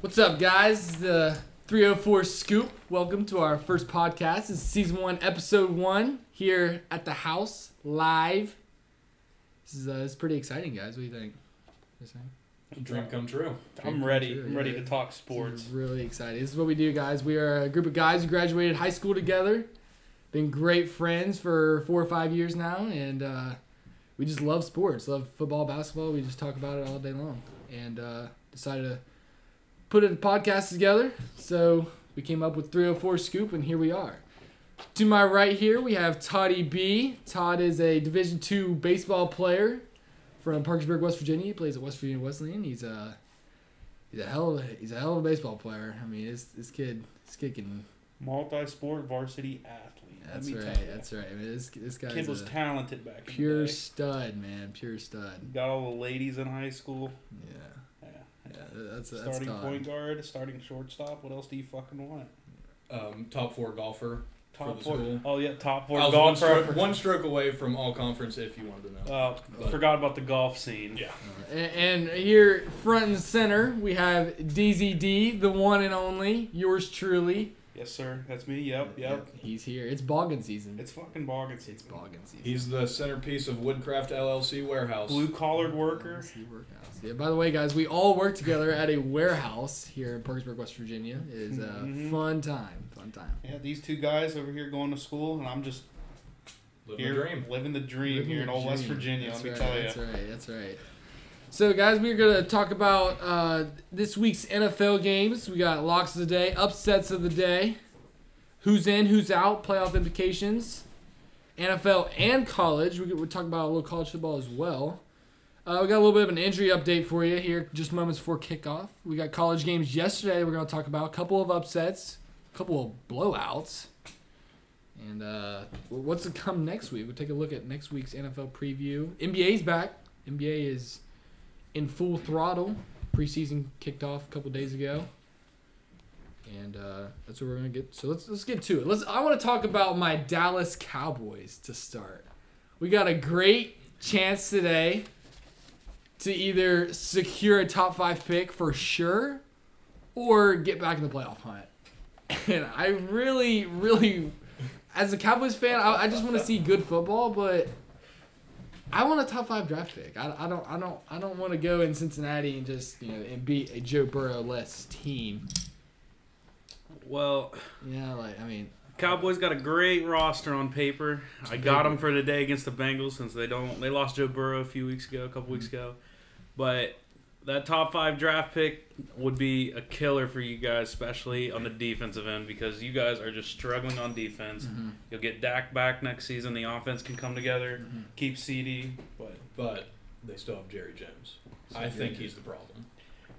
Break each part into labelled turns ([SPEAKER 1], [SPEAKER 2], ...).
[SPEAKER 1] What's up, guys? This is the 304 Scoop. Welcome to our first podcast. This is season one, episode one, here at the house, live. This is, uh, this is pretty exciting, guys. What do you think? What do you think?
[SPEAKER 2] Dream come true.
[SPEAKER 3] I'm ready.
[SPEAKER 1] Sure,
[SPEAKER 3] I'm ready
[SPEAKER 1] yeah.
[SPEAKER 3] to talk
[SPEAKER 1] This
[SPEAKER 3] sports.
[SPEAKER 1] is really exciting. This is what we do, guys. We are a group of guys who graduated high school together, been great friends for four or five years now, and uh, we just love sports, love football, basketball. We just talk about it all day long, and uh, decided to put a podcast together. So we came up with 304 Scoop, and here we are. To my right here, we have Toddy B. Todd is a Division two baseball player from Parkersburg, West Virginia. He plays at West Virginia Wesleyan. He's uh, a he's a hell of a, he's a hell of a baseball player. I mean, this this kid this kid can.
[SPEAKER 3] Mm-hmm. Multi-sport varsity athlete. Let
[SPEAKER 1] That's
[SPEAKER 3] me
[SPEAKER 1] right.
[SPEAKER 3] tell ya.
[SPEAKER 1] That's right. I mean, this this
[SPEAKER 3] Kid
[SPEAKER 1] guy's
[SPEAKER 3] was
[SPEAKER 1] a
[SPEAKER 3] talented back in
[SPEAKER 1] pure
[SPEAKER 3] the day.
[SPEAKER 1] stud, man. Pure stud.
[SPEAKER 3] Got all the ladies in high school.
[SPEAKER 1] Yeah.
[SPEAKER 3] Yeah.
[SPEAKER 1] Yeah. That's that's
[SPEAKER 3] starting
[SPEAKER 1] Todd.
[SPEAKER 3] point guard, starting shortstop. What else do you fucking want?
[SPEAKER 2] Um, top four golfer.
[SPEAKER 3] Top
[SPEAKER 2] the
[SPEAKER 3] four.
[SPEAKER 2] school.
[SPEAKER 3] Oh yeah, top four
[SPEAKER 2] I was one
[SPEAKER 3] golf.
[SPEAKER 2] stroke, one stroke away from all conference if you wanted to know.
[SPEAKER 3] uh,
[SPEAKER 2] But-
[SPEAKER 3] forgot about the golf scene.
[SPEAKER 2] Yeah.
[SPEAKER 1] Uh, And, and here front and center we have DZD, the one and only. Yours truly.
[SPEAKER 3] Yes, sir. That's me. Yep. Yep.
[SPEAKER 1] He's here. It's boggin season.
[SPEAKER 3] It's fucking bogging
[SPEAKER 1] It's
[SPEAKER 3] season.
[SPEAKER 1] boggin season.
[SPEAKER 2] He's the centerpiece of Woodcraft LLC warehouse.
[SPEAKER 3] Blue collared worker.
[SPEAKER 1] Sea Workhouse. Yeah, by the way, guys, we all work together at a warehouse here in Parkersburg, West Virginia. It is a
[SPEAKER 3] Mhm.
[SPEAKER 1] fun time. Fun time.
[SPEAKER 3] Yeah, these two guys over here going to school, and I'm just
[SPEAKER 2] Living
[SPEAKER 3] here
[SPEAKER 2] the dream.
[SPEAKER 3] living the dream
[SPEAKER 1] Living
[SPEAKER 3] here
[SPEAKER 1] the
[SPEAKER 3] in old West
[SPEAKER 1] dream.
[SPEAKER 3] Virginia.
[SPEAKER 1] That's
[SPEAKER 3] let me
[SPEAKER 1] right,
[SPEAKER 3] tell you.
[SPEAKER 1] That's right. That's right. So, guys, we're gonna talk about uh, this week's NFL games. We got locks of the day, upsets of the day, who's in, who's out, playoff implications, NFL and college. We we talk about a little college football as well. Uh, we got a little bit of an injury update for you here, just moments before kickoff. We got college games yesterday. We're gonna talk about a couple of upsets, a couple of blowouts. And uh, w- what's to come next week? We'll take a look at next week's NFL preview. NBA's back. NBA is in full throttle. Preseason kicked off a couple days ago, and uh, that's what we're gonna get. So let's let's get to it. Let's. I want to talk about my Dallas Cowboys to start. We got a great chance today to either secure a top five pick for sure, or get back in the playoff hunt. And I really, really as a Cowboys fan, I, I just want to see good football, but I want a top five draft pick. I, I don't I don't I don't want to go in Cincinnati and just you know and beat a Joe Burrow less team.
[SPEAKER 3] Well,
[SPEAKER 1] Yeah, like I mean,
[SPEAKER 3] Cowboys got a great roster on paper. I got them for today against the Bengals since they don't they lost Joe Burrow a few weeks ago, a couple weeks ago. But that top five draft pick would be a killer for you guys, especially on the defensive end, because you guys are just struggling on defense.
[SPEAKER 1] Mm. mm-hmm.
[SPEAKER 3] You'll get Dak back next season. The offense can come together,
[SPEAKER 1] Mm.
[SPEAKER 3] keep CD. But
[SPEAKER 2] But they still have Jerry Jones. I think he's the problem.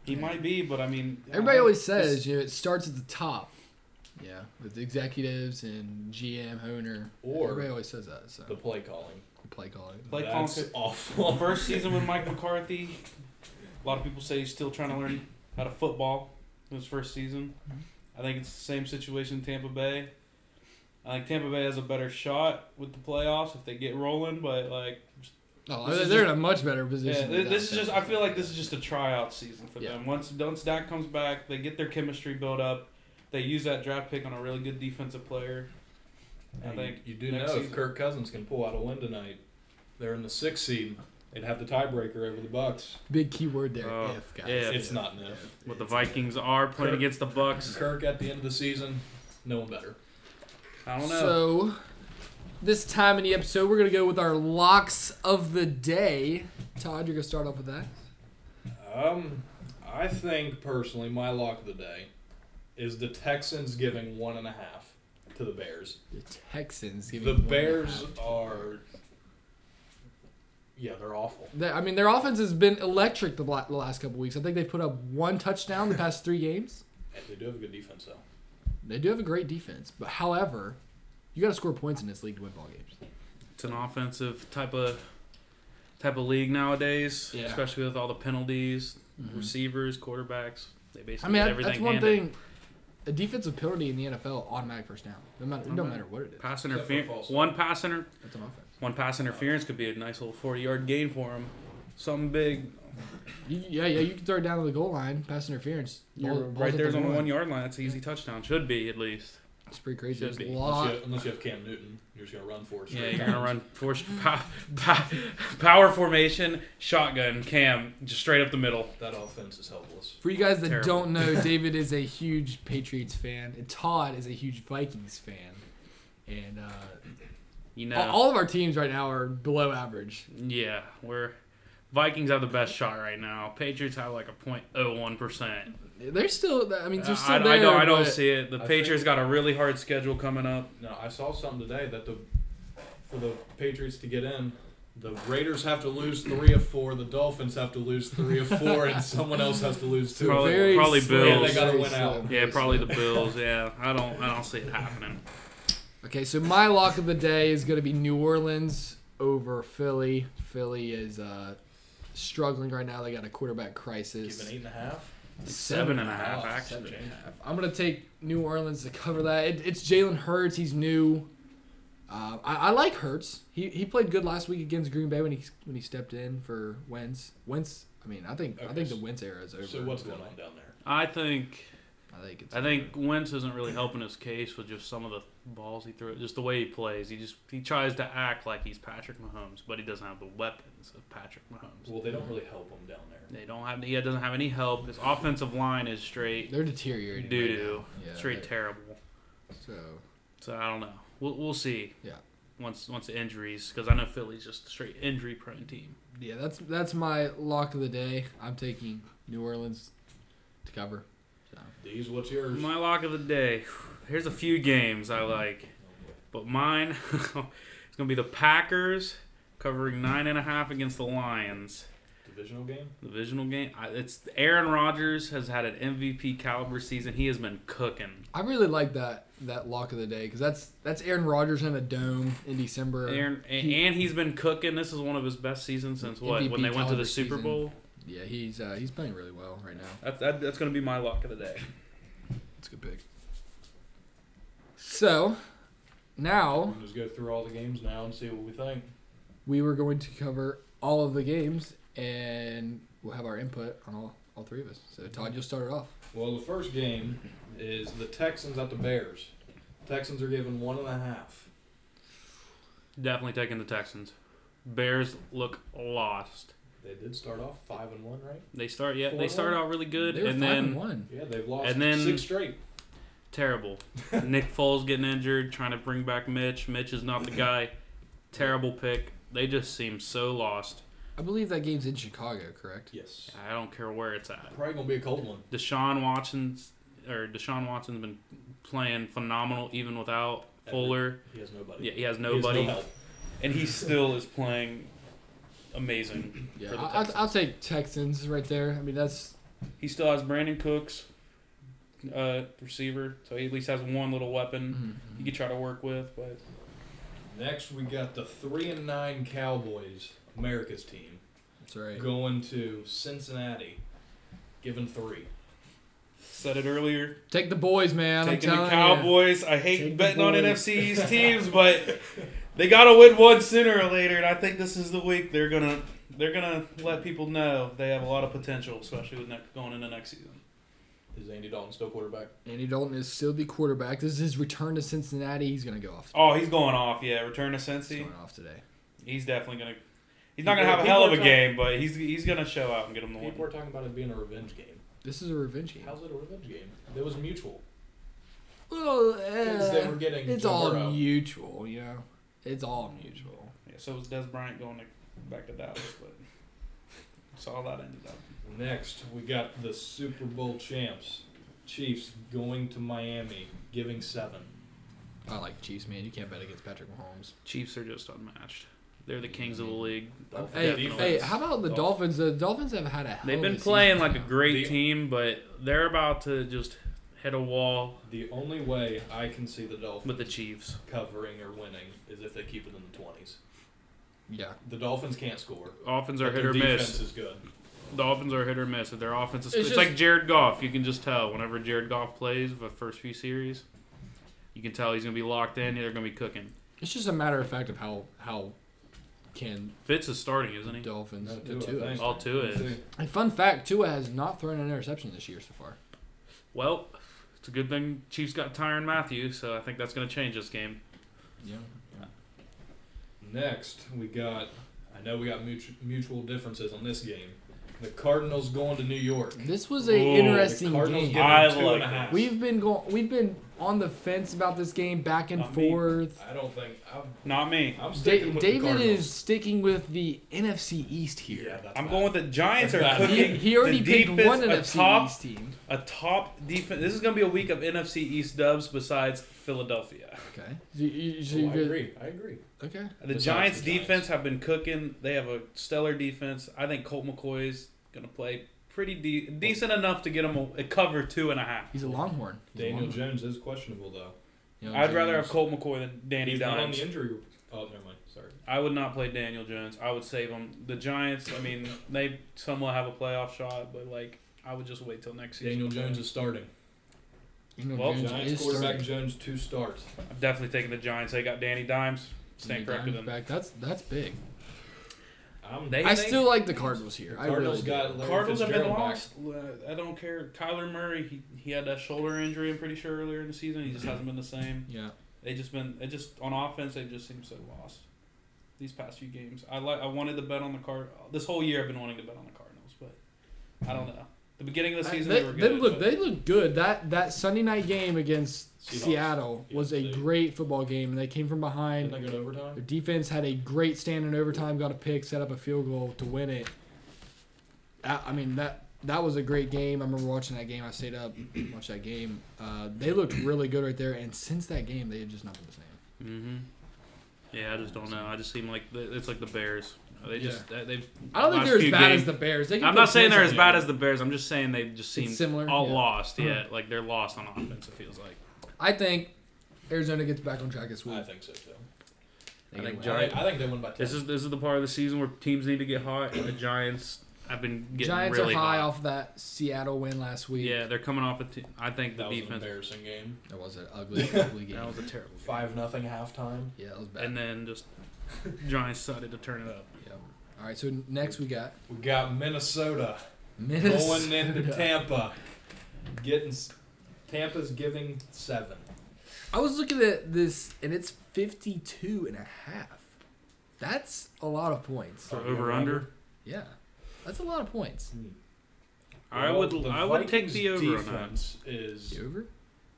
[SPEAKER 3] he
[SPEAKER 1] Yeah.
[SPEAKER 3] might be. But I mean,
[SPEAKER 1] everybody
[SPEAKER 3] I-
[SPEAKER 1] always says you know it starts at the top. Yeah, with the executives and GM owner.
[SPEAKER 2] Or-
[SPEAKER 1] everybody always says that. So
[SPEAKER 2] The play calling.
[SPEAKER 1] play calling.
[SPEAKER 3] Play calling
[SPEAKER 2] That's
[SPEAKER 3] could-
[SPEAKER 2] awful.
[SPEAKER 3] First season with Mike McCarthy, a lot of people say he's still trying to learn how to football in his first season.
[SPEAKER 2] Mm-hmm.
[SPEAKER 3] I think it's the same situation in Tampa Bay. I think Tampa Bay has a better shot with the playoffs if they get rolling, but like,
[SPEAKER 1] Oh,
[SPEAKER 3] This
[SPEAKER 1] they're
[SPEAKER 3] is
[SPEAKER 1] in a much better position.
[SPEAKER 3] yeah,
[SPEAKER 1] than
[SPEAKER 3] th- this
[SPEAKER 1] us.
[SPEAKER 3] is just. I feel like this is just a tryout season for
[SPEAKER 1] Yeah.
[SPEAKER 3] them. Once once Dak comes back, they get their chemistry built up. They use that draft pick on a really good defensive player. I
[SPEAKER 2] And
[SPEAKER 3] think
[SPEAKER 2] you do know
[SPEAKER 3] next
[SPEAKER 2] if
[SPEAKER 3] season-
[SPEAKER 2] Kirk Cousins can pull out a win tonight, they're in the sixth seed. They'd have the tiebreaker over the Bucks.
[SPEAKER 1] big keyword there.
[SPEAKER 3] Oh,
[SPEAKER 1] if guys,
[SPEAKER 3] yeah.
[SPEAKER 2] It's not an if.
[SPEAKER 1] It's-
[SPEAKER 3] are
[SPEAKER 2] playing
[SPEAKER 3] against the Bucks,
[SPEAKER 2] Kirk at the end of the season, no one better.
[SPEAKER 3] I don't know.
[SPEAKER 1] So, this time in the episode, we're going to go with our locks of the day. Todd, you're going to start off with that.
[SPEAKER 2] Um, I think personally, my lock of the day is the Texans giving one and a half to the Bears.
[SPEAKER 1] The Texans. giving
[SPEAKER 2] The
[SPEAKER 1] one and a
[SPEAKER 2] Bears
[SPEAKER 1] half.
[SPEAKER 2] are, yeah, they're awful.
[SPEAKER 1] They- I mean, their offense has been electric the, la- the last couple weeks. I think they've put up one touchdown the past three games.
[SPEAKER 2] And they do have a good defense though.
[SPEAKER 1] They do have a great defense, but however, you got to score points in this league to win ball games.
[SPEAKER 4] it's an offensive type of type of league nowadays,
[SPEAKER 1] Yeah.
[SPEAKER 4] especially with all the penalties,
[SPEAKER 2] Mm-hmm.
[SPEAKER 4] receivers, quarterbacks. They
[SPEAKER 1] I
[SPEAKER 4] basically
[SPEAKER 1] mean,
[SPEAKER 4] get
[SPEAKER 1] that-
[SPEAKER 4] everything.
[SPEAKER 1] that's one
[SPEAKER 4] handed.
[SPEAKER 1] thing. A defensive penalty in the NFL automatic first down. No matter, it don't
[SPEAKER 4] Automatic.
[SPEAKER 1] matter what it is.
[SPEAKER 4] Pass
[SPEAKER 2] Except for
[SPEAKER 4] interference.
[SPEAKER 2] false.
[SPEAKER 4] One pass inter-
[SPEAKER 1] It's an offense.
[SPEAKER 4] one pass interference could be a nice little forty yard gain for him. Something big
[SPEAKER 1] You, yeah, yeah, you can throw it down to the goal line, pass interference.
[SPEAKER 3] You're
[SPEAKER 1] Ball- ball's
[SPEAKER 3] right
[SPEAKER 1] at
[SPEAKER 3] there's on the
[SPEAKER 1] goal
[SPEAKER 3] one
[SPEAKER 1] line.
[SPEAKER 3] yard line. That's an easy touchdown. Should be at least.
[SPEAKER 1] It's pretty crazy.
[SPEAKER 3] Should
[SPEAKER 1] There's a
[SPEAKER 3] be.
[SPEAKER 1] lot.
[SPEAKER 2] Unless you, unless you have Cam Newton, you're just gonna run for it.
[SPEAKER 3] Yeah,
[SPEAKER 2] straight
[SPEAKER 3] you're gonna
[SPEAKER 2] down.
[SPEAKER 3] run four, pow, pow, power formation, shotgun, cam, just straight up the middle.
[SPEAKER 2] That offense is helpless.
[SPEAKER 1] For you guys that
[SPEAKER 3] Terrible.
[SPEAKER 1] don't know, David is a huge Patriots fan, and Todd is a huge Vikings fan. And uh,
[SPEAKER 3] You know,
[SPEAKER 1] all, all of our teams right now are below average.
[SPEAKER 3] yeah, we're Vikings have the best shot right now. Patriots have like a .01 percent.
[SPEAKER 1] They're still. I mean,
[SPEAKER 3] I,
[SPEAKER 1] they're still
[SPEAKER 3] Uh, I
[SPEAKER 1] there.
[SPEAKER 3] don't, I don't
[SPEAKER 1] but-
[SPEAKER 3] see it. The
[SPEAKER 2] I
[SPEAKER 3] Patriots
[SPEAKER 2] think-
[SPEAKER 3] got a really hard schedule coming up.
[SPEAKER 2] No, I saw something today that the for the Patriots to get in, the Raiders have to lose three of four, the Dolphins have to lose three of four, and someone else has to lose two.
[SPEAKER 3] Probably-
[SPEAKER 2] of
[SPEAKER 1] Very
[SPEAKER 3] probably
[SPEAKER 1] slim,
[SPEAKER 3] Bills. Yeah, they
[SPEAKER 2] gotta
[SPEAKER 1] very
[SPEAKER 2] win out.
[SPEAKER 1] slim.
[SPEAKER 3] Yeah, probably the Bills. Yeah, I don't, I don't see it happening.
[SPEAKER 1] Okay, so my lock of the day is going to be New Orleans over Philly. Philly is uh, struggling right now. They got a quarterback
[SPEAKER 2] four.
[SPEAKER 1] crisis.
[SPEAKER 2] Give an eight and a half.
[SPEAKER 3] Seven and a half,
[SPEAKER 2] Oh,
[SPEAKER 3] actually.
[SPEAKER 2] seven and a half.
[SPEAKER 1] I'm going to take New Orleans to cover that. It, it's Jalen Hurts. He's new. Uh, I, I like Hurts. He, he played good last week against Green Bay when he when he stepped in for Wentz. Wentz. I mean, I think I
[SPEAKER 2] Okay,
[SPEAKER 1] think
[SPEAKER 2] so-
[SPEAKER 1] the Wentz era is over.
[SPEAKER 2] So what's
[SPEAKER 1] in
[SPEAKER 2] going
[SPEAKER 1] Philly.
[SPEAKER 2] on down there?
[SPEAKER 4] I think
[SPEAKER 1] I think it's.
[SPEAKER 4] I think Wentz isn't really helping his case with just some of the balls he threw. Just the way he plays, he just he tries to act like he's Patrick Mahomes, but he doesn't have the weapons of Patrick Mahomes.
[SPEAKER 2] Well, they don't really help them down there.
[SPEAKER 4] They don't have he doesn't have any help. His offensive line is straight
[SPEAKER 1] they're deteriorating.
[SPEAKER 4] doo
[SPEAKER 1] right
[SPEAKER 4] doo,
[SPEAKER 1] now. Yeah,
[SPEAKER 4] straight
[SPEAKER 1] they-
[SPEAKER 4] terrible.
[SPEAKER 1] So
[SPEAKER 4] So I don't know. We'll, we'll see.
[SPEAKER 1] Yeah.
[SPEAKER 4] Once once the injuries, because I know Philly's just a straight injury prone team.
[SPEAKER 1] yeah, that's that's my lock of the day. I'm taking New Orleans to cover.
[SPEAKER 2] These, what's yours?
[SPEAKER 3] My lock of the day. Here's a few games I like, but mine is gonna be the Packers covering nine and a half against the Lions.
[SPEAKER 2] Divisional game?
[SPEAKER 3] Divisional game. I, it's Aaron Rodgers has had an MVP caliber season. He has been cooking.
[SPEAKER 1] I really like that that lock of the day because that's that's Aaron Rodgers in a dome in December.
[SPEAKER 3] Aaron and, and he's been cooking. This is one of his best seasons since what when
[SPEAKER 1] MVP
[SPEAKER 3] they went to
[SPEAKER 1] caliber
[SPEAKER 3] the Super
[SPEAKER 1] season.
[SPEAKER 3] Bowl.
[SPEAKER 1] yeah, he's uh, he's playing really well right now.
[SPEAKER 3] That's that, that's gonna be my lock of the day.
[SPEAKER 1] It's a good pick. So now
[SPEAKER 2] We'll just go through all the games now and see what we think.
[SPEAKER 1] we were going to cover all of the games and we'll have our input on all, all three of us. So Todd, you'll start it off.
[SPEAKER 2] Well, the first game is the Texans at the Bears. Texans are given one and a half.
[SPEAKER 3] Definitely taking the Texans. Bears look lost.
[SPEAKER 2] They did start off five and one, right?
[SPEAKER 3] They start yeah.
[SPEAKER 2] Four?
[SPEAKER 3] They start out really good
[SPEAKER 1] They were
[SPEAKER 3] and
[SPEAKER 1] five
[SPEAKER 3] then
[SPEAKER 1] and one.
[SPEAKER 2] Yeah, they've lost
[SPEAKER 3] And then-
[SPEAKER 2] six straight.
[SPEAKER 3] terrible. Nick Foles getting injured, trying to bring back Mitch. Mitch is not the guy. Terrible pick. They just seem so lost.
[SPEAKER 1] I believe that game's in Chicago, correct?
[SPEAKER 2] Yes.
[SPEAKER 3] I don't care where it's at.
[SPEAKER 2] Probably gonna be a cold one.
[SPEAKER 3] Deshaun Watson's or Deshaun Watson's been playing phenomenal even without Fuller.
[SPEAKER 2] He has nobody.
[SPEAKER 3] Yeah, he has
[SPEAKER 2] He has
[SPEAKER 3] nobody,
[SPEAKER 2] no help.
[SPEAKER 3] and he still is playing amazing.
[SPEAKER 1] Yeah,
[SPEAKER 3] for the
[SPEAKER 1] I, I'll,
[SPEAKER 3] Texans.
[SPEAKER 1] I'll take Texans right there. I mean, that's
[SPEAKER 3] He still has Brandon Cooks, uh, receiver, so he at least has one little weapon
[SPEAKER 1] mm-hmm,
[SPEAKER 3] he could try to work with. But
[SPEAKER 2] Next, we got the three and nine Cowboys, America's team,
[SPEAKER 1] that's right.
[SPEAKER 2] going to Cincinnati, given three.
[SPEAKER 3] said it earlier.
[SPEAKER 1] Take the boys, man.
[SPEAKER 3] taking
[SPEAKER 1] I'm
[SPEAKER 3] the
[SPEAKER 1] telling you.
[SPEAKER 3] Cowboys. I hate
[SPEAKER 1] Take the
[SPEAKER 3] betting on
[SPEAKER 1] boys.
[SPEAKER 3] NFC's teams, but they gotta win one sooner or later, and I think this is the week they're gonna they're gonna let people know they have a lot of potential, especially with next, going into next season.
[SPEAKER 2] Is Andy Dalton still quarterback?
[SPEAKER 1] Andy Dalton is still the quarterback. This is his return to Cincinnati. He's gonna go off.
[SPEAKER 3] Oh, he's going off, yeah. Return to Cincy.
[SPEAKER 1] Going off today.
[SPEAKER 3] He's definitely gonna. He's not gonna have a
[SPEAKER 2] People
[SPEAKER 3] hell of
[SPEAKER 2] are
[SPEAKER 3] a
[SPEAKER 2] talking-
[SPEAKER 3] game, but he's he's gonna show out and get him the
[SPEAKER 2] People
[SPEAKER 3] win.
[SPEAKER 2] are talking about it being a revenge game.
[SPEAKER 1] This is a revenge game.
[SPEAKER 2] How's it a revenge game? It was mutual.
[SPEAKER 1] Well,
[SPEAKER 2] Because they
[SPEAKER 1] uh,
[SPEAKER 2] were getting
[SPEAKER 1] it's
[SPEAKER 2] Joe
[SPEAKER 1] all
[SPEAKER 2] Burrow.
[SPEAKER 1] mutual, you know. It's all mutual.
[SPEAKER 3] Yeah, so is Des Bryant going to, back to Dallas, but saw how that ended up.
[SPEAKER 2] Next, we got the Super Bowl champs, Chiefs going to Miami, giving seven.
[SPEAKER 1] I like Chiefs, man. You can't bet against Patrick Mahomes.
[SPEAKER 3] Chiefs are just unmatched. They're the kings of the league.
[SPEAKER 2] Dolphins
[SPEAKER 1] Hey,
[SPEAKER 2] defense.
[SPEAKER 1] hey, how about the Dolphins? The Dolphins have had a. Hell
[SPEAKER 3] They've
[SPEAKER 1] of
[SPEAKER 3] been
[SPEAKER 1] a
[SPEAKER 3] playing
[SPEAKER 1] season
[SPEAKER 3] like a
[SPEAKER 1] now.
[SPEAKER 3] great
[SPEAKER 2] The-
[SPEAKER 3] team, but they're about to just hit a wall
[SPEAKER 2] The only way I can see the Dolphins
[SPEAKER 3] with the Chiefs.
[SPEAKER 2] covering or winning is if they keep it in the twenties.
[SPEAKER 1] Yeah,
[SPEAKER 2] The Dolphins can't score.
[SPEAKER 3] Offense are
[SPEAKER 2] but
[SPEAKER 3] hit
[SPEAKER 2] their
[SPEAKER 3] or
[SPEAKER 2] defense
[SPEAKER 3] miss.
[SPEAKER 2] is good.
[SPEAKER 3] Dolphins are hit or miss. If their offense is,
[SPEAKER 1] It's
[SPEAKER 3] it's,
[SPEAKER 1] just-
[SPEAKER 3] like Jared Goff. You can just tell whenever Jared Goff plays the first few series, you can tell he's gonna be locked in. They're gonna be cooking.
[SPEAKER 1] it's just a matter of fact of how how can
[SPEAKER 4] Fitz is starting, isn't he?
[SPEAKER 1] Dolphins
[SPEAKER 2] No,
[SPEAKER 1] the
[SPEAKER 2] Tua,
[SPEAKER 1] Tua.
[SPEAKER 2] thanks.
[SPEAKER 4] All two
[SPEAKER 2] Let's
[SPEAKER 4] is.
[SPEAKER 2] see.
[SPEAKER 1] And fun fact, Tua has not thrown an interception this year so far.
[SPEAKER 4] Well, it's a good thing Chiefs got Tyron Matthew, so I think that's going to change this game.
[SPEAKER 1] Yeah.
[SPEAKER 2] Next, we got. I know we got mutual, mutual differences on this game. The Cardinals going to New York.
[SPEAKER 1] This was a
[SPEAKER 3] Ooh, the
[SPEAKER 1] interesting
[SPEAKER 2] the Cardinals
[SPEAKER 1] game.
[SPEAKER 2] give them
[SPEAKER 3] I
[SPEAKER 2] two
[SPEAKER 3] like
[SPEAKER 2] and a half.
[SPEAKER 3] that.
[SPEAKER 1] We've been going. We've been on the fence about this game, back and
[SPEAKER 3] I mean,
[SPEAKER 1] forth.
[SPEAKER 2] I don't think I'm.
[SPEAKER 3] Not me.
[SPEAKER 2] I'm
[SPEAKER 1] Da-
[SPEAKER 2] sticking with the
[SPEAKER 1] David
[SPEAKER 2] Cardinals.
[SPEAKER 1] is sticking with the NFC East
[SPEAKER 2] Yeah,
[SPEAKER 1] here.
[SPEAKER 2] that's
[SPEAKER 3] I'm
[SPEAKER 2] bad.
[SPEAKER 3] going with the Giants are
[SPEAKER 2] That's bad.
[SPEAKER 1] He,
[SPEAKER 3] cooking.
[SPEAKER 1] he already
[SPEAKER 3] the
[SPEAKER 1] picked
[SPEAKER 3] defense,
[SPEAKER 1] one
[SPEAKER 3] a
[SPEAKER 1] NFC
[SPEAKER 3] top,
[SPEAKER 1] East team.
[SPEAKER 3] A top defense. This is going to be a week of NFC East dubs besides Philadelphia.
[SPEAKER 1] Okay. You- you- you-
[SPEAKER 2] Oh,
[SPEAKER 1] you
[SPEAKER 2] I
[SPEAKER 1] good-
[SPEAKER 2] agree. I agree.
[SPEAKER 1] Okay.
[SPEAKER 3] The
[SPEAKER 2] Besides
[SPEAKER 3] Giants
[SPEAKER 2] the Giants.
[SPEAKER 3] defense have been cooking. They have a stellar defense. I think Colt McCoy is going to play pretty de- decent enough to get him a, a cover two and a half.
[SPEAKER 1] He's a Longhorn. He's a
[SPEAKER 2] Daniel
[SPEAKER 1] Longhorn.
[SPEAKER 2] Jones is questionable though.
[SPEAKER 1] You know,
[SPEAKER 3] I'd rather
[SPEAKER 1] Daniel-
[SPEAKER 3] have Colt McCoy than Danny
[SPEAKER 2] He's not on
[SPEAKER 3] Dimes.
[SPEAKER 2] the injury. rep- Oh, never mind. Sorry.
[SPEAKER 3] I would not play Daniel Jones. I would save him. The Giants, I mean, they somewhat have a playoff shot, but like I would just wait till next season.
[SPEAKER 2] Daniel Jones is starting.
[SPEAKER 1] Daniel
[SPEAKER 3] Well,
[SPEAKER 1] Jones
[SPEAKER 2] Giants
[SPEAKER 1] is
[SPEAKER 2] quarterback
[SPEAKER 1] starting.
[SPEAKER 2] Jones two starts.
[SPEAKER 3] I'm definitely taking the Giants. They got Danny Dimes.
[SPEAKER 1] Daniel
[SPEAKER 3] Stand corrected
[SPEAKER 1] Jones
[SPEAKER 3] them.
[SPEAKER 1] back. That's that's big.
[SPEAKER 2] I'm
[SPEAKER 3] They-
[SPEAKER 1] I still like the Cardinals here. I really
[SPEAKER 2] Cardinals
[SPEAKER 1] do.
[SPEAKER 2] got Larry
[SPEAKER 3] Cardinals have been
[SPEAKER 2] Fitzgerald back.
[SPEAKER 3] lost. Uh, I don't care. Kyler Murray, he, he had that shoulder injury. I'm pretty sure earlier in the season. He just hasn't been the same.
[SPEAKER 1] Yeah.
[SPEAKER 3] They just been. It just on offense. They just seem so lost. These past few games, I like. I wanted to bet on the card. This whole year, I've been wanting to bet on the Cardinals, but I don't know. The beginning of the
[SPEAKER 1] I-
[SPEAKER 3] season,
[SPEAKER 1] they,
[SPEAKER 3] they, were good.
[SPEAKER 1] they look
[SPEAKER 3] but-
[SPEAKER 1] they look good. That that Sunday night game against
[SPEAKER 2] Seahawks.
[SPEAKER 1] Seattle was
[SPEAKER 2] Yeah,
[SPEAKER 1] a
[SPEAKER 2] they-
[SPEAKER 1] great football game, and they came from
[SPEAKER 2] Didn't
[SPEAKER 1] behind.
[SPEAKER 2] they go to overtime?
[SPEAKER 1] Their defense had a great stand in overtime, got a pick, set up a field goal to win it. I, I mean that that was a great game. I remember watching that game. I stayed up, watched that game. Uh, they looked really good right there, and since that game, they have just not been the same.
[SPEAKER 4] Mm-hmm. Yeah, I just don't know. I just seem like the, it's like the Bears. They just they, they've.
[SPEAKER 1] I don't think
[SPEAKER 4] last
[SPEAKER 1] they're as
[SPEAKER 4] few
[SPEAKER 1] bad as
[SPEAKER 4] games-
[SPEAKER 1] the Bears. They can
[SPEAKER 4] I'm
[SPEAKER 1] put
[SPEAKER 4] not saying they're
[SPEAKER 1] points
[SPEAKER 4] as
[SPEAKER 1] on
[SPEAKER 4] bad
[SPEAKER 1] them.
[SPEAKER 4] as the Bears. I'm just saying they just seem
[SPEAKER 1] It's similar,
[SPEAKER 4] all
[SPEAKER 1] yeah.
[SPEAKER 4] lost. Yeah, like they're lost on offense. It feels like.
[SPEAKER 1] I think Arizona gets back on track this
[SPEAKER 2] I
[SPEAKER 4] Uh,
[SPEAKER 1] week.
[SPEAKER 2] think so too.
[SPEAKER 1] They
[SPEAKER 4] I think
[SPEAKER 1] get
[SPEAKER 2] I
[SPEAKER 1] away.
[SPEAKER 2] think, I think they won by ten.
[SPEAKER 4] This is this is the part of the season where teams need to get hot. and The Giants have been getting
[SPEAKER 1] Giants
[SPEAKER 4] really
[SPEAKER 1] are high
[SPEAKER 4] hot.
[SPEAKER 1] off that Seattle win last week.
[SPEAKER 4] Yeah, they're coming off a. T- I think the
[SPEAKER 2] that was an
[SPEAKER 4] defense.
[SPEAKER 2] embarrassing game.
[SPEAKER 1] That was an ugly, ugly game.
[SPEAKER 4] That was a terrible. Game.
[SPEAKER 2] Five nothing halftime.
[SPEAKER 1] Yeah, that was bad.
[SPEAKER 4] And then just Giants decided to turn it up.
[SPEAKER 1] Yep. All right, so next we got
[SPEAKER 2] We got Minnesota
[SPEAKER 1] Minnesota.
[SPEAKER 2] going into Tampa, getting s- Tampa's giving seven.
[SPEAKER 1] I was looking at this, and it's 52 and a half. That's a lot of points.
[SPEAKER 4] For
[SPEAKER 2] Oh, yeah,
[SPEAKER 4] over under.
[SPEAKER 1] Yeah, that's a lot of points.
[SPEAKER 4] I
[SPEAKER 2] Well,
[SPEAKER 4] would
[SPEAKER 2] the
[SPEAKER 4] I would take
[SPEAKER 2] Vikings'
[SPEAKER 4] the over on that.
[SPEAKER 2] defense is
[SPEAKER 1] The over?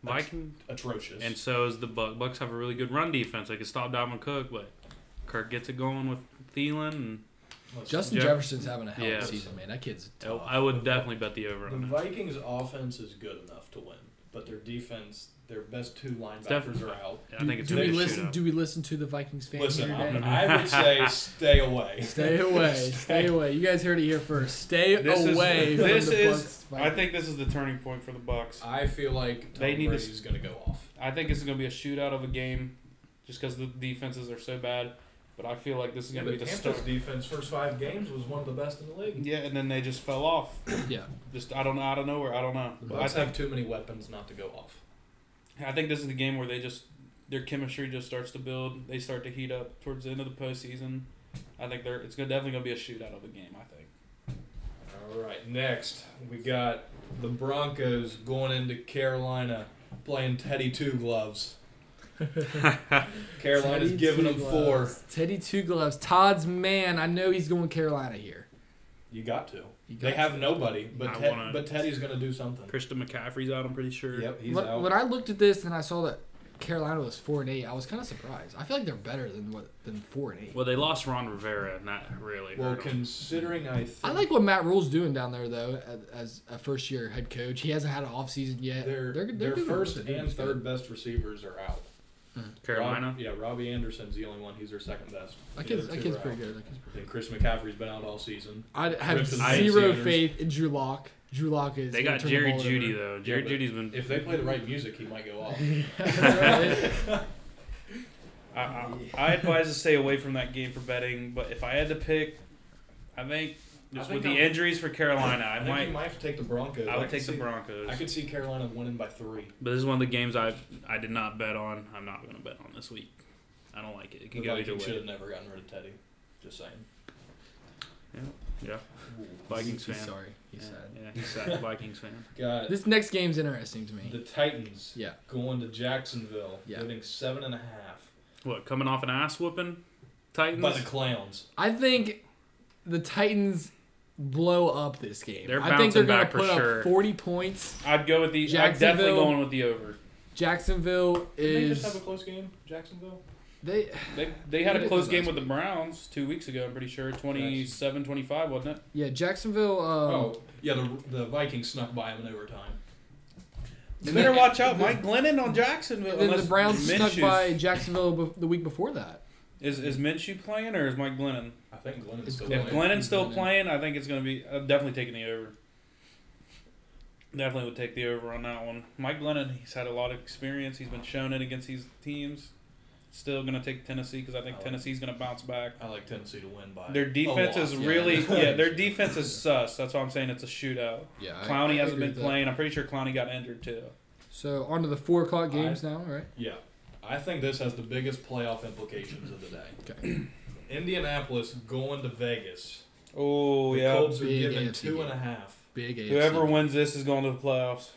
[SPEAKER 4] Viking
[SPEAKER 2] atrocious.
[SPEAKER 4] and so is the Buck. Bucks have a really good run defense. They can stop Dalvin Cook, but Kirk gets it going with Thielen. And
[SPEAKER 2] Let's-
[SPEAKER 1] Justin
[SPEAKER 4] Jeff-
[SPEAKER 1] Jefferson's having a hell of
[SPEAKER 4] Yeah.
[SPEAKER 1] a season, man. That kid's
[SPEAKER 4] Oh,
[SPEAKER 1] tough.
[SPEAKER 4] I would definitely bet the over
[SPEAKER 2] The
[SPEAKER 4] on that.
[SPEAKER 2] Vikings' offense is good enough to win, but their defense, their best two linebackers
[SPEAKER 4] definitely-
[SPEAKER 2] are out.
[SPEAKER 4] Yeah, I
[SPEAKER 1] do,
[SPEAKER 4] think it's
[SPEAKER 1] do
[SPEAKER 4] gonna
[SPEAKER 1] we
[SPEAKER 4] be a
[SPEAKER 1] listen?
[SPEAKER 4] shootout.
[SPEAKER 1] Do we listen to the Vikings fan
[SPEAKER 2] Listen,
[SPEAKER 1] here today?
[SPEAKER 2] I, I would say stay away.
[SPEAKER 1] Stay away, stay away. You guys heard it here first. Stay
[SPEAKER 3] This is-
[SPEAKER 1] away. from
[SPEAKER 3] this
[SPEAKER 1] the
[SPEAKER 3] is-
[SPEAKER 1] Bucks
[SPEAKER 3] I
[SPEAKER 1] Vikings.
[SPEAKER 3] think this is the turning point for the Bucks.
[SPEAKER 2] I feel like Tom
[SPEAKER 3] They need to s-
[SPEAKER 2] Brady's going to go off.
[SPEAKER 3] I think this is going to be a shootout of a game, just because the defenses are so bad. But I feel like this is going to be the start.
[SPEAKER 2] defense first five games was one of the best in the league.
[SPEAKER 3] Yeah, and then they just fell off.
[SPEAKER 1] yeah.
[SPEAKER 3] Just I don't know out of nowhere. I don't know.
[SPEAKER 2] The
[SPEAKER 3] But I
[SPEAKER 2] Bucks
[SPEAKER 3] think
[SPEAKER 2] have too many weapons not to go off.
[SPEAKER 3] I think this is the game where they just their chemistry just starts to build. They start to heat up towards the end of the postseason. I think they're it's gonna, definitely going to be a shootout of a game. I think.
[SPEAKER 2] All right, next we got the Broncos going into Carolina playing Teddy Two Gloves. Carolina's
[SPEAKER 1] Teddy
[SPEAKER 2] giving
[SPEAKER 1] Two
[SPEAKER 2] them four.
[SPEAKER 1] Gloves. Teddy Two Gloves. Todd's man. I know he's going Carolina here.
[SPEAKER 2] You got to.
[SPEAKER 1] You
[SPEAKER 2] They
[SPEAKER 1] got
[SPEAKER 2] have
[SPEAKER 1] to.
[SPEAKER 2] nobody, but
[SPEAKER 4] I
[SPEAKER 2] Ted-
[SPEAKER 4] wanna-
[SPEAKER 2] but Teddy's going to do something.
[SPEAKER 4] Christian McCaffrey's out. I'm pretty sure.
[SPEAKER 2] Yep, he's
[SPEAKER 1] When,
[SPEAKER 2] out.
[SPEAKER 1] when I looked at this and I saw that Carolina was four and eight, I was kind of surprised. I feel like they're better than what than four and eight.
[SPEAKER 4] Well, they lost Ron Rivera, and that really
[SPEAKER 2] well,
[SPEAKER 4] hurt 'em.
[SPEAKER 2] considering I think
[SPEAKER 1] I like what Matt Rule's doing down there though, as- as a first year head coach. He hasn't had an off season yet. They're-
[SPEAKER 2] their
[SPEAKER 1] they're
[SPEAKER 2] their
[SPEAKER 1] doing
[SPEAKER 2] first
[SPEAKER 1] good. They're
[SPEAKER 2] and
[SPEAKER 1] doing
[SPEAKER 2] third best receivers are out.
[SPEAKER 4] Carolina.
[SPEAKER 2] Rob- yeah, Robbie Anderson's the only one. He's their second best.
[SPEAKER 1] That
[SPEAKER 2] The
[SPEAKER 1] kid's,
[SPEAKER 2] other
[SPEAKER 1] that
[SPEAKER 2] two
[SPEAKER 1] kid's
[SPEAKER 2] are
[SPEAKER 1] pretty
[SPEAKER 2] out.
[SPEAKER 1] good. That kid's pretty
[SPEAKER 2] And Chris McCaffrey's been out all season.
[SPEAKER 1] I have
[SPEAKER 2] Rips and
[SPEAKER 1] zero
[SPEAKER 2] Sanders.
[SPEAKER 1] faith in Drew Lock. Drew Lock is.
[SPEAKER 4] they
[SPEAKER 1] gonna
[SPEAKER 4] got
[SPEAKER 1] turn the
[SPEAKER 4] Jerry
[SPEAKER 1] ball over.
[SPEAKER 4] Judy though. Jerry
[SPEAKER 2] but
[SPEAKER 4] Judy's been.
[SPEAKER 2] If they play the right music, he might go off.
[SPEAKER 3] I, I, I advise to stay away from that game for betting. But if I had to pick, I think just
[SPEAKER 2] I
[SPEAKER 3] with
[SPEAKER 2] think
[SPEAKER 3] the
[SPEAKER 2] I'm-
[SPEAKER 3] injuries for Carolina,
[SPEAKER 2] I
[SPEAKER 3] I
[SPEAKER 2] think you
[SPEAKER 3] might
[SPEAKER 2] might have to take the Broncos.
[SPEAKER 3] I would
[SPEAKER 2] could
[SPEAKER 3] take the
[SPEAKER 2] see-
[SPEAKER 3] Broncos.
[SPEAKER 2] I could see Carolina winning by three.
[SPEAKER 4] But this is one of the games I I did not bet on. I'm not going to bet on this week. I don't like it. It
[SPEAKER 2] The
[SPEAKER 4] could go either
[SPEAKER 2] Vikings should
[SPEAKER 4] way.
[SPEAKER 2] have never gotten rid of Teddy. Just saying.
[SPEAKER 3] Vikings
[SPEAKER 1] He's
[SPEAKER 3] fan.
[SPEAKER 1] Sorry, he's
[SPEAKER 3] yeah,
[SPEAKER 1] sad.
[SPEAKER 3] Yeah, he's sad. Vikings fan.
[SPEAKER 2] Got
[SPEAKER 1] This next game's interesting to me.
[SPEAKER 2] the Titans
[SPEAKER 1] Yeah.
[SPEAKER 2] going to Jacksonville,
[SPEAKER 1] Yeah.
[SPEAKER 2] getting seven and a half
[SPEAKER 3] What? Coming off an ass whooping? Titans.
[SPEAKER 2] by the clowns.
[SPEAKER 1] I think the Titans blow up this game.
[SPEAKER 3] They're
[SPEAKER 1] I think they're
[SPEAKER 3] bouncing
[SPEAKER 1] gonna
[SPEAKER 3] back for
[SPEAKER 1] put up
[SPEAKER 3] sure.
[SPEAKER 1] 40 points.
[SPEAKER 3] I'd go with the. I'm definitely
[SPEAKER 1] Jacksonville-
[SPEAKER 3] going with the over.
[SPEAKER 1] Jacksonville
[SPEAKER 2] Did they just have a
[SPEAKER 1] is
[SPEAKER 2] close game, Jacksonville?
[SPEAKER 1] they
[SPEAKER 3] They, they had
[SPEAKER 1] They
[SPEAKER 3] a
[SPEAKER 1] did
[SPEAKER 3] close
[SPEAKER 1] last
[SPEAKER 3] game with the Browns two weeks ago. I'm pretty sure 27-25, wasn't it?
[SPEAKER 1] yeah Jacksonville. Um,
[SPEAKER 2] oh, yeah, the, the Vikings snuck by them in overtime.
[SPEAKER 3] You
[SPEAKER 1] And
[SPEAKER 3] better
[SPEAKER 1] then-
[SPEAKER 3] watch out, Mike Glennon on Jacksonville.
[SPEAKER 1] and then the
[SPEAKER 3] unless
[SPEAKER 1] Browns
[SPEAKER 3] Minshew-
[SPEAKER 1] snuck by Jacksonville be- the week before that.
[SPEAKER 3] Is is Minshew playing or is Mike Glennon?
[SPEAKER 2] I think Glennon's
[SPEAKER 1] It's
[SPEAKER 2] still
[SPEAKER 1] Glennon.
[SPEAKER 3] If
[SPEAKER 2] playing.
[SPEAKER 3] Glennon's still
[SPEAKER 1] Glennon.
[SPEAKER 3] playing, I think it's gonna be. I'm definitely taking the over. Definitely would take the over on that one. Mike Glennon, he's had a lot of experience. He's been shown it against these teams. Still gonna take Tennessee because I
[SPEAKER 2] I
[SPEAKER 3] think
[SPEAKER 2] like-
[SPEAKER 3] Tennessee's gonna bounce back.
[SPEAKER 2] Oh. I like Tennessee to win by.
[SPEAKER 3] Their defense
[SPEAKER 2] a lot.
[SPEAKER 3] is
[SPEAKER 1] yeah.
[SPEAKER 3] really yeah. Their defense is sus. That's why I'm saying it's a shootout.
[SPEAKER 1] Yeah,
[SPEAKER 3] Clowney hasn't been playing. I'm pretty sure Clowney got injured too.
[SPEAKER 1] So on to the four o'clock games now, right?
[SPEAKER 2] Yeah. I think this has the biggest playoff implications of the day.
[SPEAKER 1] Okay.
[SPEAKER 2] Indianapolis going to Vegas.
[SPEAKER 3] Oh
[SPEAKER 2] The
[SPEAKER 3] yeah.
[SPEAKER 2] Colts are
[SPEAKER 1] Big
[SPEAKER 2] given
[SPEAKER 1] AFC
[SPEAKER 2] two and a
[SPEAKER 1] game.
[SPEAKER 2] half.
[SPEAKER 1] Big AFC.
[SPEAKER 3] Whoever wins this is going to the playoffs.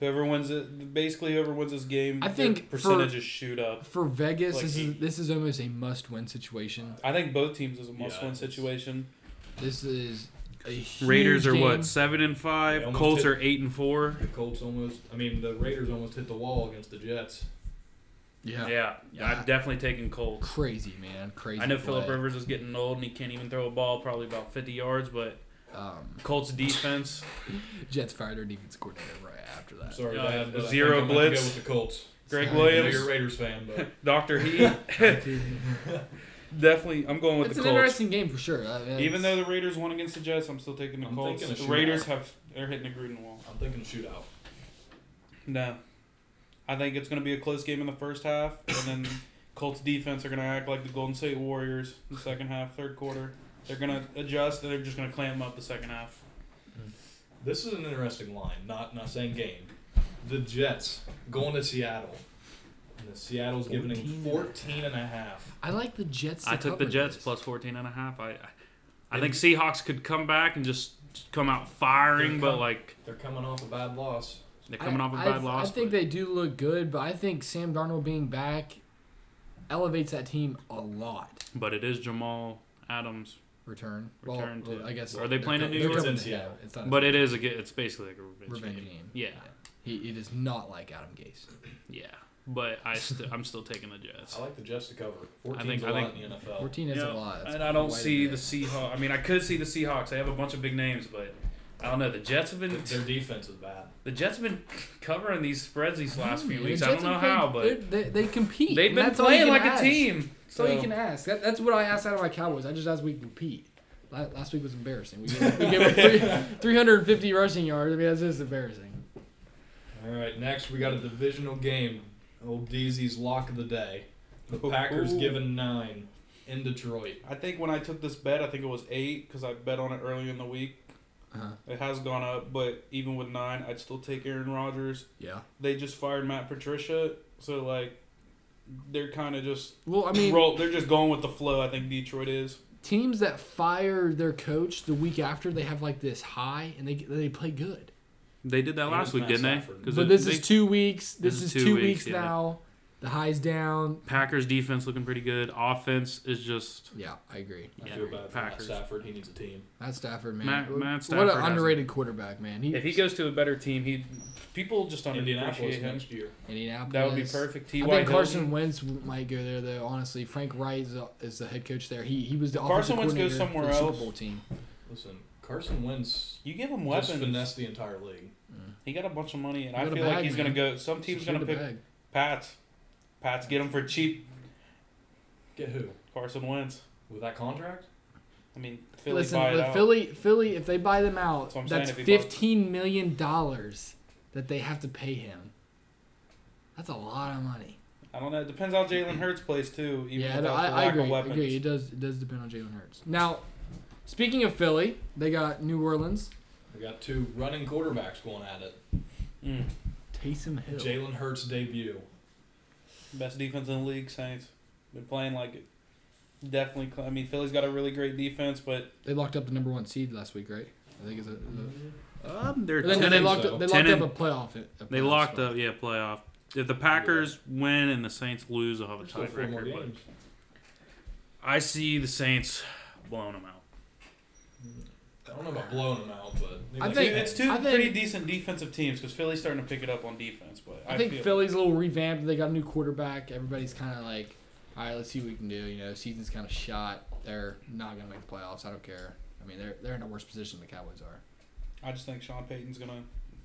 [SPEAKER 3] Whoever wins it, basically whoever wins this game,
[SPEAKER 1] I
[SPEAKER 3] their
[SPEAKER 1] think
[SPEAKER 3] percentages shoot up.
[SPEAKER 1] for Vegas,
[SPEAKER 3] Like
[SPEAKER 1] this is
[SPEAKER 3] eight.
[SPEAKER 1] this is almost a must-win situation.
[SPEAKER 3] I think both teams is a must-win
[SPEAKER 2] it's-
[SPEAKER 3] situation.
[SPEAKER 1] This is a huge
[SPEAKER 4] Raiders are
[SPEAKER 1] game.
[SPEAKER 4] what seven and
[SPEAKER 2] They
[SPEAKER 4] five.
[SPEAKER 2] almost
[SPEAKER 4] Colts
[SPEAKER 2] hit-
[SPEAKER 4] are eight and four.
[SPEAKER 2] The Colts almost, I mean, the Raiders almost hit the wall against the Jets.
[SPEAKER 1] Yeah.
[SPEAKER 4] Yeah,
[SPEAKER 1] Yeah.
[SPEAKER 4] I'm definitely taking Colts.
[SPEAKER 1] Crazy man, crazy.
[SPEAKER 4] I know Philip
[SPEAKER 1] play.
[SPEAKER 4] Rivers is getting old and he can't even throw a ball, probably about 50 yards. But
[SPEAKER 1] Um,
[SPEAKER 4] Colts defense,
[SPEAKER 1] Jets fired their defense coordinator right after
[SPEAKER 2] I'm
[SPEAKER 1] that.
[SPEAKER 2] sorry,
[SPEAKER 4] Yeah,
[SPEAKER 2] Dad, but
[SPEAKER 3] zero
[SPEAKER 2] I think I'm gonna
[SPEAKER 3] blitz.
[SPEAKER 2] Go with the Colts.
[SPEAKER 1] Sorry,
[SPEAKER 3] Greg
[SPEAKER 2] I know
[SPEAKER 3] Williams,
[SPEAKER 2] you're a Raiders fan, but
[SPEAKER 3] Doctor He, definitely. I'm going with
[SPEAKER 1] it's
[SPEAKER 3] the
[SPEAKER 1] an
[SPEAKER 3] Colts.
[SPEAKER 1] interesting game for sure. I mean,
[SPEAKER 3] Even
[SPEAKER 1] it's-
[SPEAKER 3] though the Raiders won against the Jets, I'm still taking the
[SPEAKER 2] I'm
[SPEAKER 3] Colts.
[SPEAKER 2] thinking a
[SPEAKER 3] The Raiders
[SPEAKER 2] shootout.
[SPEAKER 3] have they're hitting the Gruden wall.
[SPEAKER 2] I'm thinking shootout.
[SPEAKER 3] No, I think it's going to be a close game in the first half, and then Colts defense are going to act like the Golden State Warriors in the second half, third quarter. They're going to adjust, and they're just going to clam up the second half.
[SPEAKER 2] This is an interesting line. Not not saying game. The Jets going to Seattle. And the Seattle's giving him 14 and a half.
[SPEAKER 1] I like the Jets. to
[SPEAKER 4] I took the
[SPEAKER 1] cover
[SPEAKER 4] Jets
[SPEAKER 1] this.
[SPEAKER 4] plus 14 and a half. I, I, I think Seahawks could come back and just come out firing, but like
[SPEAKER 2] They're coming off a bad loss.
[SPEAKER 4] they're coming off a
[SPEAKER 1] I-
[SPEAKER 4] bad
[SPEAKER 1] I,
[SPEAKER 4] loss.
[SPEAKER 1] I think
[SPEAKER 4] but
[SPEAKER 1] they do look good, but I think Sam Darnold being back elevates that team a lot.
[SPEAKER 4] but it is Jamal Adams.
[SPEAKER 1] Return.
[SPEAKER 4] Return
[SPEAKER 1] well,
[SPEAKER 4] to-
[SPEAKER 1] I guess.
[SPEAKER 4] Are they
[SPEAKER 1] they're
[SPEAKER 4] playing in
[SPEAKER 1] co-
[SPEAKER 4] New
[SPEAKER 1] they're
[SPEAKER 2] York?
[SPEAKER 1] coming
[SPEAKER 2] It's in
[SPEAKER 1] to-
[SPEAKER 2] Seattle.
[SPEAKER 3] Uh,
[SPEAKER 1] it's not a
[SPEAKER 4] But it is a ge- it's basically like a revenge,
[SPEAKER 1] revenge
[SPEAKER 4] game.
[SPEAKER 1] game.
[SPEAKER 4] Yeah,
[SPEAKER 1] He, he does not like Adam Gase.
[SPEAKER 4] yeah. But I st- I'm still taking the Jets.
[SPEAKER 2] I like the Jets to cover. 14
[SPEAKER 4] think-
[SPEAKER 2] a
[SPEAKER 4] I
[SPEAKER 2] lot
[SPEAKER 4] think-
[SPEAKER 2] in the NFL.
[SPEAKER 1] Fourteen is a
[SPEAKER 3] Yeah,
[SPEAKER 1] lot. That's
[SPEAKER 3] and I don't
[SPEAKER 1] quite a
[SPEAKER 3] see
[SPEAKER 1] bit.
[SPEAKER 3] the Seahawks. I mean, I could see the Seahawks. They have a bunch of big names, but I don't know. The Jets have been
[SPEAKER 2] Their defense is bad.
[SPEAKER 3] the Jets have been covering these spreads these last few
[SPEAKER 1] man,
[SPEAKER 3] weeks.
[SPEAKER 1] Hmm, the
[SPEAKER 3] I don't
[SPEAKER 1] Jets
[SPEAKER 3] know
[SPEAKER 1] have played-
[SPEAKER 3] how, but
[SPEAKER 1] they're- they, they compete.
[SPEAKER 3] they've
[SPEAKER 1] and
[SPEAKER 3] been
[SPEAKER 1] that's all you
[SPEAKER 3] playing
[SPEAKER 1] can
[SPEAKER 3] like
[SPEAKER 1] ask.
[SPEAKER 3] a team.
[SPEAKER 1] That's all you
[SPEAKER 3] So-
[SPEAKER 1] can ask. That, that's what I asked out of my Cowboys. I just asked we compete. La- Last week was embarrassing. We gave, we gave up three, 350 rushing yards. I mean, that's just embarrassing.
[SPEAKER 2] All right, next we got a divisional game. Old Deezy's lock of the day. The Packers
[SPEAKER 3] Ooh.
[SPEAKER 2] given nine in Detroit.
[SPEAKER 3] I think when I took this bet, I think it was eight because I bet on it early in the week.
[SPEAKER 1] Uh-huh.
[SPEAKER 3] It has gone up, but even with nine, I'd still take Aaron Rodgers.
[SPEAKER 1] Yeah.
[SPEAKER 3] They just fired Matt Patricia, so like they're kind of just
[SPEAKER 1] Well, I mean,
[SPEAKER 3] roll. They're just going with the flow. I think Detroit is.
[SPEAKER 1] teams that fire their coach the week after, they have like this high and they they play good.
[SPEAKER 4] They did that
[SPEAKER 2] It
[SPEAKER 4] last
[SPEAKER 2] was
[SPEAKER 4] week,
[SPEAKER 2] Matt
[SPEAKER 4] didn't they?
[SPEAKER 2] Stafford.
[SPEAKER 4] Because
[SPEAKER 1] But this is two weeks. This, is, two, weeks,
[SPEAKER 4] yeah.
[SPEAKER 1] now. The high's down.
[SPEAKER 4] Packers defense looking pretty good. Offense is just
[SPEAKER 1] Yeah, I agree.
[SPEAKER 2] I
[SPEAKER 4] Yeah,
[SPEAKER 2] feel bad for Matt
[SPEAKER 4] Packers.
[SPEAKER 2] Stafford. He needs a team.
[SPEAKER 1] Matt Stafford, man.
[SPEAKER 4] Matt- Matt
[SPEAKER 1] what
[SPEAKER 4] Stafford
[SPEAKER 1] an underrated quarterback, man. He,
[SPEAKER 3] If he goes to a better team, he people just underappreciate
[SPEAKER 2] Indianapolis
[SPEAKER 3] him.
[SPEAKER 2] next year.
[SPEAKER 1] Indianapolis.
[SPEAKER 3] That would be perfect. T.
[SPEAKER 1] I
[SPEAKER 3] Y.
[SPEAKER 1] think
[SPEAKER 3] Hilton.
[SPEAKER 1] Carson Wentz might go there though. Honestly, Frank Wright is, is the head coach there. He he was the offensive
[SPEAKER 3] Carson Wentz goes
[SPEAKER 1] coordinator
[SPEAKER 3] somewhere
[SPEAKER 1] for the
[SPEAKER 3] else.
[SPEAKER 1] Super Bowl team.
[SPEAKER 2] Listen, Carson Wentz
[SPEAKER 3] You give him
[SPEAKER 2] just
[SPEAKER 3] weapons.
[SPEAKER 2] finessed the entire league.
[SPEAKER 3] He got a bunch of money, and
[SPEAKER 1] He
[SPEAKER 3] I
[SPEAKER 1] got a
[SPEAKER 3] feel like
[SPEAKER 1] bag,
[SPEAKER 3] he's
[SPEAKER 1] man.
[SPEAKER 3] gonna go. Some team's
[SPEAKER 1] Secure
[SPEAKER 3] gonna
[SPEAKER 1] the
[SPEAKER 3] pick
[SPEAKER 1] bag.
[SPEAKER 3] Pats. Pats get him for cheap.
[SPEAKER 2] Get who?
[SPEAKER 3] Carson Wentz.
[SPEAKER 2] With that contract?
[SPEAKER 3] I mean, Philly
[SPEAKER 1] Listen,
[SPEAKER 3] buy it
[SPEAKER 1] with
[SPEAKER 3] out.
[SPEAKER 1] Philly, Philly, if they buy them out,
[SPEAKER 3] That's what I'm
[SPEAKER 1] that's,
[SPEAKER 3] saying, if he buys-
[SPEAKER 1] fifteen million dollars that they have to pay him. That's a lot of money.
[SPEAKER 3] I don't know. It depends how Jalen Hurts plays too. Even
[SPEAKER 1] yeah,
[SPEAKER 3] without
[SPEAKER 1] no,
[SPEAKER 3] the
[SPEAKER 1] I, I
[SPEAKER 3] lack
[SPEAKER 1] agree.
[SPEAKER 3] of weapons.
[SPEAKER 1] agree. It does it does depend on Jalen Hurts. Now, speaking of Philly, they got New Orleans,
[SPEAKER 2] We got two running quarterbacks going at it.
[SPEAKER 3] Mm.
[SPEAKER 1] Taysom Hill.
[SPEAKER 2] Jalen Hurts debut.
[SPEAKER 3] Best defense in the league, Saints. Been playing like it. Definitely. cl- I mean, Philly's got a really great defense, but
[SPEAKER 1] They locked up the number one seed last week, right? I think it's a. a
[SPEAKER 4] Mm-hmm.
[SPEAKER 3] um, they're
[SPEAKER 1] and then they
[SPEAKER 2] think
[SPEAKER 1] locked
[SPEAKER 2] so.
[SPEAKER 1] up. They
[SPEAKER 3] Ten
[SPEAKER 1] locked up
[SPEAKER 3] and-
[SPEAKER 1] a playoff. a
[SPEAKER 4] They
[SPEAKER 1] playoff
[SPEAKER 4] locked
[SPEAKER 1] spot.
[SPEAKER 4] up, yeah, playoff. If the Packers win and the Saints lose, I'll have a
[SPEAKER 2] There's still four more
[SPEAKER 4] tiebreaker. but
[SPEAKER 2] games.
[SPEAKER 4] I see the Saints blowing them out.
[SPEAKER 2] I don't know about blowing them out, but
[SPEAKER 1] I
[SPEAKER 2] like-
[SPEAKER 1] think-
[SPEAKER 3] it's two
[SPEAKER 1] I think-
[SPEAKER 3] pretty decent defensive teams because Philly's starting to pick it up on defense. But I,
[SPEAKER 1] I think
[SPEAKER 3] feel,
[SPEAKER 1] Philly's a little revamped. They got a new quarterback. Everybody's kind of like, all right, let's see what we can do. You know, season's kind of shot. They're not gonna make the playoffs. I don't care. I mean, they're they're in a worse position than the Cowboys are.
[SPEAKER 3] I just think Sean Payton's gonna.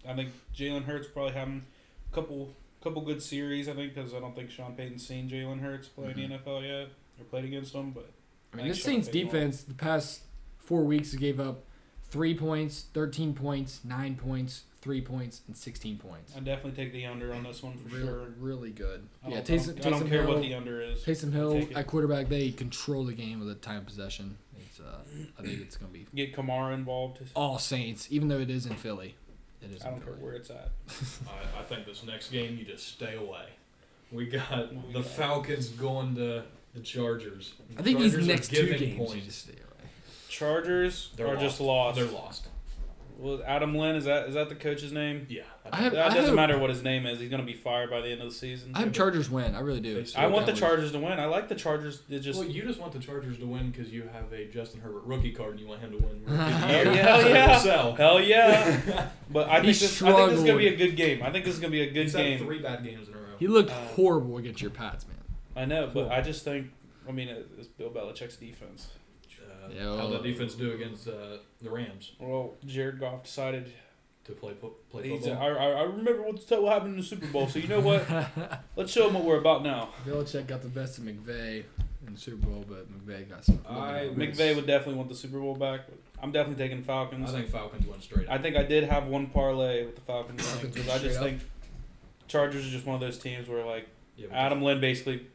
[SPEAKER 3] I think Jalen Hurts will probably having a couple couple good series. I think because I don't think Sean Payton's seen Jalen Hurts play in
[SPEAKER 1] Mm-hmm.
[SPEAKER 3] the NFL yet or played against him. But
[SPEAKER 1] I mean,
[SPEAKER 3] Like
[SPEAKER 1] this
[SPEAKER 3] Sean
[SPEAKER 1] Saints
[SPEAKER 3] Payton.
[SPEAKER 1] defense the past four weeks gave up three points, thirteen points, nine points, three points, and sixteen points.
[SPEAKER 3] I definitely take the under on this one for
[SPEAKER 1] Really,
[SPEAKER 3] sure.
[SPEAKER 1] really good.
[SPEAKER 3] I
[SPEAKER 1] Yeah,
[SPEAKER 3] don't, I
[SPEAKER 1] Taysom,
[SPEAKER 3] don't, I don't
[SPEAKER 1] Taysom
[SPEAKER 3] care
[SPEAKER 1] Hill.
[SPEAKER 3] what the under is.
[SPEAKER 1] Taysom Hill
[SPEAKER 3] Take it.
[SPEAKER 1] at quarterback, they control the game with a time possession. It's, uh, I think it's gonna be
[SPEAKER 3] Get Kamara involved.
[SPEAKER 1] all Saints, even though it is in Philly. It is.
[SPEAKER 3] I
[SPEAKER 1] in
[SPEAKER 3] don't care
[SPEAKER 1] Philly.
[SPEAKER 3] where it's at.
[SPEAKER 2] I, I think this next game you just stay away. We got the Falcons going to the Chargers.
[SPEAKER 1] I think these
[SPEAKER 2] Chargers are
[SPEAKER 1] next two
[SPEAKER 2] giving
[SPEAKER 1] games you
[SPEAKER 2] points.
[SPEAKER 1] just stay away.
[SPEAKER 3] Chargers
[SPEAKER 2] They're
[SPEAKER 3] are
[SPEAKER 2] lost.
[SPEAKER 3] just lost.
[SPEAKER 2] They're lost.
[SPEAKER 3] Well, Adam Lynn is that is that the coach's name?
[SPEAKER 2] Yeah.
[SPEAKER 1] I have-
[SPEAKER 3] That doesn't
[SPEAKER 1] hope-
[SPEAKER 3] matter what his name is. He's gonna be fired by the end of the season.
[SPEAKER 1] I have Chargers win. I really do.
[SPEAKER 2] They
[SPEAKER 3] I want the
[SPEAKER 1] Cowboys.
[SPEAKER 3] Chargers to win. I like the Chargers. They just
[SPEAKER 2] well, you just want the Chargers to win because you have a Justin Herbert rookie card and you want him to win. Rookie of the year.
[SPEAKER 3] Hell yeah.
[SPEAKER 2] So
[SPEAKER 3] Yeah.
[SPEAKER 2] sell.
[SPEAKER 3] hell yeah. but I
[SPEAKER 1] He
[SPEAKER 3] think this, I think this is gonna
[SPEAKER 1] struggled.
[SPEAKER 3] be a good game. I think this is gonna be a good
[SPEAKER 2] He's
[SPEAKER 3] game.
[SPEAKER 2] had three bad games in a row.
[SPEAKER 1] He looked
[SPEAKER 3] Uh,
[SPEAKER 1] horrible against your Pats, man.
[SPEAKER 3] I know, but
[SPEAKER 1] Cool.
[SPEAKER 3] I just think. I mean, it- it's Bill Belichick's defense.
[SPEAKER 2] Uh, how that defense do against uh, the Rams
[SPEAKER 3] Well, Jared Goff decided.
[SPEAKER 2] to play po- play
[SPEAKER 3] He's, I,
[SPEAKER 2] football?
[SPEAKER 3] I I remember what the- what happened in the Super Bowl. So you know what? Let's show them what we're about now.
[SPEAKER 1] Belichick got the best of McVay in the Super Bowl, but McVay got some.
[SPEAKER 2] I-
[SPEAKER 3] McVay would definitely want the Super Bowl back. But I'm definitely taking
[SPEAKER 2] I
[SPEAKER 3] Falcons.
[SPEAKER 2] think Falcons went straight.
[SPEAKER 3] I think I did have one parlay with the Falcons winning,
[SPEAKER 1] Falcons
[SPEAKER 3] 'cause I
[SPEAKER 1] straight
[SPEAKER 3] just
[SPEAKER 1] up.
[SPEAKER 3] think Chargers are just one of those teams where like
[SPEAKER 2] yeah, but
[SPEAKER 3] Adam Lynn basically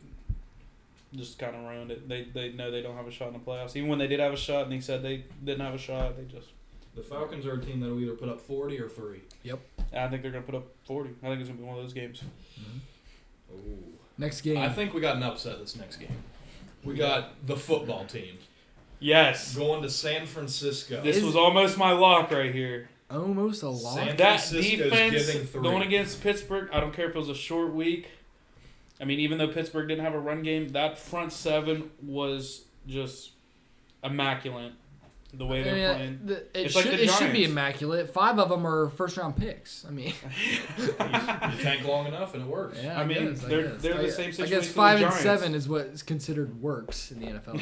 [SPEAKER 3] just kind of ruined it. They they know they don't have a shot in the playoffs. Even when they did have a shot, and he said they didn't have a shot, they just.
[SPEAKER 2] The Falcons are a team that'll either put up 40 or three.
[SPEAKER 3] I think they're gonna put up forty. I think it's gonna be one of those games.
[SPEAKER 2] Ooh.
[SPEAKER 1] Mm-hmm. Next game.
[SPEAKER 2] I think we got an upset this next game. We got the football team
[SPEAKER 3] Yes,
[SPEAKER 2] going to San Francisco.
[SPEAKER 3] this was almost my lock right here.
[SPEAKER 1] almost a lot.
[SPEAKER 2] San
[SPEAKER 3] That
[SPEAKER 2] Francisco's giving
[SPEAKER 3] defense
[SPEAKER 2] three.
[SPEAKER 3] going against Pittsburgh. I don't care if it was a short week. I mean, even though Pittsburgh didn't have a run game, that front seven was just immaculate. The way they're
[SPEAKER 1] I
[SPEAKER 3] playing.
[SPEAKER 1] mean, uh, the- it,
[SPEAKER 3] It's like
[SPEAKER 1] should,
[SPEAKER 3] the
[SPEAKER 1] it should be
[SPEAKER 3] Giants.
[SPEAKER 1] immaculate. Five of them are first round picks. I mean,
[SPEAKER 2] you, you tank long enough and it works.
[SPEAKER 1] yeah,
[SPEAKER 3] I mean,
[SPEAKER 1] guess,
[SPEAKER 3] they're-
[SPEAKER 1] guess.
[SPEAKER 3] they're the
[SPEAKER 1] I-
[SPEAKER 3] same
[SPEAKER 1] I
[SPEAKER 3] situation
[SPEAKER 1] guess
[SPEAKER 3] with the
[SPEAKER 1] five and
[SPEAKER 3] Giants.
[SPEAKER 1] seven is what is considered works in the NFL.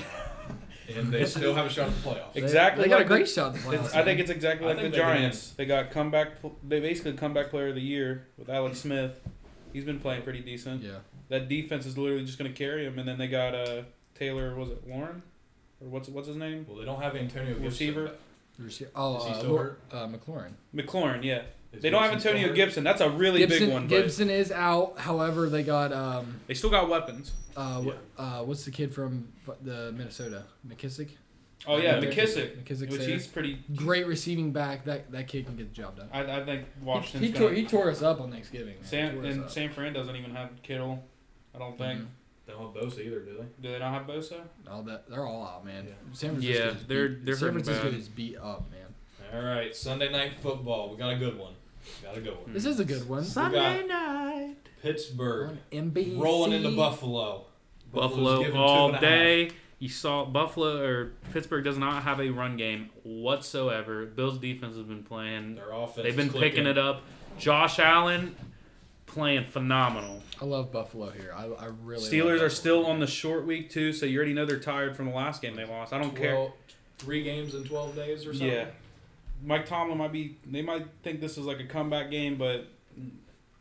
[SPEAKER 2] And they still have a shot at the playoffs.
[SPEAKER 3] Exactly
[SPEAKER 1] They, they got
[SPEAKER 3] like
[SPEAKER 1] a
[SPEAKER 3] the-
[SPEAKER 1] great shot. at the
[SPEAKER 3] It's,
[SPEAKER 1] playoffs,
[SPEAKER 3] I
[SPEAKER 1] man.
[SPEAKER 3] think it's exactly
[SPEAKER 2] I
[SPEAKER 3] like the
[SPEAKER 2] think they can.
[SPEAKER 3] Giants. They got comeback. pl- They basically comeback player of the year with Alex Smith. He's been playing pretty decent.
[SPEAKER 1] Yeah.
[SPEAKER 3] That defense is literally just going to carry him. And then they got uh, Taylor. Was it Warren? Or what's what's his name?
[SPEAKER 2] Well, they don't have Antonio Gibson.
[SPEAKER 3] Receiver.
[SPEAKER 1] Rece- Oh,
[SPEAKER 2] Is he
[SPEAKER 1] uh,
[SPEAKER 2] still
[SPEAKER 1] Lor-
[SPEAKER 2] hurt?
[SPEAKER 1] uh, McLaurin.
[SPEAKER 3] McLaurin. Yeah.
[SPEAKER 2] Is
[SPEAKER 3] They don't have
[SPEAKER 2] Gibson still
[SPEAKER 3] Antonio
[SPEAKER 2] hurt?
[SPEAKER 3] Gibson. That's a really
[SPEAKER 1] Gibson,
[SPEAKER 3] big one. But
[SPEAKER 1] Gibson is out. However, they got um,
[SPEAKER 3] they still got weapons.
[SPEAKER 1] uh, wh- uh, what's the kid from f- the Minnesota McKissick?
[SPEAKER 3] Oh yeah,
[SPEAKER 1] Yeah.
[SPEAKER 3] McKissick,
[SPEAKER 1] McKissick's
[SPEAKER 3] which
[SPEAKER 1] there.
[SPEAKER 3] he's pretty.
[SPEAKER 1] Great receiving back. That that kid can get the job done.
[SPEAKER 3] I, I think
[SPEAKER 1] He,
[SPEAKER 3] Washington's
[SPEAKER 1] he tore,
[SPEAKER 3] going.
[SPEAKER 1] he tore us up on Thanksgiving. man.
[SPEAKER 3] Sam
[SPEAKER 1] Tore us
[SPEAKER 3] and
[SPEAKER 1] up.
[SPEAKER 3] San Fran doesn't even have Kittle. I
[SPEAKER 4] Mm-hmm.
[SPEAKER 3] don't think.
[SPEAKER 1] Mhm.
[SPEAKER 2] They don't have Bosa either, do
[SPEAKER 3] Do they not have Bosa?
[SPEAKER 1] All that they're all out, man.
[SPEAKER 2] Yeah.
[SPEAKER 1] San Francisco.
[SPEAKER 4] Yeah,
[SPEAKER 1] is
[SPEAKER 4] they're-
[SPEAKER 1] beat,
[SPEAKER 4] they're
[SPEAKER 1] San
[SPEAKER 4] hurting
[SPEAKER 1] Francisco
[SPEAKER 4] bad.
[SPEAKER 1] is beat up, man.
[SPEAKER 2] they? All right, Sunday night football. We got a good one. Got a good
[SPEAKER 3] Mm.
[SPEAKER 2] one.
[SPEAKER 1] This
[SPEAKER 4] Mm-hmm.
[SPEAKER 1] is a good one.
[SPEAKER 2] Sunday
[SPEAKER 4] night.
[SPEAKER 2] Pittsburgh
[SPEAKER 1] On NBC.
[SPEAKER 2] rolling into Buffalo. Buffalo's
[SPEAKER 4] Buffalo
[SPEAKER 2] given
[SPEAKER 4] all
[SPEAKER 2] two and a half.
[SPEAKER 4] day. You saw Buffalo or Pittsburgh does not have a run game whatsoever. Bills defense has been playing.
[SPEAKER 2] Their offense.
[SPEAKER 4] They've been
[SPEAKER 2] is clicking.
[SPEAKER 4] picking it up. Josh Allen playing phenomenal.
[SPEAKER 1] I love Buffalo here. I, I really. love
[SPEAKER 3] Steelers
[SPEAKER 1] Buffalo.
[SPEAKER 3] are still on the short week too, so you already know they're tired from the last game they lost. I don't care.
[SPEAKER 2] Well, Three games in 12 days or something.
[SPEAKER 3] Yeah, Mike Tomlin might be. They might think this is like a comeback game, but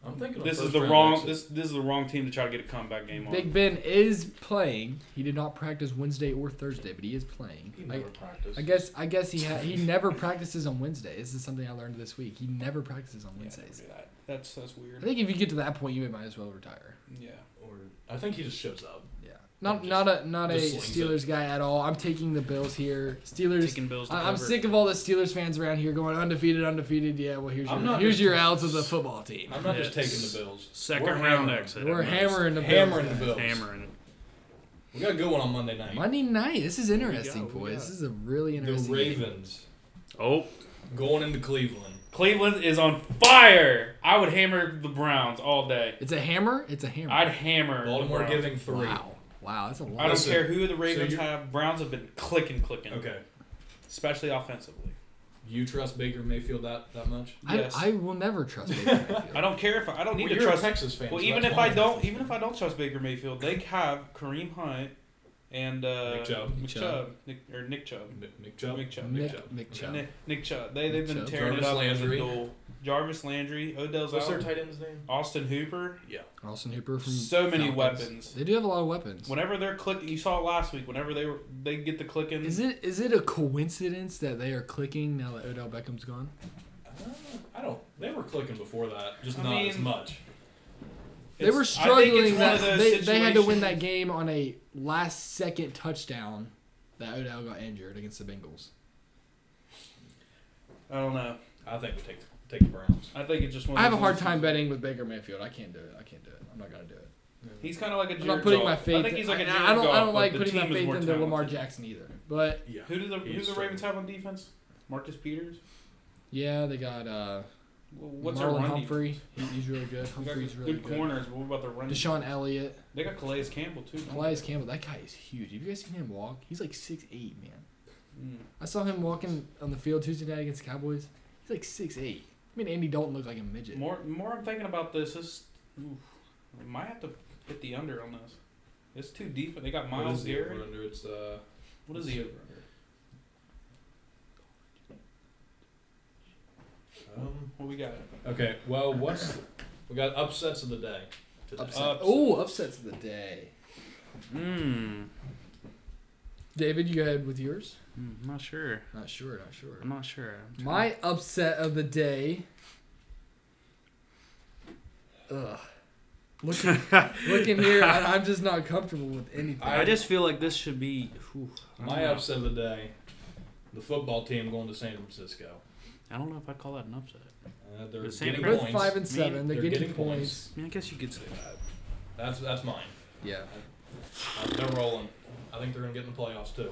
[SPEAKER 2] I'm thinking of
[SPEAKER 3] this
[SPEAKER 2] first
[SPEAKER 3] is the
[SPEAKER 2] round
[SPEAKER 3] wrong.
[SPEAKER 2] exit.
[SPEAKER 3] This this is the wrong team to try to get a comeback game on.
[SPEAKER 1] Big Ben is playing. He did not practice Wednesday or Thursday, but he is playing.
[SPEAKER 2] He
[SPEAKER 1] I,
[SPEAKER 2] never practiced.
[SPEAKER 1] I guess I guess he ha- he never practices on Wednesday. This is something I learned this week. He never practices on
[SPEAKER 3] yeah, don't
[SPEAKER 1] Wednesdays.
[SPEAKER 3] do that. That's that's
[SPEAKER 1] I
[SPEAKER 3] weird.
[SPEAKER 1] think if you get to that point, you might as well retire.
[SPEAKER 3] Yeah,
[SPEAKER 2] Or I think he just shows up.
[SPEAKER 1] Yeah. Not
[SPEAKER 2] Just-
[SPEAKER 1] not a not a
[SPEAKER 2] just slings
[SPEAKER 1] Steelers guy at all. I'm taking the Bills here. Steelers.
[SPEAKER 4] Taking Bills to
[SPEAKER 1] I, I'm
[SPEAKER 4] cover.
[SPEAKER 1] sick of all the Steelers fans around here going undefeated, undefeated. Yeah, well here's
[SPEAKER 2] I'm
[SPEAKER 1] your
[SPEAKER 2] not
[SPEAKER 1] here's
[SPEAKER 2] just-
[SPEAKER 1] your outs of the football team.
[SPEAKER 2] I'm not just
[SPEAKER 4] Yeah.
[SPEAKER 2] taking the Bills.
[SPEAKER 4] Second
[SPEAKER 2] We're
[SPEAKER 4] round
[SPEAKER 2] hammering.
[SPEAKER 4] exit.
[SPEAKER 1] We're
[SPEAKER 4] at most.
[SPEAKER 1] hammering the Bills.
[SPEAKER 2] Hammering the Bills.
[SPEAKER 4] Hammering.
[SPEAKER 2] We got a good one on Monday night.
[SPEAKER 1] Monday night. This is interesting,
[SPEAKER 3] go, we
[SPEAKER 1] boys.
[SPEAKER 3] got-
[SPEAKER 1] This is a really
[SPEAKER 2] the
[SPEAKER 1] interesting. game.
[SPEAKER 2] Ravens
[SPEAKER 3] Oh,
[SPEAKER 2] going into Cleveland.
[SPEAKER 3] Cleveland is on fire. I would hammer the Browns all day.
[SPEAKER 1] It's a hammer. It's a hammer.
[SPEAKER 3] I'd hammer. the
[SPEAKER 2] Baltimore
[SPEAKER 3] Browns.
[SPEAKER 2] giving three.
[SPEAKER 1] Wow. Wow, that's a
[SPEAKER 3] I
[SPEAKER 1] lot.
[SPEAKER 3] don't
[SPEAKER 2] Listen,
[SPEAKER 3] care who the Ravens
[SPEAKER 2] you're-
[SPEAKER 3] have. Browns have been clicking, clicking.
[SPEAKER 2] Okay.
[SPEAKER 3] Especially offensively.
[SPEAKER 2] You trust Baker Mayfield that, that much?
[SPEAKER 1] I,
[SPEAKER 3] Yes.
[SPEAKER 1] I will never trust Baker Mayfield.
[SPEAKER 3] I don't care if I, I don't need
[SPEAKER 2] Well,
[SPEAKER 3] to
[SPEAKER 2] you're a
[SPEAKER 3] trust.
[SPEAKER 2] Texas fan.
[SPEAKER 3] well,
[SPEAKER 2] so
[SPEAKER 3] even
[SPEAKER 2] that's
[SPEAKER 3] if I
[SPEAKER 2] why.
[SPEAKER 3] don't, even if I don't trust Baker Mayfield, they have Kareem Hunt and uh,
[SPEAKER 2] Nick Chubb.
[SPEAKER 3] Nick
[SPEAKER 1] Chubb.
[SPEAKER 3] Chubb, Nick, or Nick Chubb,
[SPEAKER 2] Nick- Nick Chubb.
[SPEAKER 3] Nick Chubb.
[SPEAKER 1] Nick,
[SPEAKER 2] Nick Chubb.
[SPEAKER 1] Nick Chubb.
[SPEAKER 3] Nick, Nick Chubb. They they've
[SPEAKER 1] Nick
[SPEAKER 3] been
[SPEAKER 1] Chubb.
[SPEAKER 3] tearing
[SPEAKER 2] Jarvis
[SPEAKER 3] it up. as a
[SPEAKER 2] Landry.
[SPEAKER 3] duel. Jarvis Landry, Odell's
[SPEAKER 2] What's their
[SPEAKER 3] out,
[SPEAKER 2] tight end's name?
[SPEAKER 3] Austin Hooper.
[SPEAKER 1] Carlson Hooper from
[SPEAKER 3] So many
[SPEAKER 1] Falcons.
[SPEAKER 3] weapons.
[SPEAKER 1] They do have a lot of weapons.
[SPEAKER 3] Whenever they're clicking, you saw it last week. Whenever they were, they get the clicking.
[SPEAKER 1] Is it is it a coincidence that they are clicking now that Odell Beckham's gone?
[SPEAKER 2] Uh, I don't. They were clicking before that, just
[SPEAKER 3] I
[SPEAKER 2] not
[SPEAKER 3] mean-
[SPEAKER 2] as much.
[SPEAKER 1] They were
[SPEAKER 3] It's- I think it's
[SPEAKER 1] struggling.
[SPEAKER 3] one of
[SPEAKER 1] That
[SPEAKER 3] those
[SPEAKER 1] they, they had to win
[SPEAKER 3] situations-
[SPEAKER 1] that game on a last second touchdown that Odell got injured against the Bengals.
[SPEAKER 3] I don't know.
[SPEAKER 2] I think we take take the Browns.
[SPEAKER 3] I think it's just one.
[SPEAKER 1] I
[SPEAKER 3] of
[SPEAKER 1] have a
[SPEAKER 3] those
[SPEAKER 1] hard time
[SPEAKER 3] instances.
[SPEAKER 1] betting with Baker Mayfield. I can't do it. I can't do it. I'm not gonna do it.
[SPEAKER 3] He's kind of like a.
[SPEAKER 1] I'm
[SPEAKER 3] Jared
[SPEAKER 1] not putting
[SPEAKER 3] Goff.
[SPEAKER 1] my faith.
[SPEAKER 3] I think he's like a.
[SPEAKER 1] I-
[SPEAKER 3] Jared
[SPEAKER 1] I don't.
[SPEAKER 3] Goff,
[SPEAKER 1] I don't
[SPEAKER 3] but
[SPEAKER 1] like
[SPEAKER 3] the
[SPEAKER 1] putting my
[SPEAKER 3] team is
[SPEAKER 1] faith
[SPEAKER 3] more
[SPEAKER 1] into Lamar
[SPEAKER 3] talented.
[SPEAKER 1] Jackson either. But
[SPEAKER 2] Yeah.
[SPEAKER 3] Who do the who
[SPEAKER 2] He's
[SPEAKER 3] do the Ravens have on defense? Marcus Peters.
[SPEAKER 1] yeah, they got uh,
[SPEAKER 3] Well, What's their
[SPEAKER 1] Marlon
[SPEAKER 3] run
[SPEAKER 1] Humphrey. He, he's really good.
[SPEAKER 3] defense? They got
[SPEAKER 1] Humphrey's
[SPEAKER 3] good
[SPEAKER 1] really
[SPEAKER 3] good
[SPEAKER 1] good.
[SPEAKER 3] corners. but What about the run?
[SPEAKER 1] Deshaun Elliott,
[SPEAKER 3] They got Calais Campbell too. don't
[SPEAKER 1] Elias
[SPEAKER 3] they?
[SPEAKER 1] Campbell. That guy is huge. Have you guys seen him walk? He's like six eight, man.
[SPEAKER 3] Mm.
[SPEAKER 1] I saw him walking on the field Tuesday night against the Cowboys. He's like six eight. I mean, Andy Dalton looked like a midget.
[SPEAKER 3] Hmm. More more I'm thinking about this. This oof, I might have to hit the under on this. It's too deep. They got
[SPEAKER 2] What
[SPEAKER 3] Miles
[SPEAKER 2] is the
[SPEAKER 3] Garrett.
[SPEAKER 2] over-under? It's, uh,
[SPEAKER 3] What is he?
[SPEAKER 2] over Um,
[SPEAKER 3] What we got?
[SPEAKER 2] okay. Well, what's we got upsets of the day. today.
[SPEAKER 1] Upset.
[SPEAKER 3] Upsets.
[SPEAKER 1] Oh, upsets of the day.
[SPEAKER 3] Mm,
[SPEAKER 1] David, you go ahead with yours.
[SPEAKER 3] I'm Hmm, not sure.
[SPEAKER 1] Not sure. Not sure.
[SPEAKER 3] I'm not sure.
[SPEAKER 1] My upset of the day. Ugh. Look, look in here. I, I'm just not comfortable with anything.
[SPEAKER 3] I just feel like this should be. Oof, I don't
[SPEAKER 2] My
[SPEAKER 3] know.
[SPEAKER 2] upset of the day: the football team going to San Francisco.
[SPEAKER 3] I don't know if I call that an upset.
[SPEAKER 2] Uh, they're
[SPEAKER 3] The San
[SPEAKER 2] getting
[SPEAKER 1] They're
[SPEAKER 2] points.
[SPEAKER 1] both five and seven. They're, getting, points.
[SPEAKER 3] I mean, I guess you could say.
[SPEAKER 2] That's that's mine.
[SPEAKER 1] Yeah.
[SPEAKER 2] Uh, they're rolling. I think they're gonna get in the playoffs too.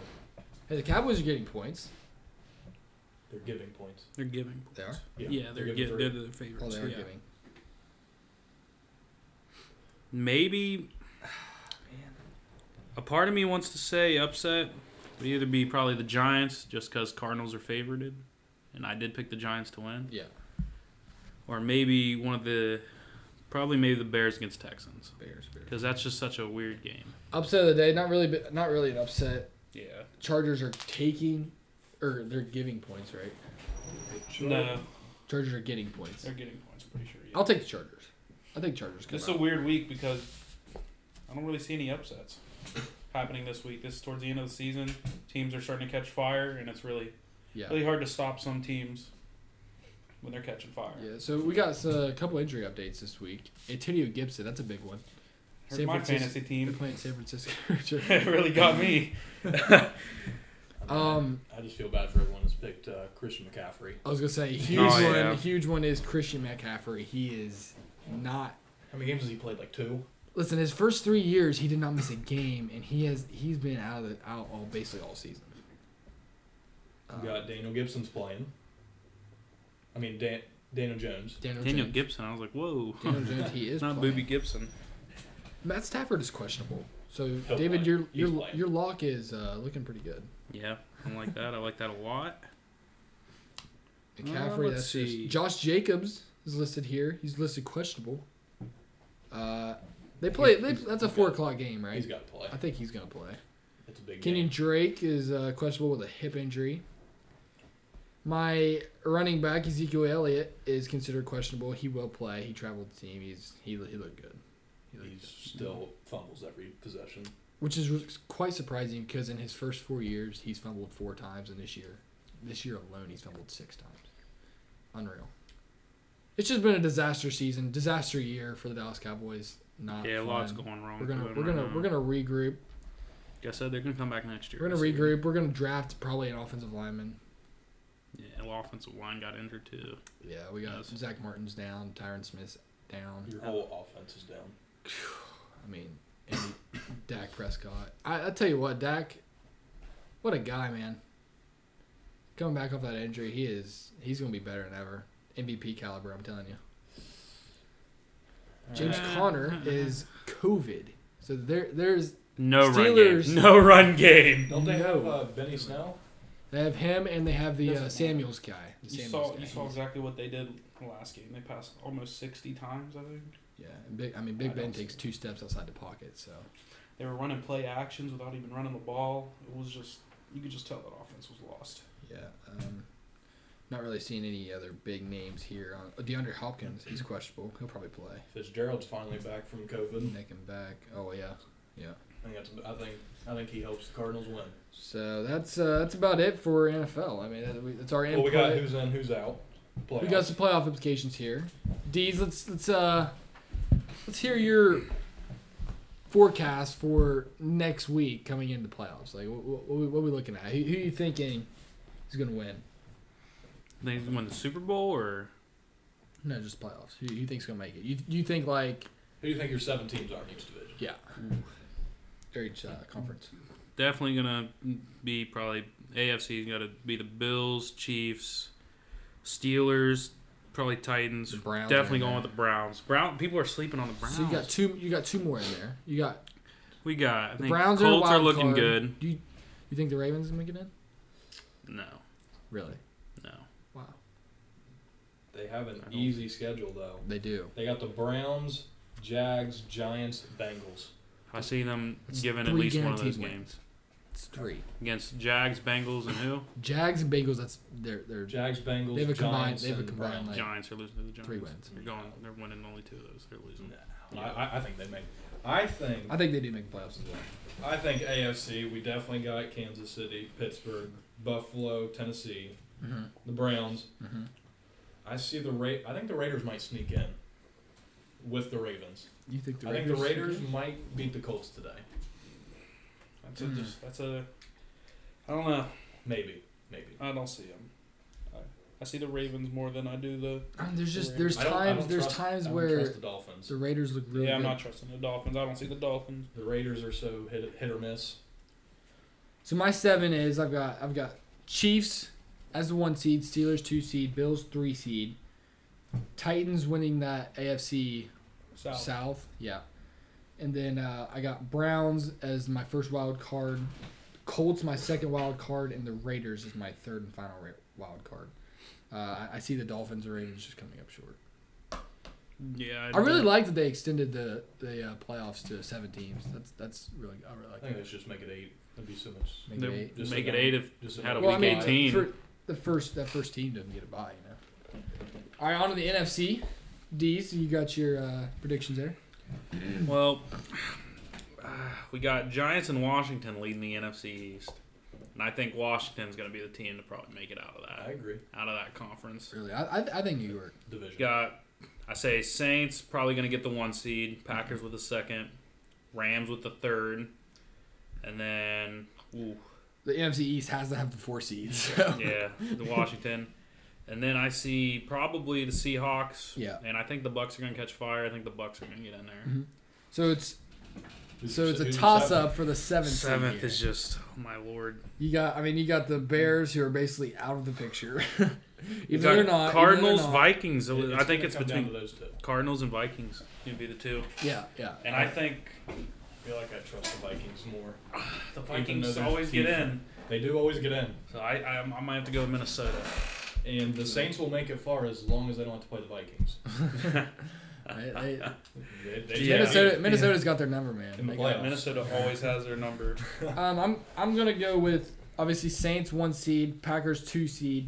[SPEAKER 1] Hey, the Cowboys are getting points.
[SPEAKER 2] They're giving points.
[SPEAKER 3] They're giving.
[SPEAKER 1] They are.
[SPEAKER 2] Yeah,
[SPEAKER 3] giving.
[SPEAKER 2] three.
[SPEAKER 3] their
[SPEAKER 1] Oh,
[SPEAKER 3] favorites.
[SPEAKER 1] they are giving.
[SPEAKER 3] Maybe a part of me wants to say upset would either be probably the Giants just because Cardinals are favored, and I did pick the Giants to win,
[SPEAKER 1] Yeah.
[SPEAKER 3] or maybe one of the probably maybe the Bears against Texans
[SPEAKER 1] Bears. Bears.
[SPEAKER 3] because that's just such a weird game.
[SPEAKER 1] Upset of the day. Not really. bi- Not really an upset.
[SPEAKER 3] Yeah.
[SPEAKER 1] Chargers are taking, or they're giving points, right?
[SPEAKER 3] No,
[SPEAKER 1] Chargers are getting points.
[SPEAKER 3] they're getting points. I'm pretty sure. Yeah.
[SPEAKER 1] I'll take the Chargers. I think Chargers. Come
[SPEAKER 3] This is a
[SPEAKER 1] out.
[SPEAKER 3] weird week because I don't really see any upsets happening this week. This is towards the end of the season. Teams are starting to catch fire, and it's really
[SPEAKER 1] yeah.
[SPEAKER 3] really hard to stop some teams when they're catching fire.
[SPEAKER 1] Yeah, so we got uh, a couple injury updates this week. Antonio Gibson, that's a big one.
[SPEAKER 3] Hurt
[SPEAKER 1] San
[SPEAKER 3] my
[SPEAKER 1] Francis-
[SPEAKER 3] fantasy
[SPEAKER 1] They're
[SPEAKER 3] team.
[SPEAKER 1] playing San Francisco.
[SPEAKER 3] it really got me.
[SPEAKER 1] um,
[SPEAKER 2] I just feel bad for everyone that's picked uh, Christian McCaffrey.
[SPEAKER 1] I was gonna say huge
[SPEAKER 3] Oh,
[SPEAKER 1] one.
[SPEAKER 3] yeah.
[SPEAKER 1] Huge one is Christian McCaffrey. He is not.
[SPEAKER 2] How many games has he played? Like two.
[SPEAKER 1] Listen, his first three years, he did not miss a game, and he has he's been out of the, out all basically all season. Uh,
[SPEAKER 2] You got Daniel Gibson's playing. I mean Dan- Daniel Jones.
[SPEAKER 1] Daniel,
[SPEAKER 3] Daniel
[SPEAKER 1] Jones.
[SPEAKER 3] Gibson. I was like, whoa.
[SPEAKER 1] Daniel Jones. He is
[SPEAKER 3] Not
[SPEAKER 1] playing.
[SPEAKER 3] Booby Gibson.
[SPEAKER 1] Matt Stafford is questionable. So
[SPEAKER 2] He'll
[SPEAKER 1] David,
[SPEAKER 2] play.
[SPEAKER 1] your
[SPEAKER 2] He's
[SPEAKER 1] your
[SPEAKER 2] playing.
[SPEAKER 1] your lock is uh, looking pretty good.
[SPEAKER 3] Yeah, I like that. I like that a lot. Uh,
[SPEAKER 1] McCaffrey,
[SPEAKER 3] let's
[SPEAKER 1] that's just-
[SPEAKER 3] see.
[SPEAKER 1] Josh Jacobs is listed here. He's listed questionable. Uh, they play. They,
[SPEAKER 2] he's-
[SPEAKER 1] that's a
[SPEAKER 2] he's
[SPEAKER 1] four
[SPEAKER 2] got-
[SPEAKER 1] o'clock game, right?
[SPEAKER 2] He's got to play.
[SPEAKER 1] I think he's gonna play.
[SPEAKER 2] It's a big
[SPEAKER 1] Kenyon
[SPEAKER 2] game.
[SPEAKER 1] Drake is uh, questionable with a hip injury. My running back Ezekiel Elliott is considered questionable. He will play. He traveled the team. He's he, he looked good. He looked
[SPEAKER 2] He
[SPEAKER 1] good.
[SPEAKER 2] still fumbles every possession.
[SPEAKER 1] Which is quite surprising because in his first four years he's fumbled four times, and this year, this year alone he's fumbled six times. Unreal. It's just been a disaster season, disaster year for the Dallas Cowboys. Not
[SPEAKER 3] yeah,
[SPEAKER 1] fun.
[SPEAKER 3] lots going wrong.
[SPEAKER 1] We're gonna
[SPEAKER 3] for them
[SPEAKER 1] we're
[SPEAKER 3] right
[SPEAKER 1] gonna
[SPEAKER 3] now.
[SPEAKER 1] we're gonna regroup.
[SPEAKER 3] Like I said, they're gonna come back next year.
[SPEAKER 1] We're gonna
[SPEAKER 3] This year.
[SPEAKER 1] regroup. We're gonna draft probably an offensive lineman.
[SPEAKER 3] Yeah, and the offensive line got injured too.
[SPEAKER 1] Yeah, we got
[SPEAKER 3] Yes.
[SPEAKER 1] Zach Martin's down, Tyron Smith's down.
[SPEAKER 2] Your whole offense is down.
[SPEAKER 1] I mean, Andy, Dak Prescott. I, I tell you what, Dak, what a guy, man. Coming back off that injury, he is he's gonna be better than ever. MVP caliber, I'm telling you. James
[SPEAKER 3] Yeah.
[SPEAKER 1] Conner is COVID, so there there's
[SPEAKER 3] No
[SPEAKER 1] Steelers.
[SPEAKER 3] run game. No run game.
[SPEAKER 2] Don't they have
[SPEAKER 1] No.
[SPEAKER 2] uh, Benny Snell?
[SPEAKER 1] they have him and they have the uh,
[SPEAKER 3] Doesn't-
[SPEAKER 1] Samuels guy. The
[SPEAKER 3] You
[SPEAKER 1] Samuels
[SPEAKER 3] saw,
[SPEAKER 1] guy.
[SPEAKER 3] you saw exactly what they did last game. They passed almost 60 times, I think.
[SPEAKER 1] yeah, and big. I mean,
[SPEAKER 3] I
[SPEAKER 1] Big Ben
[SPEAKER 3] don't see
[SPEAKER 1] takes
[SPEAKER 3] it.
[SPEAKER 1] two steps outside the pocket, so
[SPEAKER 3] They were running play actions without even running the ball. It was just, you could just tell that offense was lost.
[SPEAKER 1] yeah. Um, not really seeing any other big names here. On DeAndre Hopkins, he's questionable. He'll probably play.
[SPEAKER 2] Fitzgerald's finally back from COVID.
[SPEAKER 1] Neck and back. Oh yeah.
[SPEAKER 2] I think, that's, I think I think he helps the Cardinals win.
[SPEAKER 1] So that's uh, that's about it for NFL. I mean, that- we- that's our
[SPEAKER 2] Well,
[SPEAKER 1] input.
[SPEAKER 2] we got who's in, who's out. Playoffs.
[SPEAKER 1] We got some playoff implications here. Deez, let's let's uh let's hear your forecast for next week coming into playoffs. Like, what, what, we- what we looking at? Who, who you thinking is gonna win?
[SPEAKER 3] They won the Super Bowl or
[SPEAKER 1] No, just playoffs. Who you think's gonna make it? You you think like
[SPEAKER 2] Who do you think your seven teams are in each division?
[SPEAKER 1] yeah, or each uh, conference.
[SPEAKER 3] definitely gonna be probably AFC's gotta be the Bills, Chiefs, Steelers, probably Titans.
[SPEAKER 1] The Browns are
[SPEAKER 3] definitely
[SPEAKER 1] in
[SPEAKER 3] going
[SPEAKER 1] there.
[SPEAKER 3] with the Browns. Brown people are sleeping on the Browns.
[SPEAKER 1] So you got two. You got two more in there. You got
[SPEAKER 3] we got I
[SPEAKER 1] the
[SPEAKER 3] think
[SPEAKER 1] Browns are, a
[SPEAKER 3] Colts are,
[SPEAKER 1] wild
[SPEAKER 3] looking
[SPEAKER 1] card.
[SPEAKER 3] good.
[SPEAKER 1] Do you, you think the Ravens gonna make it in?
[SPEAKER 3] No,
[SPEAKER 1] Really?
[SPEAKER 3] no.
[SPEAKER 1] Wow.
[SPEAKER 2] They have an
[SPEAKER 3] I don't-
[SPEAKER 2] easy schedule though.
[SPEAKER 1] They do.
[SPEAKER 2] They got the Browns, Jags, Giants, Bengals.
[SPEAKER 3] I see them
[SPEAKER 1] It's
[SPEAKER 3] giving at
[SPEAKER 1] three
[SPEAKER 3] least one of those
[SPEAKER 1] guaranteed
[SPEAKER 3] games
[SPEAKER 1] It's three.
[SPEAKER 3] against Jags, Bengals, and who?
[SPEAKER 1] Jags and Bengals. That's they're they're
[SPEAKER 2] Jags, Bengals,
[SPEAKER 1] They have a combined-
[SPEAKER 2] Giants,
[SPEAKER 1] they have a
[SPEAKER 2] and
[SPEAKER 1] combined,
[SPEAKER 2] Browns.
[SPEAKER 1] Like,
[SPEAKER 3] Giants are losing to the Giants.
[SPEAKER 1] three wins.
[SPEAKER 3] They're going. They're winning only two of those. They're losing.
[SPEAKER 2] No, I, I think they make. I think
[SPEAKER 1] I think they do make playoffs as well.
[SPEAKER 2] I think AFC. We definitely got Kansas City, Pittsburgh, Buffalo, Tennessee,
[SPEAKER 1] Mm-hmm.
[SPEAKER 2] the Browns.
[SPEAKER 1] Mm-hmm.
[SPEAKER 2] I see the Ra- I think the Raiders might sneak in with the Ravens.
[SPEAKER 1] You think the
[SPEAKER 2] I
[SPEAKER 1] Raiders?
[SPEAKER 2] think the Raiders might beat the Colts today.
[SPEAKER 3] That's a,
[SPEAKER 1] Mm.
[SPEAKER 3] just, that's a. I don't know.
[SPEAKER 2] Maybe, maybe.
[SPEAKER 3] I don't see them. I, I see the Ravens more than I do the.
[SPEAKER 1] Um, there's just
[SPEAKER 3] the
[SPEAKER 1] there's
[SPEAKER 2] I
[SPEAKER 3] Raiders.
[SPEAKER 2] don't- I don't
[SPEAKER 1] times there's
[SPEAKER 2] trust-
[SPEAKER 1] times
[SPEAKER 2] I don't
[SPEAKER 1] where
[SPEAKER 2] trust the Dolphins.
[SPEAKER 1] the Raiders look really
[SPEAKER 3] yeah, I'm
[SPEAKER 1] good.
[SPEAKER 3] not trusting the Dolphins. I don't see the Dolphins.
[SPEAKER 2] The Raiders are so hit, hit or miss.
[SPEAKER 1] So my seven is I've got I've got Chiefs as the one seed, Steelers two seed, Bills three seed, Titans winning that AFC
[SPEAKER 3] South.
[SPEAKER 1] South. Yeah. And then uh, I got Browns as my first wild card, Colts my second wild card, and the Raiders is my third and final ra- wild card. Uh, I- I see the Dolphins and Ravens just coming up short.
[SPEAKER 3] Yeah,
[SPEAKER 1] I really like that they extended the the uh, playoffs to seven teams. That's that's really I really like
[SPEAKER 2] I think
[SPEAKER 1] that.
[SPEAKER 2] they should just make it eight. That'd be so much.
[SPEAKER 1] Make it
[SPEAKER 3] They
[SPEAKER 1] eight.
[SPEAKER 2] Just
[SPEAKER 3] make it
[SPEAKER 2] about-
[SPEAKER 3] eight if
[SPEAKER 2] Just
[SPEAKER 3] Had a
[SPEAKER 2] about-
[SPEAKER 3] week Well, I mean, 18.
[SPEAKER 1] for the first that first team doesn't get a bye, you know. All right, on to the NFC. D, so you got your uh, predictions there.
[SPEAKER 3] Well, uh, we got Giants and Washington leading the NFC East, and I think Washington's going to be the team to probably make it out of
[SPEAKER 2] I
[SPEAKER 3] that
[SPEAKER 2] agree.
[SPEAKER 3] out of that conference.
[SPEAKER 1] Really, I, I, I think New York.
[SPEAKER 2] Division.
[SPEAKER 3] Got I say Saints probably going to get the one seed, Packers with the second, Rams with the third, and then ooh,
[SPEAKER 1] The NFC East has to have the four seeds. So.
[SPEAKER 3] yeah, the Washington. And then I see probably the Seahawks.
[SPEAKER 1] Yeah.
[SPEAKER 3] And I think the Bucks are going to catch fire. I think the Bucks are going to get in there.
[SPEAKER 1] Mhm. So it's
[SPEAKER 2] Who's
[SPEAKER 1] so
[SPEAKER 2] your
[SPEAKER 1] it's
[SPEAKER 2] se-
[SPEAKER 1] a
[SPEAKER 2] who's your
[SPEAKER 1] toss
[SPEAKER 2] seven?
[SPEAKER 1] up for the seventh. seed
[SPEAKER 3] Seventh
[SPEAKER 1] here.
[SPEAKER 3] is just, oh my lord.
[SPEAKER 1] you got. I mean, you got the Bears who are basically out of the picture.
[SPEAKER 3] You
[SPEAKER 1] even though they're
[SPEAKER 3] got
[SPEAKER 1] not even though
[SPEAKER 3] Cardinals,
[SPEAKER 1] they're not.
[SPEAKER 3] Vikings.
[SPEAKER 2] It-
[SPEAKER 3] I think
[SPEAKER 2] gonna
[SPEAKER 3] it's
[SPEAKER 2] come down
[SPEAKER 3] between
[SPEAKER 2] to those two.
[SPEAKER 3] Cardinals and Vikings. Gonna be the two.
[SPEAKER 1] Yeah, yeah.
[SPEAKER 3] And I think
[SPEAKER 2] I feel like I trust the Vikings more.
[SPEAKER 3] the
[SPEAKER 2] though
[SPEAKER 3] Vikings
[SPEAKER 2] they're
[SPEAKER 3] always get
[SPEAKER 2] teeth.
[SPEAKER 3] in.
[SPEAKER 2] They do always get in,
[SPEAKER 3] So I, I, I might have to go with Minnesota.
[SPEAKER 2] and the Saints will make it far as long as they don't have to play the Vikings.
[SPEAKER 1] They- they-
[SPEAKER 2] They, they
[SPEAKER 3] Yeah.
[SPEAKER 1] Minnesota, Minnesota's got their number, man.
[SPEAKER 2] In the
[SPEAKER 1] They got-
[SPEAKER 2] playoffs.
[SPEAKER 3] Minnesota always has their number.
[SPEAKER 1] Um, I'm I'm gonna go with obviously Saints one seed, Packers two seed.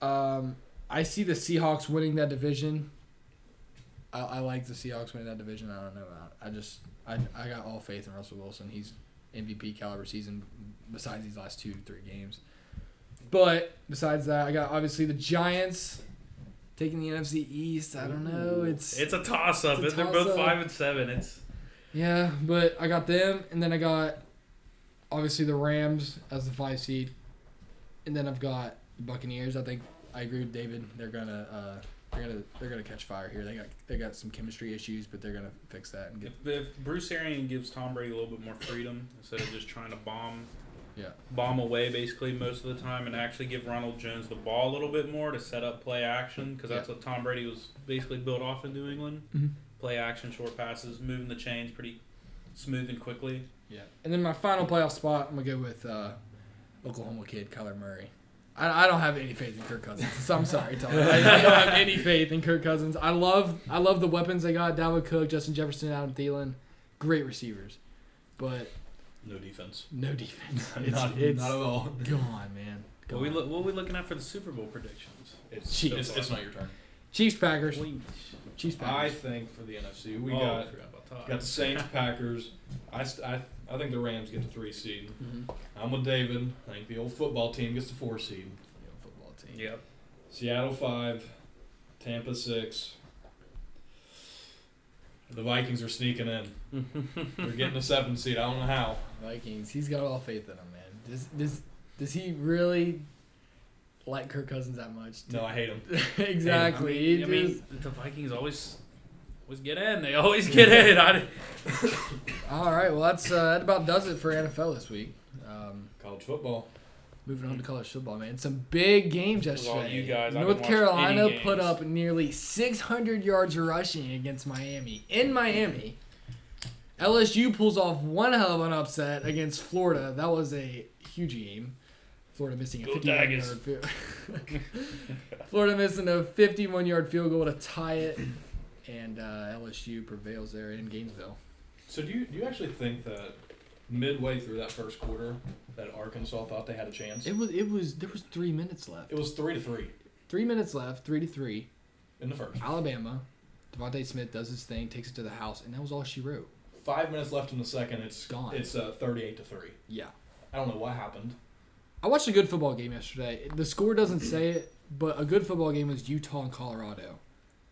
[SPEAKER 1] Um, I see the Seahawks winning that division. I, I like the Seahawks winning that division. I don't know. I, I just I, I got all faith in Russell Wilson. He's MVP caliber season. Besides these last two three games, but besides that, I got obviously the Giants taking the NFC East. I don't know.
[SPEAKER 2] Ooh.
[SPEAKER 1] It's
[SPEAKER 3] It's a toss up.
[SPEAKER 1] It's a
[SPEAKER 3] They're both
[SPEAKER 1] toss-up.
[SPEAKER 3] five and seven. It's
[SPEAKER 1] yeah, but I got them, and then I got obviously the Rams as the five seed, and then I've got the Buccaneers. I think I agree with David. They're gonna uh, They're gonna they're gonna catch fire here. They got they got some chemistry issues, but they're gonna fix that and get
[SPEAKER 3] If, if Bruce Arian gives Tom Brady a little bit more freedom instead of just trying to bomb,
[SPEAKER 1] Yeah.
[SPEAKER 3] bomb away basically most of the time, and actually give Ronald Jones the ball a little bit more to set up play action because that's what Tom Brady was basically built off in New England:
[SPEAKER 1] Mhm.
[SPEAKER 3] play action, short passes, moving the chains pretty smooth and quickly.
[SPEAKER 1] yeah. And then my final playoff spot, I'm gonna go with uh, Oklahoma kid Kyler Murray. I, I don't have any faith in Kirk Cousins. So I'm sorry, Tom. I, I don't have any faith in Kirk Cousins. I love I love the weapons they got: Dalvin Cook, Justin Jefferson, Adam Thielen, great receivers, but
[SPEAKER 2] No defense.
[SPEAKER 1] no defense.
[SPEAKER 2] Not,
[SPEAKER 1] It's,
[SPEAKER 2] not
[SPEAKER 1] it's
[SPEAKER 2] at all.
[SPEAKER 1] gone, man.
[SPEAKER 3] What we
[SPEAKER 1] Gone.
[SPEAKER 3] look, what we looking at for the Super Bowl predictions?
[SPEAKER 2] It's,
[SPEAKER 1] Jeez.
[SPEAKER 2] it's, it's not your turn.
[SPEAKER 1] Chiefs Packers.
[SPEAKER 3] We
[SPEAKER 1] Chiefs
[SPEAKER 2] I
[SPEAKER 1] Packers.
[SPEAKER 2] think for the NFC, we
[SPEAKER 3] oh,
[SPEAKER 2] got
[SPEAKER 3] I forgot about
[SPEAKER 2] We
[SPEAKER 3] Todd.
[SPEAKER 2] Got the Saints, Packers. I, st- I, I think the Rams get the three seed.
[SPEAKER 3] Mm-hmm.
[SPEAKER 1] Mhm.
[SPEAKER 2] I'm with David. I think the old football team gets the four seed.
[SPEAKER 1] Yeah, football team.
[SPEAKER 3] Yep.
[SPEAKER 2] Seattle five, Tampa six. The Vikings are sneaking in. They're getting the seven seed. I don't know how.
[SPEAKER 1] Vikings. He's got all faith in him, man. Does does does he really like Kirk Cousins that much?
[SPEAKER 2] No, I hate them.
[SPEAKER 1] exactly.
[SPEAKER 3] I
[SPEAKER 1] He
[SPEAKER 3] mean,
[SPEAKER 1] just-
[SPEAKER 3] the Vikings always always get in. They always get in. I,
[SPEAKER 1] all right. Well, that's uh, that about does it for NFL this week. Um,
[SPEAKER 2] College football.
[SPEAKER 1] moving on to college football, man. Some big games
[SPEAKER 3] With all
[SPEAKER 1] yesterday.
[SPEAKER 3] you guys, I haven't
[SPEAKER 1] North
[SPEAKER 3] watched
[SPEAKER 1] Carolina
[SPEAKER 3] any
[SPEAKER 1] put
[SPEAKER 3] games.
[SPEAKER 1] up nearly 600 yards rushing against Miami in Miami. LSU pulls off one hell of an upset against Florida. That was a huge game. Florida missing a
[SPEAKER 3] Go
[SPEAKER 1] 51 yard
[SPEAKER 3] Tigers.
[SPEAKER 1] field. Florida missing a 51 yard field goal to tie it, and uh, LSU prevails there in Gainesville.
[SPEAKER 2] So do you do you actually think that midway through that first quarter that Arkansas thought they had a chance?
[SPEAKER 1] It was it was there was three minutes left.
[SPEAKER 2] It was three to three
[SPEAKER 1] Three minutes left. Three to three.
[SPEAKER 2] in the first.
[SPEAKER 1] Alabama, Devontae Smith does his thing, takes it to the house, and that was all she wrote.
[SPEAKER 2] Five minutes left in the second. It's
[SPEAKER 1] Gone.
[SPEAKER 2] It's uh, thirty-eight to three.
[SPEAKER 1] Yeah.
[SPEAKER 2] I don't know what happened.
[SPEAKER 1] I watched a good football game yesterday. The score doesn't say it, but a good football game was Utah and Colorado.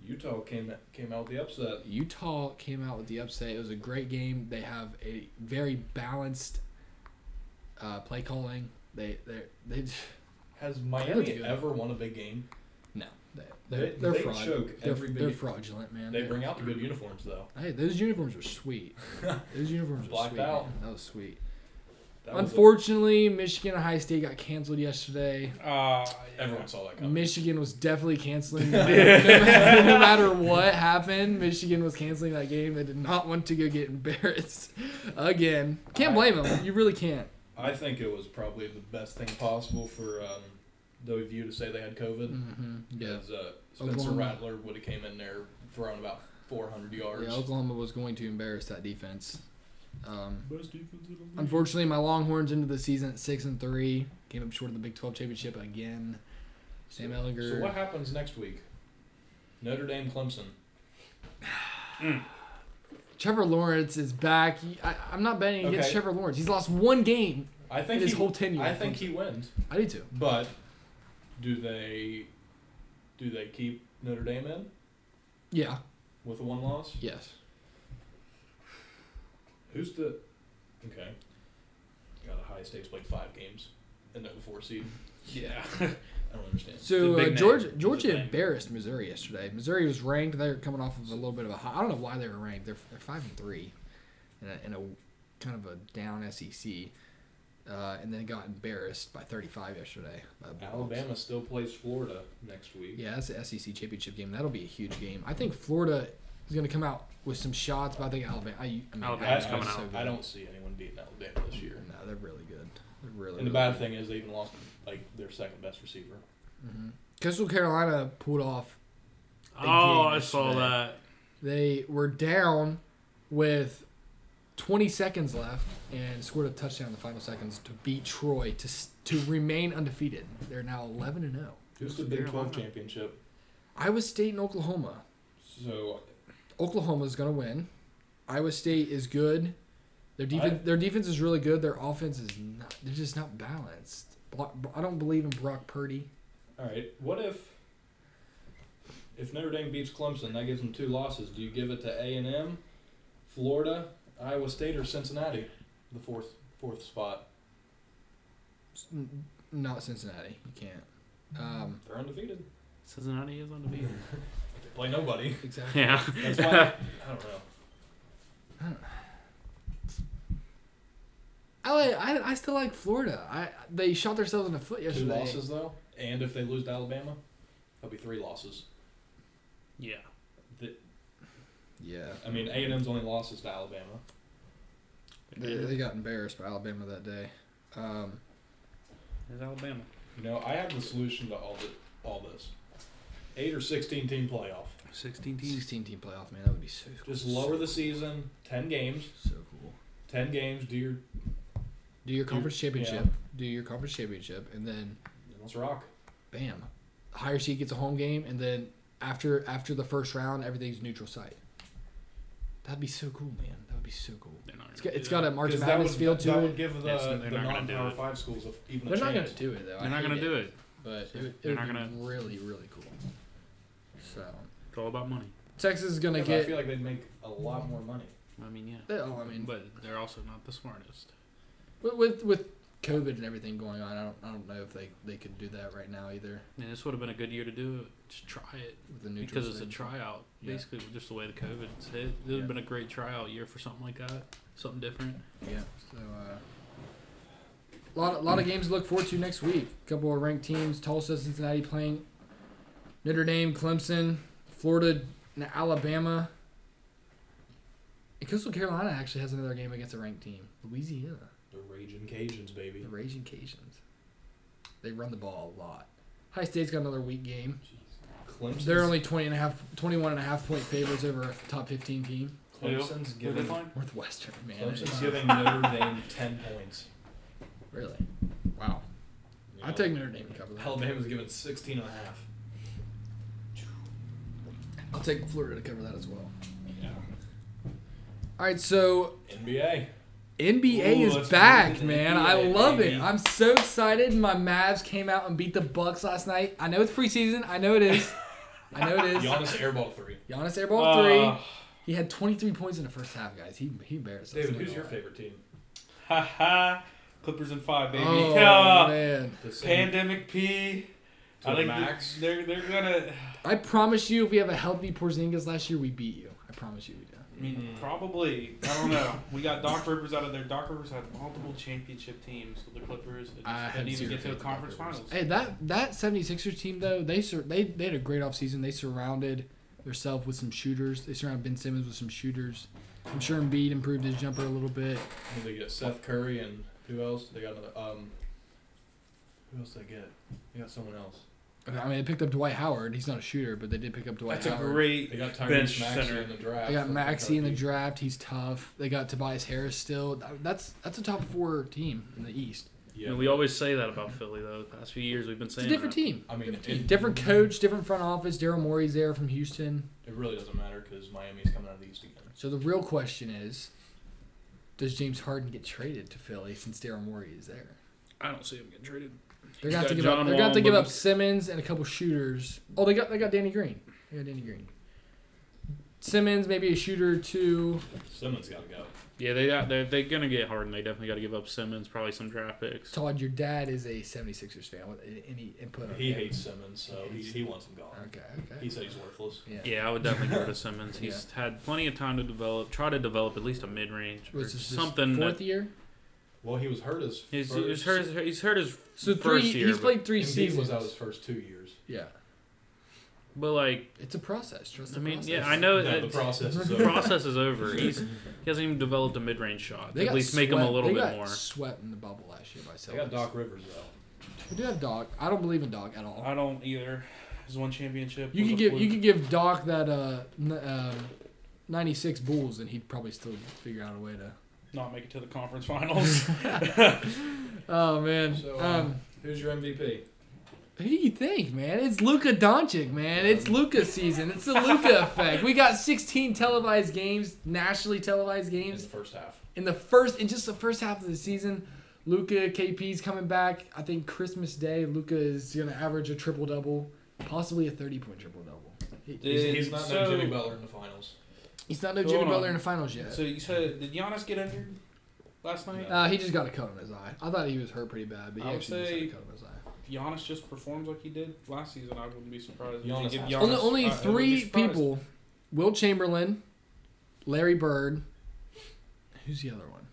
[SPEAKER 2] Utah came came out with the upset.
[SPEAKER 1] Utah came out with the upset. It was a great game. They have a very balanced uh, play calling. They they they
[SPEAKER 2] Has
[SPEAKER 1] looked
[SPEAKER 2] Miami
[SPEAKER 1] good.
[SPEAKER 2] ever won a big game?
[SPEAKER 1] no they they're,
[SPEAKER 2] They-
[SPEAKER 1] they're
[SPEAKER 2] they
[SPEAKER 1] fraud.
[SPEAKER 2] choke
[SPEAKER 1] they're,
[SPEAKER 2] every big-
[SPEAKER 1] they're fraudulent man.
[SPEAKER 2] They
[SPEAKER 1] They're-
[SPEAKER 2] bring out the good uniforms though.
[SPEAKER 1] Hey, those uniforms are sweet. Those uniforms are
[SPEAKER 2] Blacked
[SPEAKER 1] sweet.
[SPEAKER 2] out.
[SPEAKER 1] man. That was sweet.
[SPEAKER 2] That was a-
[SPEAKER 1] Unfortunately, Michigan and High State got canceled yesterday.
[SPEAKER 4] Ah,
[SPEAKER 3] uh,
[SPEAKER 2] everyone saw that coming.
[SPEAKER 1] Michigan was definitely canceling. that. no, matter, no matter what happened, Michigan was canceling that game. They did not want to go get embarrassed again. Can't blame them. You really can't.
[SPEAKER 2] I think it was probably the best thing possible for um, WVU to say they had COVID.
[SPEAKER 1] Mm-hmm. Yeah.
[SPEAKER 2] Because uh, Spencer
[SPEAKER 1] Oklahoma.
[SPEAKER 2] Rattler would have came in there throwing about 400 yards.
[SPEAKER 1] yeah. Oklahoma was going to embarrass that defense. Um,
[SPEAKER 2] Best defense in the league.
[SPEAKER 1] unfortunately, my Longhorns ended the season at six and three. Came up short of the Big Twelve championship again. Sam Ellinger.
[SPEAKER 2] So what happens next week? Notre Dame, Clemson.
[SPEAKER 1] Trevor Lawrence is back. He- I, I'm not betting against
[SPEAKER 2] Okay.
[SPEAKER 1] Trevor Lawrence. He's lost one game
[SPEAKER 2] I
[SPEAKER 1] in
[SPEAKER 2] think
[SPEAKER 1] his
[SPEAKER 2] he,
[SPEAKER 1] whole tenure.
[SPEAKER 2] I think he wins.
[SPEAKER 1] I do too.
[SPEAKER 2] But do they do they keep Notre Dame in
[SPEAKER 1] Yeah.
[SPEAKER 2] with a one loss?
[SPEAKER 1] Yes.
[SPEAKER 2] Who's the okay? Got a high stakes played five games and they're the four seed.
[SPEAKER 3] yeah.
[SPEAKER 2] I don't understand.
[SPEAKER 1] So
[SPEAKER 3] It's a big
[SPEAKER 1] uh,
[SPEAKER 3] name.
[SPEAKER 1] Georgia,
[SPEAKER 3] It's a
[SPEAKER 1] Georgia
[SPEAKER 3] big name.
[SPEAKER 1] embarrassed Missouri yesterday. Missouri was ranked. They're coming off of a little bit of a high. I don't know why they were ranked. They're, they're five and three, in a, in a kind of a down SEC, uh, and then got embarrassed by 35 yesterday. by the Bulldogs.
[SPEAKER 2] Alabama still plays Florida next week.
[SPEAKER 1] Yeah, that's the SEC championship game. That'll be a huge game. I think Florida is going to come out with some shots, but I think Alabama. I, I mean,
[SPEAKER 2] I,
[SPEAKER 3] Alabama's That's
[SPEAKER 2] I-
[SPEAKER 3] coming
[SPEAKER 1] Alabama's so
[SPEAKER 2] I
[SPEAKER 1] good.
[SPEAKER 2] don't see anyone beating Alabama this year.
[SPEAKER 1] No, they're really good. They're really.
[SPEAKER 2] And the
[SPEAKER 1] really
[SPEAKER 2] bad
[SPEAKER 1] good.
[SPEAKER 2] thing is they even lost like their second best receiver.
[SPEAKER 1] Mhm. Coastal Carolina pulled off
[SPEAKER 3] Oh,
[SPEAKER 1] game
[SPEAKER 3] I saw
[SPEAKER 1] yesterday.
[SPEAKER 3] that.
[SPEAKER 1] They were down with 20 seconds left and scored a touchdown in the final seconds to beat Troy to s- to remain undefeated. They're now 11 and 0.
[SPEAKER 2] Who's the Big Twelve championship?
[SPEAKER 1] Iowa State and Oklahoma.
[SPEAKER 2] So
[SPEAKER 1] Oklahoma's going to win. Iowa State is good. Their defense
[SPEAKER 2] I-
[SPEAKER 1] their defense is really good. Their offense is not they're just not balanced. Bro- I don't believe in Brock Purdy.
[SPEAKER 2] all right, what if if Notre Dame beats Clemson, that gives them two losses. Do you give it to A and M, Florida, Iowa State, or Cincinnati, the fourth fourth spot?
[SPEAKER 1] N- Not Cincinnati. You can't. Um,
[SPEAKER 2] They're undefeated.
[SPEAKER 4] Cincinnati is undefeated.
[SPEAKER 2] They play nobody.
[SPEAKER 1] Exactly.
[SPEAKER 4] Yeah.
[SPEAKER 2] That's why. I don't know.
[SPEAKER 1] I, like, I I still like Florida. I they shot themselves in the foot
[SPEAKER 2] Two
[SPEAKER 1] yesterday.
[SPEAKER 2] losses though, and if they lose to Alabama, that'll be three losses.
[SPEAKER 4] Yeah.
[SPEAKER 1] Yeah.
[SPEAKER 2] I mean, A and M's only losses to Alabama.
[SPEAKER 1] They, they got embarrassed by Alabama that day. Um,
[SPEAKER 4] It's Alabama.
[SPEAKER 2] You know, I have the solution to all the, all this. Eight or sixteen team playoff.
[SPEAKER 4] 16 teams.
[SPEAKER 1] 16 team playoff, man. That would be so cool.
[SPEAKER 2] Just lower the season. Ten games.
[SPEAKER 1] So cool.
[SPEAKER 2] Ten games. Do your.
[SPEAKER 1] Do your conference championship.
[SPEAKER 2] yeah.
[SPEAKER 1] Do your conference championship, and then
[SPEAKER 2] Let's rock.
[SPEAKER 1] bam, higher seed gets a home game, and then after after the first round, everything's neutral site. That'd be so cool, man. That would be so cool.
[SPEAKER 4] They're not
[SPEAKER 1] It's
[SPEAKER 4] gonna
[SPEAKER 1] got, it's
[SPEAKER 4] do
[SPEAKER 1] got
[SPEAKER 4] that.
[SPEAKER 1] a March
[SPEAKER 2] 'Cause that
[SPEAKER 1] Madness
[SPEAKER 2] would,
[SPEAKER 1] feel
[SPEAKER 2] that,
[SPEAKER 1] to
[SPEAKER 2] that
[SPEAKER 1] it.
[SPEAKER 2] would give the,
[SPEAKER 4] Yes, they're
[SPEAKER 2] the
[SPEAKER 4] not gonna do
[SPEAKER 2] non-power
[SPEAKER 4] it.
[SPEAKER 2] five schools of even a
[SPEAKER 1] They're not
[SPEAKER 2] chance.
[SPEAKER 1] gonna do it though. I
[SPEAKER 4] They're not
[SPEAKER 1] hate
[SPEAKER 4] going to do it.
[SPEAKER 1] But it, would- it
[SPEAKER 4] They're
[SPEAKER 1] would
[SPEAKER 4] not
[SPEAKER 1] be
[SPEAKER 4] gonna-
[SPEAKER 1] really really cool. So
[SPEAKER 4] It's all about money.
[SPEAKER 1] Texas is gonna
[SPEAKER 2] Yeah, but I
[SPEAKER 1] get.
[SPEAKER 2] feel like they'd make a lot more money.
[SPEAKER 4] I mean, yeah.
[SPEAKER 1] they- oh, I mean,
[SPEAKER 4] But they're also not the smartest.
[SPEAKER 1] with, with with COVID and everything going on, I don't I don't know if they they could do that right now either
[SPEAKER 4] And this would have been a good year to do it. Just try it.
[SPEAKER 1] with the neutral.
[SPEAKER 4] Because it's a
[SPEAKER 1] site.
[SPEAKER 4] tryout.
[SPEAKER 1] Yeah.
[SPEAKER 4] Basically, with just the way the COVID's hit. It would
[SPEAKER 1] Yeah.
[SPEAKER 4] have been a great tryout year for something like that. Something different.
[SPEAKER 1] Yeah. So, uh, a lot, lot of games to look forward to next week. couple of ranked teams: Tulsa, Cincinnati playing Notre Dame, Clemson, Florida, and Alabama. And Coastal Carolina actually has another game against a ranked team, Louisiana,
[SPEAKER 2] The raging Cajuns, baby.
[SPEAKER 1] the Raging Cajuns. They run the ball a lot. High State's got another weak game.
[SPEAKER 2] Clemson's,
[SPEAKER 1] They're only 20 and a half, 21 and a half point favorites over a top 15 team.
[SPEAKER 2] Clemson's giving
[SPEAKER 1] Northwestern, man.
[SPEAKER 2] Clemson's
[SPEAKER 1] It's-
[SPEAKER 2] giving Notre Dame ten points.
[SPEAKER 1] Really? Wow.
[SPEAKER 2] You
[SPEAKER 1] I
[SPEAKER 2] know?
[SPEAKER 1] take Notre Dame to cover that.
[SPEAKER 2] Alabama's giving 16 and a half.
[SPEAKER 1] I'll take Florida to cover that as well.
[SPEAKER 2] Yeah.
[SPEAKER 1] All right, so
[SPEAKER 2] NBA.
[SPEAKER 1] NBA
[SPEAKER 2] Ooh,
[SPEAKER 1] is
[SPEAKER 2] let's move
[SPEAKER 1] back,
[SPEAKER 2] to the
[SPEAKER 1] man.
[SPEAKER 2] NBA,
[SPEAKER 1] I love
[SPEAKER 2] baby.
[SPEAKER 1] it. I'm so excited. My Mavs came out and beat the Bucks last night. I know it's preseason. I know it is. I know it is. Giannis
[SPEAKER 2] Giannis airball three.
[SPEAKER 1] airball
[SPEAKER 3] Uh,
[SPEAKER 1] three. He had 23 points in the first half, guys. He he embarrassed us.
[SPEAKER 2] David, who's your favorite team?
[SPEAKER 3] ha ha. Clippers in five, baby.
[SPEAKER 1] Oh
[SPEAKER 3] Yeah.
[SPEAKER 1] man!
[SPEAKER 2] The same
[SPEAKER 3] Pandemic P.
[SPEAKER 2] to
[SPEAKER 3] I
[SPEAKER 2] the
[SPEAKER 3] think
[SPEAKER 2] max.
[SPEAKER 3] th- they're they're gonna.
[SPEAKER 1] I promise you, if we have a healthy Porzingis last year, we beat you. I promise you, we do.
[SPEAKER 3] I mean,
[SPEAKER 4] Hmm.
[SPEAKER 2] Mm.
[SPEAKER 3] probably. I don't know. We got Doc Rivers out of there. Doc Rivers had multiple championship teams with the Clippers. It just
[SPEAKER 1] I have
[SPEAKER 3] didn't even
[SPEAKER 1] zero
[SPEAKER 3] get to a
[SPEAKER 1] faith in
[SPEAKER 3] conference
[SPEAKER 1] Doc Rivers.
[SPEAKER 3] finals.
[SPEAKER 1] Hey, that that 76ers team though, they sur- they they had a great offseason. They surrounded themselves with some shooters. They surrounded Ben Simmons with some shooters. I'm sure Embiid improved his jumper a little bit.
[SPEAKER 2] Who They get Seth Curry and who else? They got another, um. Who else they get? They got someone else.
[SPEAKER 1] I mean, they picked up Dwight Howard. He's not a shooter, but they did pick up Dwight
[SPEAKER 3] That's a
[SPEAKER 1] Howard.
[SPEAKER 2] They
[SPEAKER 3] great.
[SPEAKER 2] got
[SPEAKER 3] Bench
[SPEAKER 2] Tyrese Maxey
[SPEAKER 3] center.
[SPEAKER 2] in the draft.
[SPEAKER 1] they got
[SPEAKER 2] from
[SPEAKER 1] Maxi in the
[SPEAKER 2] Kentucky.
[SPEAKER 1] draft. He's tough. They got Tobias Harris still. I- That's that's a top four team in the East.
[SPEAKER 4] And
[SPEAKER 2] Yeah.
[SPEAKER 4] we always say that about Philly, though. The past few years, we've been
[SPEAKER 1] It's a
[SPEAKER 4] saying
[SPEAKER 1] different
[SPEAKER 4] that.
[SPEAKER 1] team.
[SPEAKER 2] I mean, it, it
[SPEAKER 1] Different coach, different front office. Daryl Morey's there from Houston.
[SPEAKER 2] really doesn't matter because Miami's coming out of the East again.
[SPEAKER 1] So the real question is, does James Harden get traded to Philly since Daryl Morey is there?
[SPEAKER 4] I don't see them getting traded.
[SPEAKER 1] They're
[SPEAKER 4] You
[SPEAKER 1] gonna have to
[SPEAKER 4] got
[SPEAKER 1] give up.
[SPEAKER 4] John
[SPEAKER 1] They're gonna have to
[SPEAKER 4] Wall,
[SPEAKER 1] give
[SPEAKER 4] but-
[SPEAKER 1] up Simmons and a couple shooters. Oh, they got they got Danny Green. They got Danny Green. Simmons maybe a shooter or two.
[SPEAKER 2] Simmons got to go.
[SPEAKER 4] Yeah, they got, they're, they're going to get Harden. They definitely got to give up Simmons, probably some draft picks.
[SPEAKER 1] Todd, your dad is a 76ers fan. What any input on
[SPEAKER 2] He
[SPEAKER 1] that?
[SPEAKER 2] hates Simmons, so he, he wants him gone.
[SPEAKER 1] Okay, okay.
[SPEAKER 2] He said he's worthless.
[SPEAKER 1] yeah.
[SPEAKER 4] Yeah, I would definitely go to Simmons. He's had plenty of time to develop, try to develop at least a mid range or
[SPEAKER 1] Was this his
[SPEAKER 4] something.
[SPEAKER 1] fourth
[SPEAKER 4] That,
[SPEAKER 1] year?
[SPEAKER 2] Well, he was hurt his
[SPEAKER 4] he's,
[SPEAKER 2] first.
[SPEAKER 4] he's, hurt, he's hurt his
[SPEAKER 1] So three.
[SPEAKER 4] first year.
[SPEAKER 1] he's
[SPEAKER 4] but-
[SPEAKER 1] played three
[SPEAKER 2] Embiid
[SPEAKER 1] seasons.
[SPEAKER 2] was out his first two years.
[SPEAKER 1] yeah,
[SPEAKER 4] but like,
[SPEAKER 1] it's a process. Trust
[SPEAKER 4] I
[SPEAKER 1] the
[SPEAKER 4] mean,
[SPEAKER 1] process.
[SPEAKER 4] yeah, I know
[SPEAKER 2] No, the
[SPEAKER 4] that
[SPEAKER 2] process is
[SPEAKER 4] the
[SPEAKER 2] over.
[SPEAKER 4] process is over. He's he hasn't even developed a mid range shot.
[SPEAKER 1] They
[SPEAKER 4] At
[SPEAKER 1] got
[SPEAKER 4] least make him a
[SPEAKER 1] swept-
[SPEAKER 4] little
[SPEAKER 1] they
[SPEAKER 4] bit
[SPEAKER 1] got
[SPEAKER 4] more.
[SPEAKER 1] Swept in the bubble last year by Celtics.
[SPEAKER 2] They got Doc Rivers though.
[SPEAKER 1] We do have Doc. I don't believe in Doc at all.
[SPEAKER 3] I don't either. His one championship.
[SPEAKER 1] You
[SPEAKER 3] was
[SPEAKER 1] could
[SPEAKER 3] a
[SPEAKER 1] give
[SPEAKER 3] fluke.
[SPEAKER 1] you could give Doc that uh, n- um, ninety six Bulls, and he'd probably still figure out a way to.
[SPEAKER 3] not make it to the conference finals.
[SPEAKER 1] Oh man,
[SPEAKER 2] So, uh,
[SPEAKER 1] um,
[SPEAKER 2] Who's your MVP?
[SPEAKER 3] uh,
[SPEAKER 1] who do you think, man? It's Luka Doncic, man. It's Luka season. It's the Luka effect. We got sixteen televised games, nationally televised
[SPEAKER 2] In the
[SPEAKER 1] games
[SPEAKER 2] first half.
[SPEAKER 1] in the first in just the first half of the season. Luka KP's coming back. I think Christmas Day, Luka is gonna average a triple double, possibly a thirty point triple double.
[SPEAKER 2] He's,
[SPEAKER 3] Did-
[SPEAKER 2] he's not
[SPEAKER 3] so,
[SPEAKER 2] no Jimmy Butler in the finals.
[SPEAKER 1] He's not no
[SPEAKER 3] So,
[SPEAKER 1] Jimmy
[SPEAKER 3] hold on.
[SPEAKER 1] Butler in the finals yet.
[SPEAKER 3] So you said did Giannis get injured last night?
[SPEAKER 2] No.
[SPEAKER 1] Uh, he just got a cut on his eye. I thought he was hurt pretty bad, but he
[SPEAKER 3] I would
[SPEAKER 1] actually just
[SPEAKER 3] say-
[SPEAKER 1] got a cut on his eye.
[SPEAKER 3] Giannis just performs like he did last season, I wouldn't be surprised. if you
[SPEAKER 2] Giannis
[SPEAKER 3] give
[SPEAKER 2] has-
[SPEAKER 3] Giannis
[SPEAKER 1] Only,
[SPEAKER 3] I- I
[SPEAKER 1] only
[SPEAKER 3] wouldn't be
[SPEAKER 1] three
[SPEAKER 3] surprised.
[SPEAKER 1] people: Will Chamberlain, Larry Bird. Who's the other one?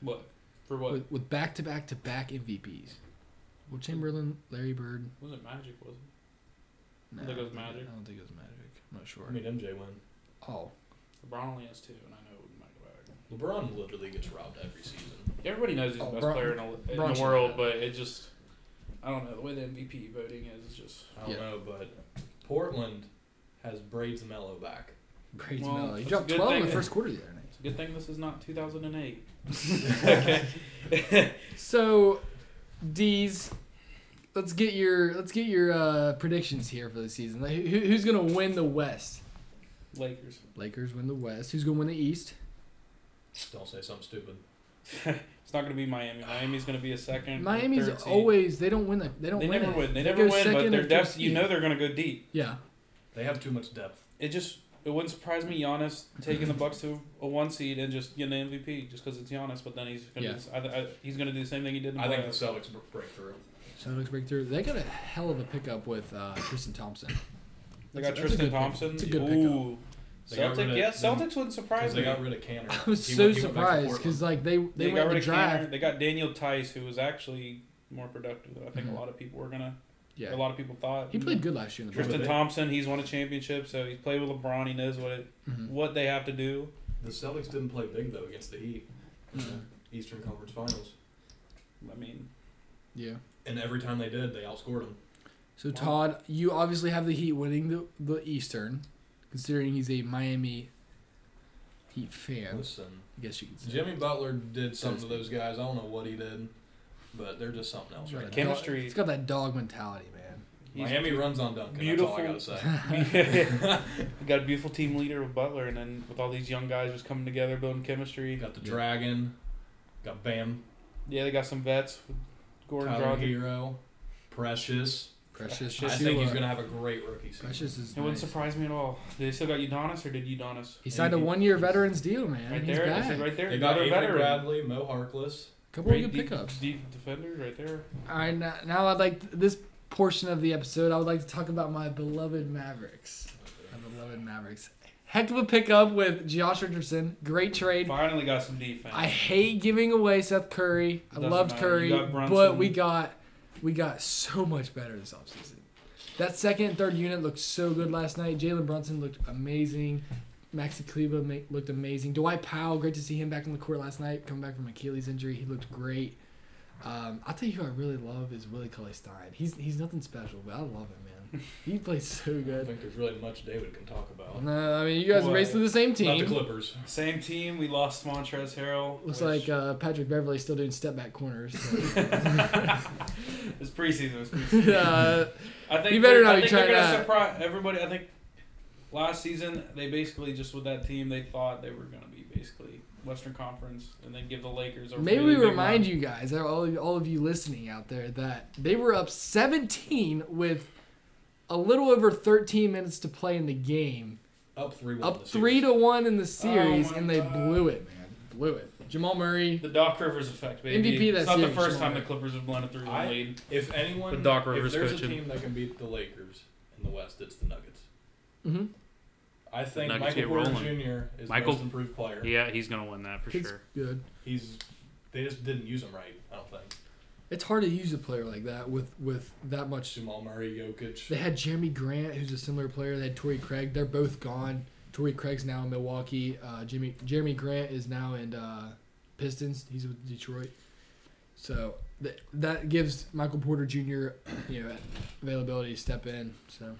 [SPEAKER 3] What? For what?
[SPEAKER 1] With, with back to back to back MVPs. Will Chamberlain, Larry Bird.
[SPEAKER 3] Wasn't Magic, was it?
[SPEAKER 1] No,
[SPEAKER 3] I think it was
[SPEAKER 1] I don't
[SPEAKER 3] Magic.
[SPEAKER 1] I don't think it was Magic. I'm not sure.
[SPEAKER 2] I mean, MJ win.
[SPEAKER 1] oh,
[SPEAKER 3] LeBron only has two, and I know it wouldn't matter about it.
[SPEAKER 2] LeBron literally gets robbed every season.
[SPEAKER 3] Everybody knows he's
[SPEAKER 1] Oh,
[SPEAKER 3] the best
[SPEAKER 1] Bron-
[SPEAKER 3] player in, the- in
[SPEAKER 1] Bron's
[SPEAKER 3] the world,
[SPEAKER 1] not.
[SPEAKER 3] but it just. I don't know. The way the MVP voting is, it's just.
[SPEAKER 2] I don't
[SPEAKER 1] Yeah.
[SPEAKER 2] know, but Portland has Braids Mello back.
[SPEAKER 1] Brady
[SPEAKER 3] Well,
[SPEAKER 1] Mello. He
[SPEAKER 3] that's a
[SPEAKER 1] dropped
[SPEAKER 3] good
[SPEAKER 1] 12 in the
[SPEAKER 3] thing.
[SPEAKER 1] first quarter the other night.
[SPEAKER 3] It's a good thing this is not 2008. okay.
[SPEAKER 1] So, D's, let's get your let's get your uh, predictions here for the season. Like, who, who's gonna win the West?
[SPEAKER 3] Lakers.
[SPEAKER 1] Lakers win the West. Who's gonna win the East?
[SPEAKER 2] Don't say something stupid.
[SPEAKER 3] It's not going to be Miami. Miami's going to be a second. or
[SPEAKER 1] Miami's
[SPEAKER 3] third seed.
[SPEAKER 1] always they don't win that they don't
[SPEAKER 3] They
[SPEAKER 1] win
[SPEAKER 3] never
[SPEAKER 1] it.
[SPEAKER 3] win. They,
[SPEAKER 1] They
[SPEAKER 3] never
[SPEAKER 1] go
[SPEAKER 3] win,
[SPEAKER 1] second
[SPEAKER 3] but
[SPEAKER 1] or
[SPEAKER 3] their
[SPEAKER 1] third
[SPEAKER 3] depth. You
[SPEAKER 1] seed.
[SPEAKER 3] know they're going to go deep.
[SPEAKER 1] Yeah,
[SPEAKER 2] They have too much depth.
[SPEAKER 3] It just it wouldn't surprise me Giannis taking the Bucks to a one seed and just getting an MVP just because it's Giannis. But then he's gonna
[SPEAKER 1] Yeah.
[SPEAKER 3] do, I, I, he's gonna do the same thing he did. In the
[SPEAKER 2] I think the
[SPEAKER 3] playoffs.
[SPEAKER 2] Celtics br- break through.
[SPEAKER 1] Celtics breakthrough. They got a hell of a pickup with uh, Tristan Thompson.
[SPEAKER 3] they
[SPEAKER 1] That's a-
[SPEAKER 3] got
[SPEAKER 1] that's a
[SPEAKER 3] Tristan
[SPEAKER 1] good pick.
[SPEAKER 3] Thompson.
[SPEAKER 1] It's a good pickup.
[SPEAKER 3] Ooh,
[SPEAKER 2] They got rid
[SPEAKER 3] Celtic.
[SPEAKER 2] of-
[SPEAKER 3] Yeah, Celtics wouldn't
[SPEAKER 2] Because
[SPEAKER 3] surprise
[SPEAKER 2] they
[SPEAKER 3] me.
[SPEAKER 2] got rid of Canner.
[SPEAKER 1] I was
[SPEAKER 2] He
[SPEAKER 1] so
[SPEAKER 2] went- he went back to
[SPEAKER 1] surprised because
[SPEAKER 2] Portland.
[SPEAKER 1] like they they,
[SPEAKER 3] They,
[SPEAKER 1] went
[SPEAKER 3] got
[SPEAKER 1] in
[SPEAKER 3] rid
[SPEAKER 1] the
[SPEAKER 3] of Canner.
[SPEAKER 1] draft.
[SPEAKER 3] They got Daniel Tice, who was actually more productive than I think
[SPEAKER 1] Mhm.
[SPEAKER 3] a lot of people were gonna.
[SPEAKER 1] Yeah,
[SPEAKER 3] A lot of people thought.
[SPEAKER 1] he played good last year in the
[SPEAKER 3] Tristan
[SPEAKER 2] Right.
[SPEAKER 3] Thompson. He's won a championship, so he's played with LeBron. He knows what it,
[SPEAKER 1] Mhm.
[SPEAKER 3] what they have to do.
[SPEAKER 2] The Celtics didn't play big though against the Heat. in the
[SPEAKER 1] Mhm.
[SPEAKER 2] Eastern Conference Finals.
[SPEAKER 3] I mean,
[SPEAKER 1] Yeah.
[SPEAKER 2] And every time they did, they outscored them.
[SPEAKER 1] So Todd, you obviously have the Heat winning the the Eastern, considering he's a Miami Heat fan.
[SPEAKER 2] Listen,
[SPEAKER 1] I guess you could say.
[SPEAKER 2] Jimmy Butler did something to those guys. I don't know what he did, but they're just something else
[SPEAKER 1] It's got
[SPEAKER 2] right
[SPEAKER 1] that
[SPEAKER 2] now.
[SPEAKER 3] Chemistry.
[SPEAKER 1] dog- It's got that dog mentality, man.
[SPEAKER 3] he's
[SPEAKER 2] Miami runs on Duncan. That's all I gotta say.
[SPEAKER 3] We got a beautiful team leader with Butler, and then with all these young guys just coming together, building
[SPEAKER 2] You
[SPEAKER 3] chemistry.
[SPEAKER 2] got the Dragon. Got Bam.
[SPEAKER 3] Yeah, they got some vets. with Gordon
[SPEAKER 2] Tyler
[SPEAKER 3] Dragic.
[SPEAKER 2] Hero. Precious.
[SPEAKER 1] Precious.
[SPEAKER 2] I
[SPEAKER 3] Just
[SPEAKER 2] think
[SPEAKER 1] Shua.
[SPEAKER 2] he's gonna have a great rookie season.
[SPEAKER 1] Precious is.
[SPEAKER 3] It wouldn't
[SPEAKER 1] Nice.
[SPEAKER 3] surprise me at all. They still got Udonis, or did Udonis?
[SPEAKER 1] He signed a one-year veterans deal, man.
[SPEAKER 3] Right
[SPEAKER 1] he's
[SPEAKER 3] there, I
[SPEAKER 1] back.
[SPEAKER 3] said right there.
[SPEAKER 2] They got
[SPEAKER 3] another
[SPEAKER 2] Avery
[SPEAKER 3] veteran.
[SPEAKER 2] Bradley, Mo Harkless.
[SPEAKER 1] Couple of
[SPEAKER 3] Great
[SPEAKER 1] good
[SPEAKER 3] deep-
[SPEAKER 1] pickups.
[SPEAKER 3] Deep defenders right there.
[SPEAKER 1] All right, now, now I'd like this portion of the episode. I would like to talk about my beloved Mavericks. My beloved Mavericks. Heck of a pickup with Josh Richardson. Great trade.
[SPEAKER 3] Finally got some defense.
[SPEAKER 1] I hate giving away Seth Curry. I
[SPEAKER 3] Doesn't
[SPEAKER 1] loved
[SPEAKER 3] matter.
[SPEAKER 1] Curry,
[SPEAKER 3] You got Brunson.
[SPEAKER 1] but we got we got so much better this offseason. That second and third unit looked so good last night. Jalen Brunson looked amazing. Maxi Kleba ma- looked amazing. Dwight Powell, great to see him back on the court last night, coming back from Achilles injury. He looked great. Um, I'll tell you who I really love is Willie Cauley Stein. He's he's nothing special, but I love him, man. He plays so
[SPEAKER 2] I don't
[SPEAKER 1] good.
[SPEAKER 2] think there's really much David can talk about.
[SPEAKER 1] No, I mean you guys are
[SPEAKER 3] Well,
[SPEAKER 1] basically the same
[SPEAKER 2] Not the
[SPEAKER 1] team.
[SPEAKER 2] Clippers.
[SPEAKER 3] Same team. We lost Montrezl Harrell.
[SPEAKER 1] Looks like
[SPEAKER 3] which-
[SPEAKER 1] uh, Patrick Beverly still doing step back corners. so.
[SPEAKER 3] it's preseason. It's preseason.
[SPEAKER 1] uh,
[SPEAKER 3] I think
[SPEAKER 1] You better
[SPEAKER 3] they're-
[SPEAKER 1] not
[SPEAKER 3] I
[SPEAKER 1] be
[SPEAKER 3] think they're
[SPEAKER 1] trying
[SPEAKER 3] gonna
[SPEAKER 1] to-
[SPEAKER 3] surprise everybody. I think last season they basically just with that team they thought they were gonna be basically Western Conference and then give the Lakers a
[SPEAKER 1] Maybe
[SPEAKER 3] really
[SPEAKER 1] we
[SPEAKER 3] big
[SPEAKER 1] remind
[SPEAKER 3] run.
[SPEAKER 1] you guys, all, all of you listening out there, that they were up 17 with a little over 13 minutes to play in the game,
[SPEAKER 2] Up three.
[SPEAKER 1] up three to one in the series,
[SPEAKER 3] Oh my
[SPEAKER 1] and they
[SPEAKER 3] God.
[SPEAKER 1] blew it, man, blew it. Jamal Murray,
[SPEAKER 3] the Doc Rivers effect, baby.
[SPEAKER 1] MVP that
[SPEAKER 3] it's not the
[SPEAKER 1] series,
[SPEAKER 3] first
[SPEAKER 1] Jamal
[SPEAKER 3] time the
[SPEAKER 1] Murray.
[SPEAKER 3] Clippers have blown a three
[SPEAKER 2] I-
[SPEAKER 3] one lead.
[SPEAKER 2] If anyone,
[SPEAKER 3] With Doc
[SPEAKER 2] if
[SPEAKER 3] Rivers
[SPEAKER 2] there's
[SPEAKER 3] coaching.
[SPEAKER 2] a team that can beat the Lakers in the West, it's the Nuggets.
[SPEAKER 1] hmm
[SPEAKER 2] I think
[SPEAKER 3] Nuggets
[SPEAKER 2] Michael
[SPEAKER 3] get
[SPEAKER 2] Porter
[SPEAKER 3] rolling.
[SPEAKER 2] Jr. is
[SPEAKER 3] Michael-
[SPEAKER 2] the most improved player.
[SPEAKER 3] Yeah, he's gonna win that for
[SPEAKER 1] it's good.
[SPEAKER 2] He's they just didn't use him right. I don't think
[SPEAKER 1] It's hard to use a player like that with with that much.
[SPEAKER 2] Jamal Murray, Jokic.
[SPEAKER 1] They had Jeremy Grant, who's a similar player. They had Torrey Craig. They're both gone. Torrey Craig's now in Milwaukee. Uh, Jimmy Jeremy Grant is now in uh, Pistons. He's with Detroit. So th- that gives Michael Porter Jr. you know availability to step in. So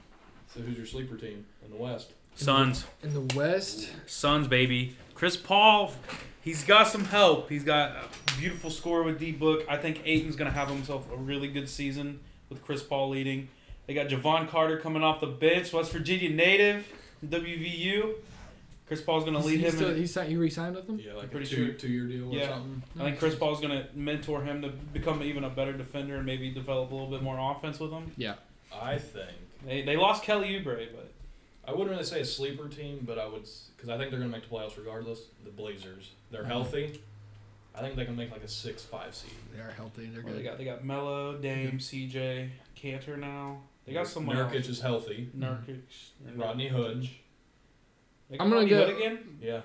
[SPEAKER 2] So who's your sleeper team in the West?
[SPEAKER 3] Suns,
[SPEAKER 1] in the West,
[SPEAKER 3] Suns, baby. Chris Paul, he's got some help. He's got a beautiful score with D Book. I think Aiton's gonna have himself a really good season with Chris Paul leading. They got Javon Carter coming off the bench, West Virginia native, WVU. Chris Paul's gonna
[SPEAKER 1] he's,
[SPEAKER 3] lead
[SPEAKER 1] he's
[SPEAKER 3] him.
[SPEAKER 1] still,
[SPEAKER 3] in-
[SPEAKER 1] he's signed, he re-signed with them.
[SPEAKER 2] Yeah,
[SPEAKER 3] I'm
[SPEAKER 2] like a
[SPEAKER 3] pretty
[SPEAKER 2] two,
[SPEAKER 3] sure-
[SPEAKER 2] two-year deal or
[SPEAKER 3] Yeah.
[SPEAKER 2] something.
[SPEAKER 3] I think Chris Paul's gonna mentor him to become even a better defender and maybe develop a little bit more offense with him.
[SPEAKER 1] Yeah,
[SPEAKER 2] I think
[SPEAKER 3] They, they lost Kelly Oubre, but
[SPEAKER 2] I wouldn't really say a sleeper team, but I would because I think they're going to make the playoffs regardless. The Blazers, they're
[SPEAKER 1] Mhm.
[SPEAKER 2] healthy. I think they can make like a six five seed.
[SPEAKER 1] They are healthy. They're
[SPEAKER 4] Well, they
[SPEAKER 1] good.
[SPEAKER 4] got they got Mello, Dame, CJ, Cantor now. They got some
[SPEAKER 2] Nurkic is healthy.
[SPEAKER 4] Nurkic, or
[SPEAKER 2] Mm-hmm. Rodney Hood.
[SPEAKER 4] They got
[SPEAKER 1] I'm gonna
[SPEAKER 4] Rodney
[SPEAKER 1] go-
[SPEAKER 4] Hood again.
[SPEAKER 2] Yeah.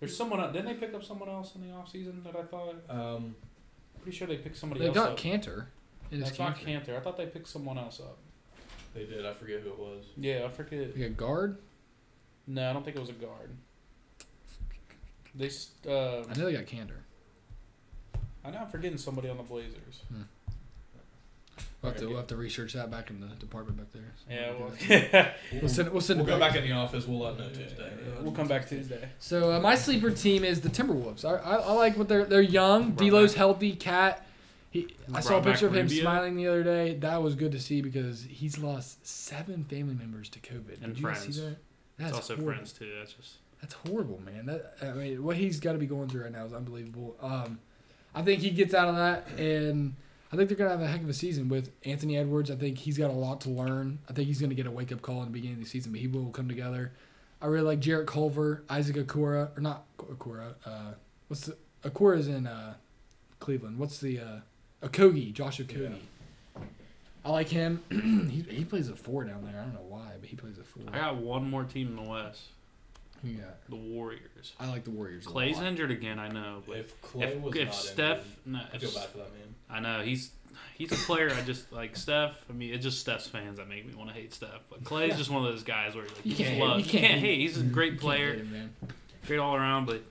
[SPEAKER 4] There's someone. Else. Didn't they pick up someone else in the offseason that I thought?
[SPEAKER 2] Um,
[SPEAKER 4] Pretty sure they picked somebody
[SPEAKER 1] They
[SPEAKER 4] else
[SPEAKER 1] got
[SPEAKER 4] up.
[SPEAKER 1] Cantor. And it's
[SPEAKER 4] That's not
[SPEAKER 1] Cantor.
[SPEAKER 4] Cantor. I thought they picked someone else up.
[SPEAKER 2] they did. I forget who it was.
[SPEAKER 4] Yeah, I forget.
[SPEAKER 1] They got guard.
[SPEAKER 4] No, I don't think it was a guard. They s- uh,
[SPEAKER 1] I know they got Cantor.
[SPEAKER 4] I know I'm forgetting somebody on the Blazers.
[SPEAKER 1] We'll have to, we'll have to research that back in the department back there. So
[SPEAKER 4] Yeah,
[SPEAKER 1] we'll,
[SPEAKER 4] well,
[SPEAKER 1] do that.
[SPEAKER 4] yeah,
[SPEAKER 1] we'll send. We'll send
[SPEAKER 2] We'll
[SPEAKER 1] it
[SPEAKER 2] go
[SPEAKER 1] back.
[SPEAKER 2] back in the office. We'll let know Tuesday.
[SPEAKER 4] we'll come back Tuesday.
[SPEAKER 1] So uh, my sleeper team is the Timberwolves. I, I, I like what they're they're young.
[SPEAKER 3] Brought
[SPEAKER 1] D'Lo's healthy. Cat. He, I saw a
[SPEAKER 3] Brought back
[SPEAKER 1] picture of him
[SPEAKER 3] Rubio.
[SPEAKER 1] smiling the other day. That was good to see because he's lost seven family members to COVID.
[SPEAKER 3] And
[SPEAKER 1] Did you guys see
[SPEAKER 3] friends.
[SPEAKER 1] that? That's
[SPEAKER 3] It's also
[SPEAKER 1] horrible.
[SPEAKER 3] friends too. That's just
[SPEAKER 1] That's horrible, man. That I mean, what he's got to be going through right now is unbelievable. Um, I think he gets out of that, and I think they're gonna have a heck of a season with Anthony Edwards. I think he's got a lot to learn. I think he's gonna get a wake up call in the beginning of the season, but he will come together. I really like Jarrett Culver, Isaac Okura, or not Okura. Uh, what's the Okura's in uh, Cleveland? What's the uh, Okogie? Josh Okogie. I like him. he, he plays a four down there. I don't know why, but he plays a four.
[SPEAKER 3] I got one more team in the West.
[SPEAKER 1] Who you got?
[SPEAKER 3] The Warriors.
[SPEAKER 1] I like the Warriors. a
[SPEAKER 3] Clay's
[SPEAKER 1] lot.
[SPEAKER 3] injured again. I know, but if
[SPEAKER 2] If Clay
[SPEAKER 3] if,
[SPEAKER 2] was not
[SPEAKER 3] Steph,
[SPEAKER 2] injured,
[SPEAKER 3] no,
[SPEAKER 2] I
[SPEAKER 3] if,
[SPEAKER 2] feel bad for that man.
[SPEAKER 3] I know he's he's a player. I just like Steph. I mean, it's just Steph's fans that make me want to hate Steph. But Clay's
[SPEAKER 1] Yeah.
[SPEAKER 3] just one of those guys where like,
[SPEAKER 1] You
[SPEAKER 3] you, just
[SPEAKER 1] can't
[SPEAKER 3] love.
[SPEAKER 1] hate-
[SPEAKER 3] You
[SPEAKER 1] you
[SPEAKER 3] can't,
[SPEAKER 1] can't
[SPEAKER 3] hate. He's a
[SPEAKER 1] You
[SPEAKER 3] great
[SPEAKER 1] can't
[SPEAKER 3] player,
[SPEAKER 1] hate him, man.
[SPEAKER 3] great all around. But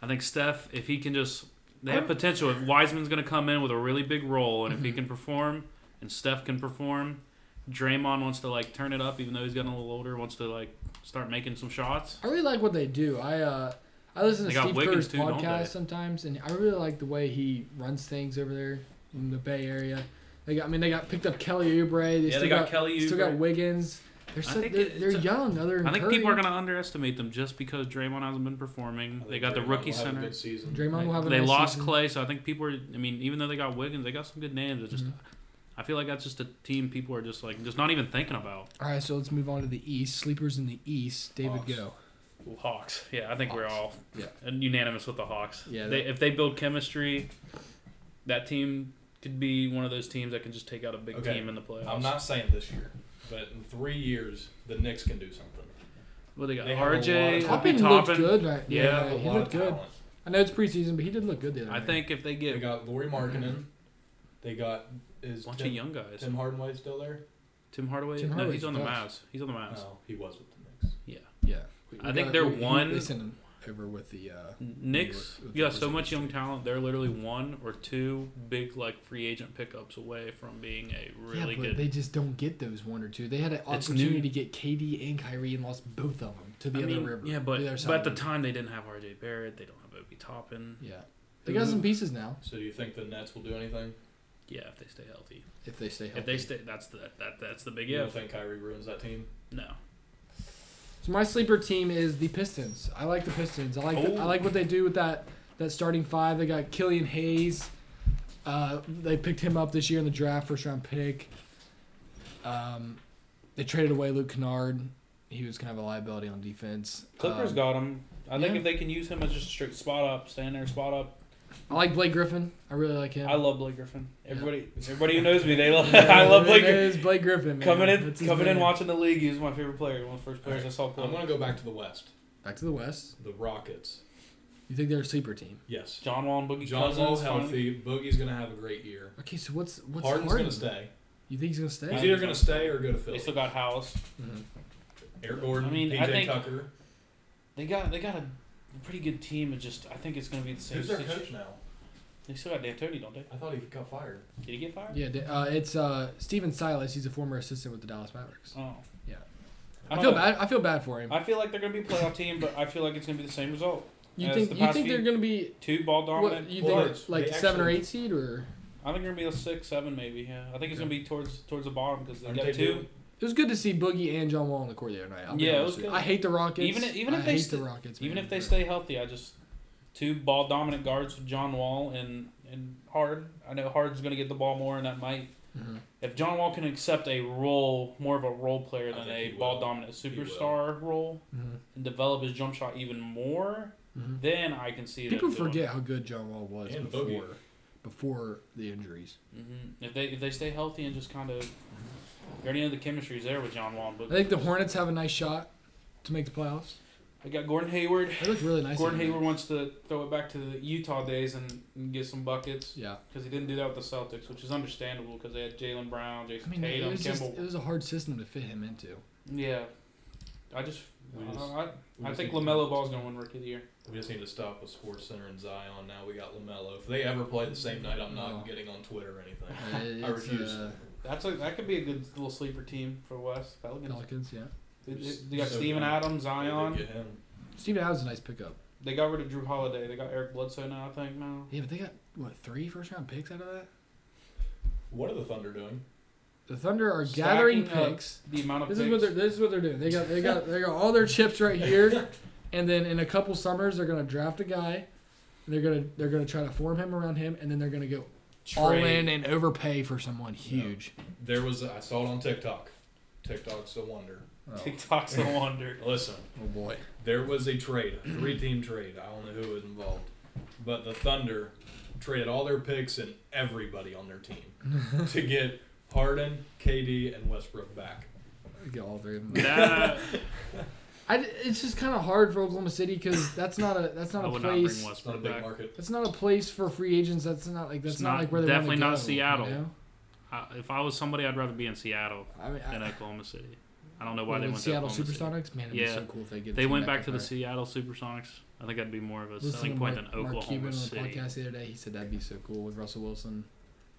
[SPEAKER 3] I think Steph, if he can just, they have potential. If Wiseman's going to come in with a really big role, and if he
[SPEAKER 1] Mhm.
[SPEAKER 3] can perform, and Steph can perform, Draymond wants to like turn it up, even though he's getting a little older. Wants to like start making some shots.
[SPEAKER 1] I really like what they do. I uh, I listen to
[SPEAKER 3] They got
[SPEAKER 1] Steve
[SPEAKER 3] Wiggins
[SPEAKER 1] Kerr's
[SPEAKER 3] too, don't
[SPEAKER 1] podcast
[SPEAKER 3] they?
[SPEAKER 1] sometimes, and I really like the way he runs things over there in the Bay Area. They got, I mean, they got picked up Kelly Oubre. They
[SPEAKER 3] Yeah,
[SPEAKER 1] still
[SPEAKER 3] they got Kelly
[SPEAKER 1] Still
[SPEAKER 3] Oubre.
[SPEAKER 1] got Wiggins. They're
[SPEAKER 3] I
[SPEAKER 1] so,
[SPEAKER 3] think
[SPEAKER 1] they're,
[SPEAKER 3] it-
[SPEAKER 1] they're
[SPEAKER 3] it's a-
[SPEAKER 1] young. Other than
[SPEAKER 3] I think people
[SPEAKER 1] Curry.
[SPEAKER 3] are going to underestimate them just because Draymond hasn't been performing.
[SPEAKER 2] I
[SPEAKER 3] Mm, They
[SPEAKER 2] think
[SPEAKER 3] got the
[SPEAKER 2] Draymond
[SPEAKER 3] rookie
[SPEAKER 2] will have a
[SPEAKER 3] center.
[SPEAKER 2] good season.
[SPEAKER 1] Draymond will have a
[SPEAKER 3] They
[SPEAKER 1] nice
[SPEAKER 3] lost
[SPEAKER 1] season.
[SPEAKER 3] Clay, so I think people are. I mean, even though they got Wiggins, they got some good names. It's just,
[SPEAKER 1] Mhm.
[SPEAKER 3] I feel like that's just a team people are just like just not even thinking about.
[SPEAKER 1] All right, so let's move on to the East. Sleepers in the East. David,
[SPEAKER 2] Hawks.
[SPEAKER 1] go.
[SPEAKER 3] Ooh, Hawks. Yeah, I think we're all
[SPEAKER 1] Yeah.
[SPEAKER 3] unanimous with the Hawks.
[SPEAKER 1] Yeah,
[SPEAKER 3] They, if they build chemistry, that team could be one of those teams that can just take out a big
[SPEAKER 2] Okay.
[SPEAKER 3] team in the playoffs.
[SPEAKER 2] I'm not saying this year, but in three years, the Knicks can do something.
[SPEAKER 3] Well, they got
[SPEAKER 2] They have a lot of-
[SPEAKER 3] RJ.
[SPEAKER 1] Toppin
[SPEAKER 3] Obi
[SPEAKER 1] looked
[SPEAKER 3] Toppin.
[SPEAKER 1] good. Right?
[SPEAKER 3] Yeah,
[SPEAKER 2] They have a
[SPEAKER 1] he
[SPEAKER 2] lot
[SPEAKER 1] looked
[SPEAKER 2] of
[SPEAKER 1] good.
[SPEAKER 2] talent.
[SPEAKER 1] I know it's preseason, but he did look good the other
[SPEAKER 3] I
[SPEAKER 1] night.
[SPEAKER 3] think if they
[SPEAKER 2] They
[SPEAKER 3] get
[SPEAKER 2] got Lori
[SPEAKER 3] Mm-hmm.
[SPEAKER 2] Markkinen. They got is
[SPEAKER 3] a bunch of
[SPEAKER 2] Tim,
[SPEAKER 3] young guys,
[SPEAKER 2] Tim Hardaway still there?
[SPEAKER 3] Tim Hardaway.
[SPEAKER 1] Tim
[SPEAKER 3] no,
[SPEAKER 1] Hardaway's
[SPEAKER 3] he's on the
[SPEAKER 1] best.
[SPEAKER 3] Mavs. He's on the
[SPEAKER 1] Oh.
[SPEAKER 3] Mavs.
[SPEAKER 2] No, he was with the Knicks.
[SPEAKER 3] Yeah.
[SPEAKER 1] Yeah. We-
[SPEAKER 3] I
[SPEAKER 1] we
[SPEAKER 3] think
[SPEAKER 1] got-
[SPEAKER 3] they're
[SPEAKER 1] we- we-
[SPEAKER 3] one-
[SPEAKER 1] They sent him over with the. Uh,
[SPEAKER 3] Knicks,
[SPEAKER 1] With- with
[SPEAKER 3] you got
[SPEAKER 1] the
[SPEAKER 3] so much
[SPEAKER 1] Wizards,
[SPEAKER 3] young
[SPEAKER 1] too.
[SPEAKER 3] talent. They're literally one or two big like free agent pickups away from being a really
[SPEAKER 1] yeah, but
[SPEAKER 3] good.
[SPEAKER 1] they just don't get those one or two. They had an
[SPEAKER 3] It's
[SPEAKER 1] opportunity
[SPEAKER 3] new.
[SPEAKER 1] to get KD and Kyrie and lost both of them to the
[SPEAKER 3] I
[SPEAKER 1] other
[SPEAKER 3] mean,
[SPEAKER 1] river.
[SPEAKER 3] yeah, but
[SPEAKER 1] the other
[SPEAKER 3] but
[SPEAKER 1] side
[SPEAKER 3] at the
[SPEAKER 1] of
[SPEAKER 3] time they didn't have R.J. Barrett. They don't have Obi Toppin.
[SPEAKER 1] river. yeah, they got
[SPEAKER 4] Mm.
[SPEAKER 3] Mm-hmm.
[SPEAKER 1] some pieces now
[SPEAKER 2] So do you think the Nets will do anything?
[SPEAKER 3] Yeah, if they stay healthy.
[SPEAKER 1] if they stay healthy.
[SPEAKER 3] If they stay, that's the that that's the big
[SPEAKER 2] You don't
[SPEAKER 3] if.
[SPEAKER 2] think Kyrie ruins that team?
[SPEAKER 3] No,
[SPEAKER 1] so my sleeper team is the Pistons. I like the Pistons. I like the- I like what
[SPEAKER 3] Oh.
[SPEAKER 1] they do with that that starting five. They got Killian Hayes. Uh, they picked him up this year in the draft, first round pick. Um, they traded away Luke Kennard. He was kind of a liability on defense.
[SPEAKER 4] Clippers
[SPEAKER 1] Um,
[SPEAKER 4] got him. I think
[SPEAKER 1] yeah.
[SPEAKER 4] if they can use him as just straight spot up, stand there, spot up.
[SPEAKER 1] I like Blake Griffin. I really like him.
[SPEAKER 4] I love Blake Griffin. Everybody, everybody who knows me, they love.
[SPEAKER 1] Yeah,
[SPEAKER 4] I love
[SPEAKER 1] it
[SPEAKER 4] Blake. Griffin.
[SPEAKER 1] is Blake Griffin man.
[SPEAKER 4] Coming in,
[SPEAKER 1] That's his
[SPEAKER 4] coming in,
[SPEAKER 1] man.
[SPEAKER 4] watching the league. He was my favorite player. One of the first players I saw play.
[SPEAKER 2] I'm gonna go back to the West.
[SPEAKER 1] Back to the West.
[SPEAKER 2] The Rockets.
[SPEAKER 1] You think they're a sleeper team?
[SPEAKER 2] Yes.
[SPEAKER 4] John Wall and Boogie
[SPEAKER 2] John
[SPEAKER 4] Cousins.
[SPEAKER 2] Wall's
[SPEAKER 4] finally.
[SPEAKER 2] healthy. Boogie's gonna have a great year.
[SPEAKER 1] Okay, so what's what's
[SPEAKER 2] Harden's
[SPEAKER 1] Harden?
[SPEAKER 2] gonna stay.
[SPEAKER 1] You think he's gonna stay?
[SPEAKER 2] He's either gonna stay or go to
[SPEAKER 4] They
[SPEAKER 2] Philly.
[SPEAKER 4] still got House.
[SPEAKER 1] Mhm.
[SPEAKER 2] Eric Gordon,
[SPEAKER 4] I mean,
[SPEAKER 2] PJ
[SPEAKER 4] I think-
[SPEAKER 2] Tucker.
[SPEAKER 4] They got they got a pretty good team. It just I think it's gonna be the same.
[SPEAKER 2] Who's their
[SPEAKER 4] situ-
[SPEAKER 2] coach now?
[SPEAKER 4] They still got D'Antoni, don't they?
[SPEAKER 2] I thought he got fired.
[SPEAKER 4] Did he get fired?
[SPEAKER 1] Yeah, da- uh, it's uh, Steven Silas. He's a former assistant with the Dallas Mavericks.
[SPEAKER 4] Oh.
[SPEAKER 1] Yeah.
[SPEAKER 4] I,
[SPEAKER 1] I
[SPEAKER 4] don't
[SPEAKER 1] feel
[SPEAKER 4] know.
[SPEAKER 1] bad. I feel bad for him.
[SPEAKER 4] Oh. I feel like they're gonna be a playoff team, but I feel like it's gonna be the same result.
[SPEAKER 1] You
[SPEAKER 4] As
[SPEAKER 1] think
[SPEAKER 4] the
[SPEAKER 1] you
[SPEAKER 4] past
[SPEAKER 1] think
[SPEAKER 4] few-
[SPEAKER 1] they're gonna be
[SPEAKER 4] Two ball dominant.
[SPEAKER 1] what? You
[SPEAKER 2] Well,
[SPEAKER 1] think
[SPEAKER 2] it's-
[SPEAKER 1] like
[SPEAKER 2] they
[SPEAKER 1] seven or
[SPEAKER 2] actually-
[SPEAKER 1] eight seed or?
[SPEAKER 4] I think they're gonna be a six, seven, maybe. Yeah, I think it's
[SPEAKER 1] Okay.
[SPEAKER 4] gonna be towards towards the bottom because they
[SPEAKER 2] Aren't
[SPEAKER 4] got
[SPEAKER 2] they
[SPEAKER 4] two.
[SPEAKER 2] doing-
[SPEAKER 1] It was good to see Boogie and John Wall on the court the other night. I'll be
[SPEAKER 4] Yeah, it
[SPEAKER 1] honest
[SPEAKER 4] was
[SPEAKER 1] with you.
[SPEAKER 4] good.
[SPEAKER 1] I hate the Rockets.
[SPEAKER 4] Even if- even
[SPEAKER 1] I
[SPEAKER 4] if they
[SPEAKER 1] hate
[SPEAKER 4] st-
[SPEAKER 1] the Rockets.
[SPEAKER 4] Even
[SPEAKER 1] man.
[SPEAKER 4] if they stay healthy, I just two ball dominant guards with John Wall and and Hard. I know Hard's gonna get the ball more, and that might
[SPEAKER 1] Mhm.
[SPEAKER 4] if John Wall can accept a role more of a role player
[SPEAKER 2] I
[SPEAKER 4] than
[SPEAKER 2] think
[SPEAKER 4] a
[SPEAKER 2] he
[SPEAKER 4] ball
[SPEAKER 2] will.
[SPEAKER 4] dominant
[SPEAKER 2] will.
[SPEAKER 4] superstar role
[SPEAKER 1] Mhm.
[SPEAKER 4] and develop his jump shot even more.
[SPEAKER 1] Mhm. Mhm.
[SPEAKER 4] Then I can see them
[SPEAKER 1] People
[SPEAKER 4] doing-
[SPEAKER 1] forget how good John Wall was
[SPEAKER 2] And
[SPEAKER 1] before
[SPEAKER 2] Boogie.
[SPEAKER 1] before the injuries.
[SPEAKER 4] Mhm. If they if they stay healthy and just kind of,
[SPEAKER 2] Mm-hmm.
[SPEAKER 4] you already know the chemistry's there with John Wall.
[SPEAKER 1] I
[SPEAKER 4] But
[SPEAKER 1] think the Hornets have a nice shot to make the playoffs.
[SPEAKER 4] I got Gordon Hayward.
[SPEAKER 1] They look really nice.
[SPEAKER 4] Gordon
[SPEAKER 1] in there.
[SPEAKER 4] Hayward wants to throw it back to the Utah days and, and get some buckets
[SPEAKER 1] Yeah,
[SPEAKER 4] because he didn't do that with the Celtics, which is understandable because they had Jalen Brown,
[SPEAKER 1] I
[SPEAKER 4] Jason
[SPEAKER 1] mean, it
[SPEAKER 4] Tatum,
[SPEAKER 1] was just
[SPEAKER 4] Kimball.
[SPEAKER 1] it was a hard system to fit him into.
[SPEAKER 4] yeah, I just,
[SPEAKER 2] We
[SPEAKER 4] I,
[SPEAKER 2] just-
[SPEAKER 4] I,
[SPEAKER 2] we
[SPEAKER 4] I
[SPEAKER 2] just
[SPEAKER 4] think
[SPEAKER 2] need to-
[SPEAKER 4] Lamelo Ball's gonna win Rookie of the Year.
[SPEAKER 2] We just need to stop with Sports Center and Zion. Now we got Lamelo. If they ever play the same night, I'm not
[SPEAKER 1] No.
[SPEAKER 2] getting on Twitter or anything.
[SPEAKER 1] Uh, It's,
[SPEAKER 2] I refuse.
[SPEAKER 1] uh,
[SPEAKER 4] That's a that could be a good little sleeper team for West Pelicans.
[SPEAKER 1] Pelicans, yeah.
[SPEAKER 4] They, they, they got
[SPEAKER 2] So
[SPEAKER 4] Steven
[SPEAKER 2] young.
[SPEAKER 4] Adams,
[SPEAKER 2] Where'd they
[SPEAKER 4] Zion.
[SPEAKER 2] get him?
[SPEAKER 1] Steven Adams is a nice pickup.
[SPEAKER 4] They got rid of Drew Holiday. They got Eric Bledsoe now. I think now.
[SPEAKER 1] Yeah, but they got what three first round picks out of that.
[SPEAKER 2] What are the Thunder doing?
[SPEAKER 1] The Thunder are gathering
[SPEAKER 4] Stacking up
[SPEAKER 1] picks.
[SPEAKER 4] The amount of
[SPEAKER 1] This
[SPEAKER 4] picks.
[SPEAKER 1] is what they're this is what they're doing. They got they got they got all their chips right here, and then in a couple summers they're gonna draft a guy. and They're gonna they're gonna try to form him around him, and then they're gonna go all in and overpay for someone huge.
[SPEAKER 2] There was I saw it on TikTok. TikTok's a wonder.
[SPEAKER 4] TikTok's the wonder.
[SPEAKER 2] Listen,
[SPEAKER 1] Oh boy,
[SPEAKER 2] there was a trade, a three-team trade. I don't know who was involved, but the Thunder traded all their picks and everybody on their team to get Harden, KD, and Westbrook back.
[SPEAKER 1] get all three of them.
[SPEAKER 3] That,
[SPEAKER 1] I, it's just kind of hard for Oklahoma City because that's not a that's not
[SPEAKER 3] I
[SPEAKER 1] a
[SPEAKER 3] would not bring
[SPEAKER 1] place.
[SPEAKER 2] It's not a
[SPEAKER 3] Westbrook
[SPEAKER 2] big
[SPEAKER 3] back.
[SPEAKER 2] market.
[SPEAKER 1] that's not a place for free agents. That's not like that's
[SPEAKER 3] It's
[SPEAKER 1] not,
[SPEAKER 3] not-
[SPEAKER 1] like where they
[SPEAKER 3] definitely
[SPEAKER 1] wanna
[SPEAKER 3] not
[SPEAKER 1] go,
[SPEAKER 3] Seattle.
[SPEAKER 1] You know?
[SPEAKER 3] I, if I was somebody, I'd rather be in Seattle
[SPEAKER 1] I mean, I,
[SPEAKER 3] than Oklahoma City. I don't know why
[SPEAKER 1] when
[SPEAKER 3] they went
[SPEAKER 1] Ah. Seattle
[SPEAKER 3] to Oklahoma City.
[SPEAKER 1] Supersonics. Man, it'd be
[SPEAKER 3] Yeah.
[SPEAKER 1] so cool if they get.
[SPEAKER 3] They
[SPEAKER 1] team
[SPEAKER 3] went back
[SPEAKER 1] up
[SPEAKER 3] to the
[SPEAKER 1] there.
[SPEAKER 3] Seattle Supersonics. I think that'd be more of a
[SPEAKER 1] Listening
[SPEAKER 3] selling
[SPEAKER 1] to
[SPEAKER 3] point
[SPEAKER 1] Mark-
[SPEAKER 3] than
[SPEAKER 1] Mark Cuban
[SPEAKER 3] Oklahoma
[SPEAKER 1] on the
[SPEAKER 3] City.
[SPEAKER 1] podcast the other day, he said that'd be so cool with Russell Wilson.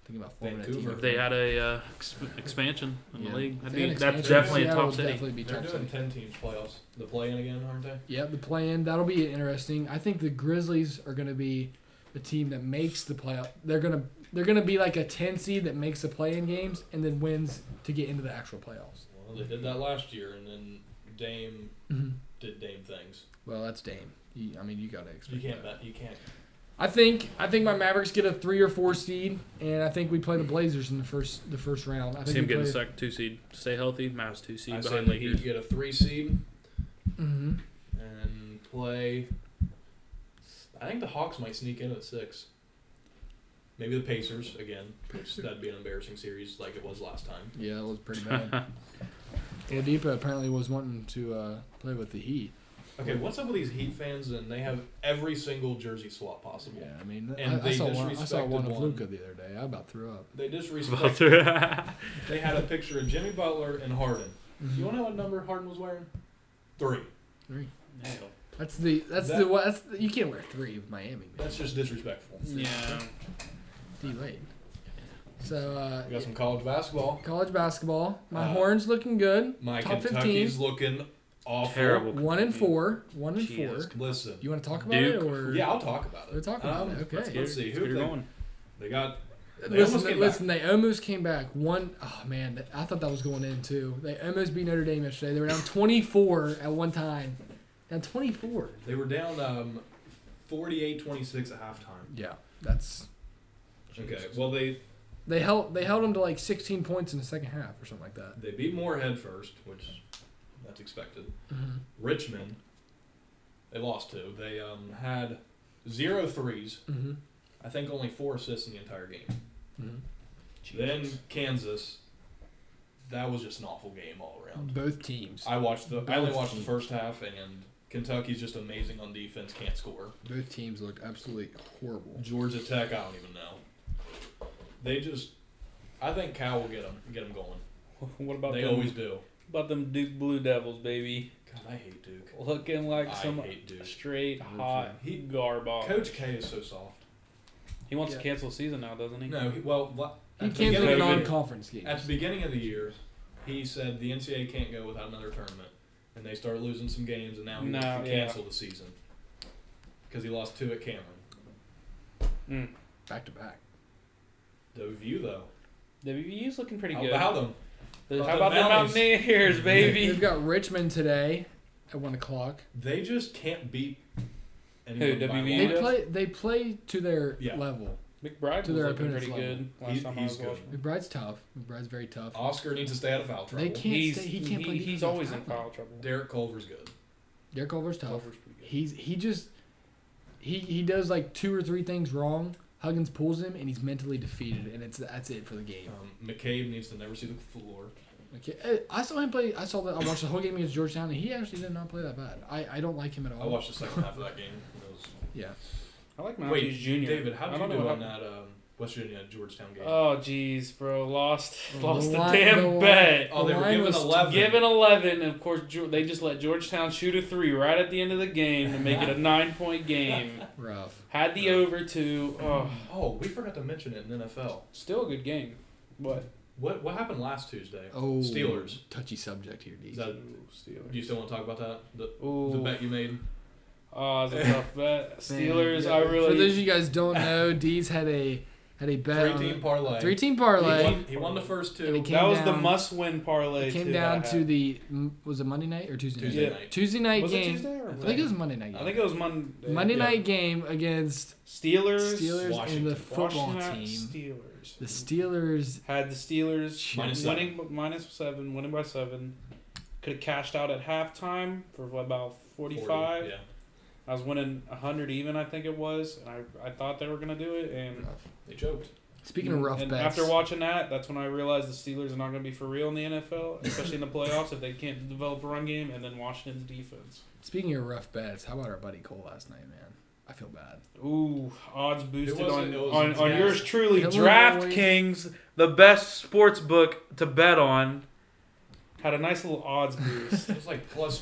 [SPEAKER 1] Thinking about forming a
[SPEAKER 2] Vancouver.
[SPEAKER 1] team.
[SPEAKER 3] If they had a uh, exp- expansion in
[SPEAKER 1] Yeah.
[SPEAKER 3] the league,
[SPEAKER 1] If
[SPEAKER 3] that'd
[SPEAKER 1] they had
[SPEAKER 3] be,
[SPEAKER 1] expansion,
[SPEAKER 3] that's definitely a
[SPEAKER 1] Seattle
[SPEAKER 3] top
[SPEAKER 1] would
[SPEAKER 3] city.
[SPEAKER 1] Definitely be
[SPEAKER 2] They're
[SPEAKER 1] top
[SPEAKER 2] doing
[SPEAKER 1] city.
[SPEAKER 2] ten teams playoffs. The play-in again, aren't they?
[SPEAKER 1] Yeah, the play-in that'll be interesting. I think the Grizzlies are going to be a team that makes the playoff. They're gonna they're gonna be like a ten seed that makes the play-in games and then wins to get into the actual playoffs.
[SPEAKER 2] Well, they did that last year, and then Dame
[SPEAKER 1] Mm-hmm.
[SPEAKER 2] did Dame things.
[SPEAKER 1] Well, that's Dame. You, I mean, you gotta
[SPEAKER 2] You
[SPEAKER 1] expect.
[SPEAKER 2] can't.
[SPEAKER 1] that.
[SPEAKER 2] bet- You can't.
[SPEAKER 1] I think I think my Mavericks get a three or four seed, and I think we play the Blazers in the first the first round. I think
[SPEAKER 3] See him
[SPEAKER 1] we
[SPEAKER 3] getting
[SPEAKER 1] play,
[SPEAKER 3] second two seed, stay healthy. Mavs two seed
[SPEAKER 2] I said
[SPEAKER 3] behind
[SPEAKER 2] the Heat
[SPEAKER 3] Lakers.
[SPEAKER 2] get a three seed
[SPEAKER 1] hmm
[SPEAKER 2] and play. I think the Hawks might sneak in at six. Maybe the Pacers again, which that'd be an embarrassing series like it was last time.
[SPEAKER 1] Yeah, that was pretty bad. Oladipo apparently was wanting to uh, play with the Heat.
[SPEAKER 2] Okay, what's up with these Heat fans? And they have every single jersey swap possible.
[SPEAKER 1] Yeah, I mean,
[SPEAKER 2] And
[SPEAKER 1] I, I
[SPEAKER 2] they
[SPEAKER 1] saw one. I saw
[SPEAKER 2] disrespected
[SPEAKER 1] one of
[SPEAKER 2] one.
[SPEAKER 1] Luca the other day. I about threw up.
[SPEAKER 2] They just
[SPEAKER 3] About
[SPEAKER 2] respect.
[SPEAKER 3] three.
[SPEAKER 2] They had a picture of Jimmy Butler and Harden. You wanna know what number Harden was wearing? Three.
[SPEAKER 1] Three.
[SPEAKER 4] Hell.
[SPEAKER 1] That's the that's the
[SPEAKER 2] That-
[SPEAKER 1] what that's the, you can't wear three with Miami. Man.
[SPEAKER 2] That's just disrespectful.
[SPEAKER 4] Yeah.
[SPEAKER 1] D late. So uh,
[SPEAKER 2] We got some college basketball.
[SPEAKER 1] college basketball. My
[SPEAKER 2] Uh,
[SPEAKER 1] horns looking good.
[SPEAKER 2] My
[SPEAKER 1] Top
[SPEAKER 2] Kentucky's looking awful.
[SPEAKER 3] Terrible.
[SPEAKER 1] One and four. One and
[SPEAKER 3] Jesus.
[SPEAKER 1] four.
[SPEAKER 2] Listen.
[SPEAKER 1] You want to talk about
[SPEAKER 3] Duke.
[SPEAKER 1] it or
[SPEAKER 2] Yeah, I'll talk about it.
[SPEAKER 1] We'll talk about it, okay.
[SPEAKER 2] Let's, let's see. Who
[SPEAKER 3] Who
[SPEAKER 2] they,
[SPEAKER 3] are going?
[SPEAKER 2] they got? They almost
[SPEAKER 1] Listen,
[SPEAKER 2] came
[SPEAKER 1] listen. They almost came back. One, oh man, that- I thought that was going in too. They almost beat Notre Dame yesterday. They were down 24 at one time. Down 24.
[SPEAKER 2] They were down um, 48-26 at halftime.
[SPEAKER 1] Yeah, that's
[SPEAKER 2] Okay. Well, they
[SPEAKER 1] they held they held them to like 16 points in the second half or something like that.
[SPEAKER 2] they beat Moorhead first, which that's expected. Richmond, they lost to. They um, had zero threes.
[SPEAKER 1] Mm-hmm.
[SPEAKER 2] I think only four assists in the entire game.
[SPEAKER 1] Mm-hmm.
[SPEAKER 2] Then Kansas. That was just an awful game all around.
[SPEAKER 1] Both teams.
[SPEAKER 2] I watched the. I only watched the first half, and Kentucky's just amazing on defense. Can't score.
[SPEAKER 1] Both teams looked absolutely horrible.
[SPEAKER 2] Georgia Tech, I don't even know. They just, I think Cal will get them, get them going.
[SPEAKER 4] What about
[SPEAKER 2] they
[SPEAKER 4] them,
[SPEAKER 2] always do.
[SPEAKER 4] about them Duke Blue Devils, baby?
[SPEAKER 2] God, I hate Duke.
[SPEAKER 4] Looking like Oh.
[SPEAKER 2] I
[SPEAKER 4] some
[SPEAKER 2] hate Duke.
[SPEAKER 4] straight
[SPEAKER 1] Duke,
[SPEAKER 4] hot
[SPEAKER 2] yeah. He-
[SPEAKER 4] garbage.
[SPEAKER 2] Coach K is so soft.
[SPEAKER 4] He wants
[SPEAKER 1] Yeah.
[SPEAKER 4] to cancel the season now, doesn't he?
[SPEAKER 2] No, he, well, la-
[SPEAKER 1] He
[SPEAKER 2] at the
[SPEAKER 1] canceled
[SPEAKER 2] beginning
[SPEAKER 1] a
[SPEAKER 2] of the year-
[SPEAKER 1] non-conference game.
[SPEAKER 2] At the beginning of the year, he said the NCAA can't go without another tournament, and they started losing some games, and now he wants
[SPEAKER 4] No,
[SPEAKER 2] to
[SPEAKER 4] yeah.
[SPEAKER 2] cancel the season because he lost two at Cameron.
[SPEAKER 4] Mm.
[SPEAKER 1] Back to back.
[SPEAKER 2] The view though,
[SPEAKER 4] WVU's looking pretty
[SPEAKER 2] how
[SPEAKER 4] good.
[SPEAKER 2] about them?
[SPEAKER 4] The-
[SPEAKER 2] the
[SPEAKER 4] How about the
[SPEAKER 2] Mounties?
[SPEAKER 4] Mountaineers,
[SPEAKER 1] We've
[SPEAKER 4] baby?
[SPEAKER 1] got Richmond today at one o'clock.
[SPEAKER 2] They just can't beat anyone. by
[SPEAKER 4] WVU?
[SPEAKER 2] one.
[SPEAKER 1] They play. They play to their
[SPEAKER 2] Yeah.
[SPEAKER 1] level.
[SPEAKER 4] McBride was
[SPEAKER 1] To their
[SPEAKER 4] looking
[SPEAKER 1] opponent's
[SPEAKER 4] pretty
[SPEAKER 1] level.
[SPEAKER 4] good last
[SPEAKER 2] He-
[SPEAKER 4] time I
[SPEAKER 2] he's
[SPEAKER 4] was
[SPEAKER 2] good.
[SPEAKER 4] watching.
[SPEAKER 1] McBride's tough. McBride's very tough.
[SPEAKER 2] Oscar needs to stay out of foul trouble.
[SPEAKER 1] They can't.
[SPEAKER 4] He's,
[SPEAKER 1] stay, he can't play.
[SPEAKER 4] he's
[SPEAKER 1] defensive
[SPEAKER 4] always in
[SPEAKER 1] tackle.
[SPEAKER 4] foul trouble.
[SPEAKER 2] Derek Culver's good.
[SPEAKER 1] Derek Culver's tough.
[SPEAKER 4] Culver's pretty good.
[SPEAKER 1] He's he just he he does like two or three things wrong. Huggins pulls him, and he's mentally defeated, and it's that's it for the game.
[SPEAKER 2] Um, McCabe needs to never see the floor.
[SPEAKER 1] Okay, eh, I saw him play. I saw that. I watched the whole game against Georgetown, and he actually did not play that bad. I, I don't like him at
[SPEAKER 4] Oh.
[SPEAKER 1] all.
[SPEAKER 2] I watched the second half of that game. It was
[SPEAKER 1] Yeah,
[SPEAKER 4] I like
[SPEAKER 2] Wait,
[SPEAKER 4] Matthews Jr.
[SPEAKER 2] David, how
[SPEAKER 4] I
[SPEAKER 2] did you
[SPEAKER 4] don't
[SPEAKER 2] do
[SPEAKER 4] know
[SPEAKER 2] on
[SPEAKER 4] what
[SPEAKER 2] that um, West Virginia Georgetown
[SPEAKER 1] Uh,
[SPEAKER 2] game?
[SPEAKER 4] Oh jeez, bro, lost
[SPEAKER 1] The
[SPEAKER 4] lost the
[SPEAKER 1] line- the
[SPEAKER 4] damn
[SPEAKER 1] line-
[SPEAKER 4] bet.
[SPEAKER 2] oh, they
[SPEAKER 1] the
[SPEAKER 2] were
[SPEAKER 1] line
[SPEAKER 2] given
[SPEAKER 1] was
[SPEAKER 2] 11.
[SPEAKER 4] Given eleven, of course, Ge- they just let Georgetown shoot a three right at the end of the game to make it a nine point game.
[SPEAKER 1] rough.
[SPEAKER 4] Had the over two. Oh,
[SPEAKER 2] oh, we forgot to mention it in NFL.
[SPEAKER 4] still a good game, but
[SPEAKER 2] What what happened last Tuesday?
[SPEAKER 1] Oh,
[SPEAKER 2] Steelers.
[SPEAKER 1] Touchy subject here, D.
[SPEAKER 2] Is that,
[SPEAKER 4] Ooh, Steelers.
[SPEAKER 2] do you still want to talk about that? The, the
[SPEAKER 4] Ooh,
[SPEAKER 2] bet you made?
[SPEAKER 4] oh, it's a tough bet. Steelers, I
[SPEAKER 1] For those of
[SPEAKER 4] really.
[SPEAKER 1] you guys don't know, D's had a had a bet
[SPEAKER 2] Three
[SPEAKER 1] on
[SPEAKER 2] team
[SPEAKER 1] a-
[SPEAKER 2] parlay.
[SPEAKER 1] three team
[SPEAKER 2] He
[SPEAKER 1] parlay.
[SPEAKER 2] won, he won the first
[SPEAKER 1] And he
[SPEAKER 2] two.
[SPEAKER 1] came
[SPEAKER 4] That was the
[SPEAKER 1] down-
[SPEAKER 4] must win parlay.
[SPEAKER 1] It came
[SPEAKER 4] too, that I
[SPEAKER 1] down to
[SPEAKER 4] had.
[SPEAKER 1] the m- was it Monday night or Tuesday night?
[SPEAKER 2] Tuesday
[SPEAKER 4] Yeah.
[SPEAKER 2] night.
[SPEAKER 1] Tuesday night
[SPEAKER 4] Was it
[SPEAKER 1] game.
[SPEAKER 4] Tuesday or
[SPEAKER 1] I think it was Monday night. Game.
[SPEAKER 4] I think it was Monday.
[SPEAKER 1] Monday
[SPEAKER 2] yeah.
[SPEAKER 1] night game against
[SPEAKER 4] Steelers.
[SPEAKER 1] Steelers and
[SPEAKER 2] Washington.
[SPEAKER 1] the football
[SPEAKER 4] Washington
[SPEAKER 1] team.
[SPEAKER 4] Steelers.
[SPEAKER 1] The Steelers.
[SPEAKER 4] had the Steelers
[SPEAKER 2] Minus
[SPEAKER 4] winning minus seven, winning by seven. Could have cashed out at halftime for about 45.
[SPEAKER 2] 40, yeah.
[SPEAKER 4] I was winning 100 even, I think it was, and I, I thought they were going to do it. And
[SPEAKER 2] They choked.
[SPEAKER 1] Speaking of rough
[SPEAKER 4] and
[SPEAKER 1] bets,
[SPEAKER 4] after watching that, that's when I realized the Steelers are not going to be for real in the NFL, especially in the playoffs if they can't develop a run game and then Washington's defense.
[SPEAKER 1] speaking of rough bets, how about our buddy Cole last night, man? I feel bad.
[SPEAKER 4] Ooh, odds boosted
[SPEAKER 2] wasn't-
[SPEAKER 4] on,
[SPEAKER 2] it was-
[SPEAKER 4] on, on
[SPEAKER 2] yeah.
[SPEAKER 4] yours truly.
[SPEAKER 1] Illinois.
[SPEAKER 4] DraftKings, the best sports book to bet on, had a nice little odds boost.
[SPEAKER 2] It was like plus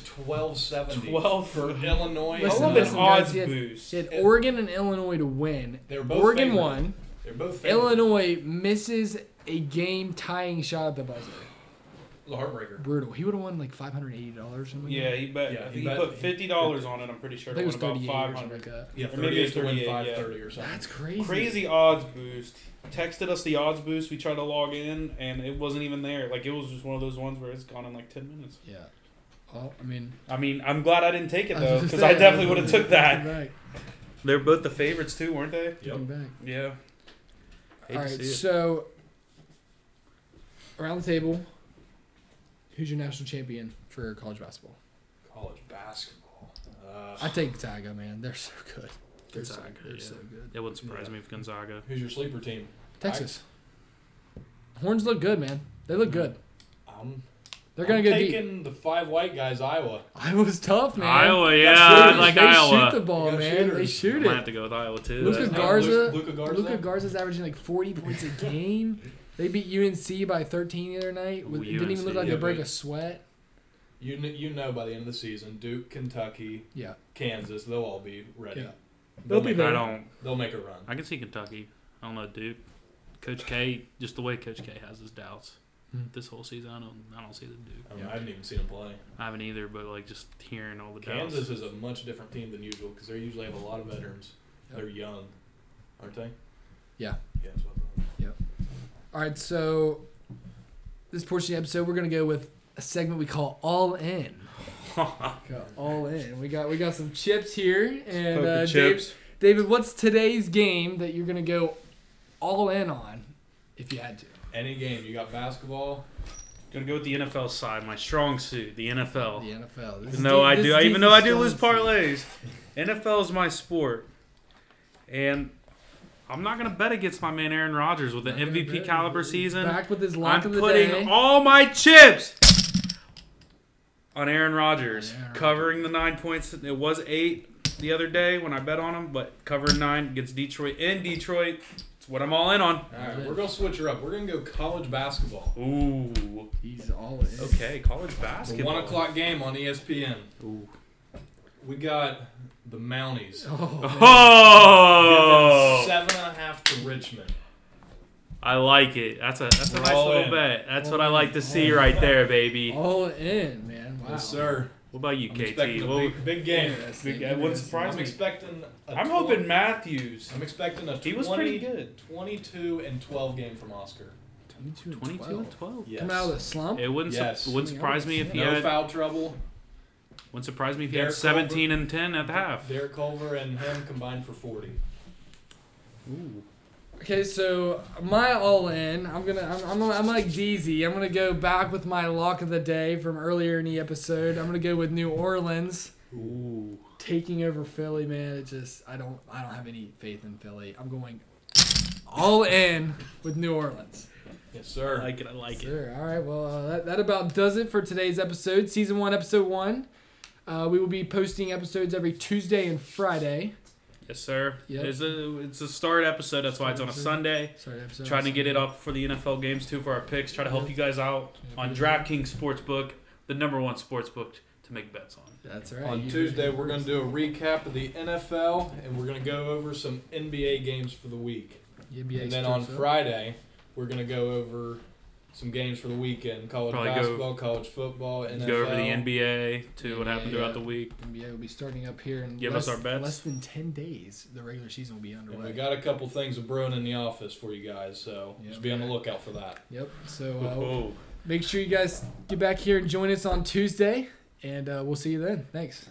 [SPEAKER 2] 1270
[SPEAKER 4] 12
[SPEAKER 2] for
[SPEAKER 4] for-
[SPEAKER 2] Illinois.
[SPEAKER 4] I
[SPEAKER 1] Listen,
[SPEAKER 4] love
[SPEAKER 1] to
[SPEAKER 4] an
[SPEAKER 1] listen, guys,
[SPEAKER 4] odds
[SPEAKER 1] he had-
[SPEAKER 4] boost.
[SPEAKER 1] He had Oregon and Illinois to win.
[SPEAKER 2] They were both
[SPEAKER 1] Oregon
[SPEAKER 2] favored.
[SPEAKER 1] won.
[SPEAKER 2] They're both favored.
[SPEAKER 1] Illinois misses a game tying shot at the buzzer.
[SPEAKER 2] The heartbreaker.
[SPEAKER 1] Brutal. He would have won like five hundred eighty dollars.
[SPEAKER 4] Yeah, he bet.
[SPEAKER 2] Yeah,
[SPEAKER 4] I
[SPEAKER 2] he
[SPEAKER 4] think he,
[SPEAKER 2] bet-
[SPEAKER 4] put fifty dollars on it. I'm pretty
[SPEAKER 1] I
[SPEAKER 4] sure
[SPEAKER 1] think it was
[SPEAKER 4] it won
[SPEAKER 1] thirty
[SPEAKER 4] about
[SPEAKER 1] eight
[SPEAKER 4] five
[SPEAKER 1] or something
[SPEAKER 4] hundred.
[SPEAKER 1] like that.
[SPEAKER 2] Yeah,
[SPEAKER 4] Or maybe
[SPEAKER 2] 38
[SPEAKER 4] it's
[SPEAKER 2] to win
[SPEAKER 4] 38, yeah.
[SPEAKER 2] 530 or something.
[SPEAKER 1] That's crazy.
[SPEAKER 4] Crazy odds boost. Texted us the odds boost. We tried to log in, and it wasn't even there. Like it was just one of those ones where it's gone in like ten minutes.
[SPEAKER 1] Yeah. Well, I mean,
[SPEAKER 4] I mean, I'm glad I didn't take it
[SPEAKER 1] was
[SPEAKER 4] though,
[SPEAKER 1] just
[SPEAKER 4] because I
[SPEAKER 1] saying,
[SPEAKER 4] definitely would have took that.
[SPEAKER 1] Looking back,
[SPEAKER 4] They're both the favorites too, weren't they?
[SPEAKER 2] Yep.
[SPEAKER 1] looking back.
[SPEAKER 4] Yeah.
[SPEAKER 1] All
[SPEAKER 4] Hate to
[SPEAKER 1] right,
[SPEAKER 4] see it.
[SPEAKER 1] so around the table, who's your national champion for college basketball?
[SPEAKER 2] College basketball.
[SPEAKER 1] I
[SPEAKER 2] Uh,
[SPEAKER 1] take Gonzaga, man. They're so good. They're so,
[SPEAKER 3] Gonzaga,
[SPEAKER 1] they're
[SPEAKER 3] yeah.
[SPEAKER 1] so good.
[SPEAKER 3] It wouldn't surprise
[SPEAKER 2] Yeah.
[SPEAKER 3] me if Gonzaga.
[SPEAKER 2] who's your sleeper team?
[SPEAKER 1] Texas. Horns look good, man. They look good.
[SPEAKER 2] Um,
[SPEAKER 1] They're gonna
[SPEAKER 2] I'm
[SPEAKER 1] go deep.
[SPEAKER 2] taking the five white guys, Iowa.
[SPEAKER 1] Iowa's tough, man.
[SPEAKER 3] Iowa, yeah,
[SPEAKER 2] shooters,
[SPEAKER 3] I like
[SPEAKER 1] they
[SPEAKER 3] Iowa.
[SPEAKER 1] shoot the ball,
[SPEAKER 2] They got
[SPEAKER 1] man. They
[SPEAKER 2] shooters.
[SPEAKER 1] shoot
[SPEAKER 3] Might have
[SPEAKER 1] it.
[SPEAKER 3] to go with Iowa too.
[SPEAKER 1] Luka
[SPEAKER 3] That's-
[SPEAKER 2] His name
[SPEAKER 1] Garza-
[SPEAKER 2] Lu- Luka Garza.
[SPEAKER 1] Luca Garza's averaging like 40 points a game. They beat UNC by 13 the other night.
[SPEAKER 3] Ooh,
[SPEAKER 1] With, it didn't even look
[SPEAKER 3] UNC,
[SPEAKER 1] like they
[SPEAKER 2] yeah,
[SPEAKER 1] break
[SPEAKER 2] but-
[SPEAKER 1] a sweat.
[SPEAKER 2] You kn- you know by the end of the season, Duke, Kentucky,
[SPEAKER 1] Yeah.
[SPEAKER 2] Kansas, they'll all be ready.
[SPEAKER 1] Yeah.
[SPEAKER 2] They'll, make,
[SPEAKER 3] I don't.
[SPEAKER 2] they'll make a run.
[SPEAKER 3] I can see Kentucky. I don't know, Duke. Coach K, just the way Coach K has his doubts
[SPEAKER 1] Hmm.
[SPEAKER 3] this whole season. I don't. I don't see the Duke.
[SPEAKER 2] I, mean, I haven't even seen them play.
[SPEAKER 3] I haven't either, but like just hearing all the
[SPEAKER 2] Kansas
[SPEAKER 3] doubts.
[SPEAKER 2] is a much different team than usual because they usually have a lot of veterans.
[SPEAKER 1] Yeah.
[SPEAKER 2] They're young, aren't they?
[SPEAKER 1] Yeah.
[SPEAKER 2] Yeah. That's what I thought.
[SPEAKER 1] All right, so this portion of the episode, we're gonna go with a segment we call All In. Go All in. We got we got some chips here, and uh, Dave, David, what's today's game that you're gonna go all in on if you had to?
[SPEAKER 2] Any game you got basketball.
[SPEAKER 3] Gonna go with the NFL side, my strong suit, the NFL.
[SPEAKER 1] The NFL. This is
[SPEAKER 3] Even though
[SPEAKER 1] Dave-
[SPEAKER 3] Oh. I
[SPEAKER 1] this
[SPEAKER 3] do,
[SPEAKER 1] is
[SPEAKER 3] I, even
[SPEAKER 1] Dave's
[SPEAKER 3] though I do
[SPEAKER 1] strong
[SPEAKER 3] lose
[SPEAKER 1] suit.
[SPEAKER 3] parlays, NFL is my sport, and I'm not gonna bet against my man Aaron Rodgers with
[SPEAKER 1] Not
[SPEAKER 3] an
[SPEAKER 1] gonna
[SPEAKER 3] MVP
[SPEAKER 1] bet.
[SPEAKER 3] caliber
[SPEAKER 1] He's
[SPEAKER 3] season.
[SPEAKER 1] Back with his lock
[SPEAKER 3] I'm
[SPEAKER 1] of the
[SPEAKER 3] putting
[SPEAKER 1] day.
[SPEAKER 3] all my chips on Aaron Rodgers,
[SPEAKER 1] On Aaron
[SPEAKER 3] covering the nine points. It was eight the other day when I bet on him, but covering nine against Detroit in Detroit. It's what I'm all in on.
[SPEAKER 2] All right, we're gonna switch her up. We're gonna go college basketball.
[SPEAKER 3] Ooh.
[SPEAKER 1] He's all in.
[SPEAKER 3] Okay, college
[SPEAKER 2] The
[SPEAKER 3] basketball.
[SPEAKER 2] one o'clock game on E ESPN.
[SPEAKER 3] Ooh.
[SPEAKER 2] We got the Mounties.
[SPEAKER 1] Oh,
[SPEAKER 2] Giving
[SPEAKER 3] Oh,
[SPEAKER 2] Seven and a half to Richmond.
[SPEAKER 3] I like it. That's a that's a
[SPEAKER 2] We're
[SPEAKER 3] nice
[SPEAKER 2] all
[SPEAKER 3] little
[SPEAKER 2] in.
[SPEAKER 3] bet. That's
[SPEAKER 1] All
[SPEAKER 3] what I
[SPEAKER 1] in.
[SPEAKER 3] like to see
[SPEAKER 1] All in.
[SPEAKER 3] right there,
[SPEAKER 1] man.
[SPEAKER 3] baby.
[SPEAKER 1] all in, man. Wow.
[SPEAKER 2] Yes, sir.
[SPEAKER 3] What about you,
[SPEAKER 2] I'm
[SPEAKER 3] KT?
[SPEAKER 2] expecting a
[SPEAKER 3] What,
[SPEAKER 2] big, big game.
[SPEAKER 1] Interesting,
[SPEAKER 4] Big- it wouldn't
[SPEAKER 1] interesting.
[SPEAKER 4] surprise
[SPEAKER 2] I'm
[SPEAKER 4] me.
[SPEAKER 2] expecting. A
[SPEAKER 4] I'm
[SPEAKER 2] tw-
[SPEAKER 4] hoping Matthews.
[SPEAKER 2] I'm expecting a 20,
[SPEAKER 4] He was pretty good.
[SPEAKER 2] 22 and 12 game from Oscar.
[SPEAKER 1] 22 and
[SPEAKER 3] 22
[SPEAKER 1] 12.
[SPEAKER 3] and 12.
[SPEAKER 2] Yes.
[SPEAKER 1] Come out of the slump.
[SPEAKER 3] It wouldn't su-
[SPEAKER 2] Yes.
[SPEAKER 3] wouldn't
[SPEAKER 1] I mean, I
[SPEAKER 3] surprise me
[SPEAKER 1] would
[SPEAKER 3] if
[SPEAKER 1] say
[SPEAKER 3] he
[SPEAKER 2] no
[SPEAKER 3] had
[SPEAKER 2] foul trouble.
[SPEAKER 3] Wouldn't surprise me if he
[SPEAKER 2] Derek
[SPEAKER 3] had 17 and 10 at the half.
[SPEAKER 2] Derek Culver and him combined for 40.
[SPEAKER 1] Okay, so my all in, I'm gonna, I'm, I'm, I'm like DZ. I'm gonna go back with my lock of the day from earlier in the episode. I'm gonna go with New Orleans
[SPEAKER 3] Ooh.
[SPEAKER 1] taking over Philly, man. It just I don't I don't have any faith in Philly. I'm going all in with New Orleans.
[SPEAKER 2] Yes,
[SPEAKER 3] I
[SPEAKER 2] sir.
[SPEAKER 3] like it. I like it.
[SPEAKER 1] Sure. All right. Well, uh, that, that about does it for today's episode, season one, episode one. Uh, we will be posting episodes every Tuesday and Friday.
[SPEAKER 3] Yes, sir.
[SPEAKER 1] Yep.
[SPEAKER 3] It's a it's a start episode. That's why it's on a
[SPEAKER 1] Start
[SPEAKER 3] Sunday.
[SPEAKER 1] Sorry, episode.
[SPEAKER 3] Trying to get it up for the NFL games too for our picks. Try to help you guys out on DraftKings Sportsbook, the number one sportsbook to make bets on.
[SPEAKER 1] That's right.
[SPEAKER 2] On Tuesday, we're going to do a recap of the NFL, and we're going to go over some NBA games for the week.
[SPEAKER 1] The NBA
[SPEAKER 2] and then
[SPEAKER 1] starts
[SPEAKER 2] on
[SPEAKER 1] up.
[SPEAKER 2] Friday, we're gonna go over some games for the weekend: college
[SPEAKER 3] Probably go-
[SPEAKER 2] basketball, college football, NFL.
[SPEAKER 3] Go over the NBA to what happened
[SPEAKER 1] Yeah.
[SPEAKER 3] throughout the week.
[SPEAKER 1] NBA will be starting up here in
[SPEAKER 3] Give
[SPEAKER 1] less,
[SPEAKER 3] us our bets.
[SPEAKER 1] less than ten days. The regular season will be
[SPEAKER 2] And
[SPEAKER 1] underway.
[SPEAKER 2] we got a couple things of brewing in the office for you guys, so
[SPEAKER 1] Yeah.
[SPEAKER 2] just be on the lookout for that.
[SPEAKER 1] yep. So uh,
[SPEAKER 3] Oh.
[SPEAKER 1] make sure you guys get back here and join us on Tuesday, and uh, we'll see you then. Thanks.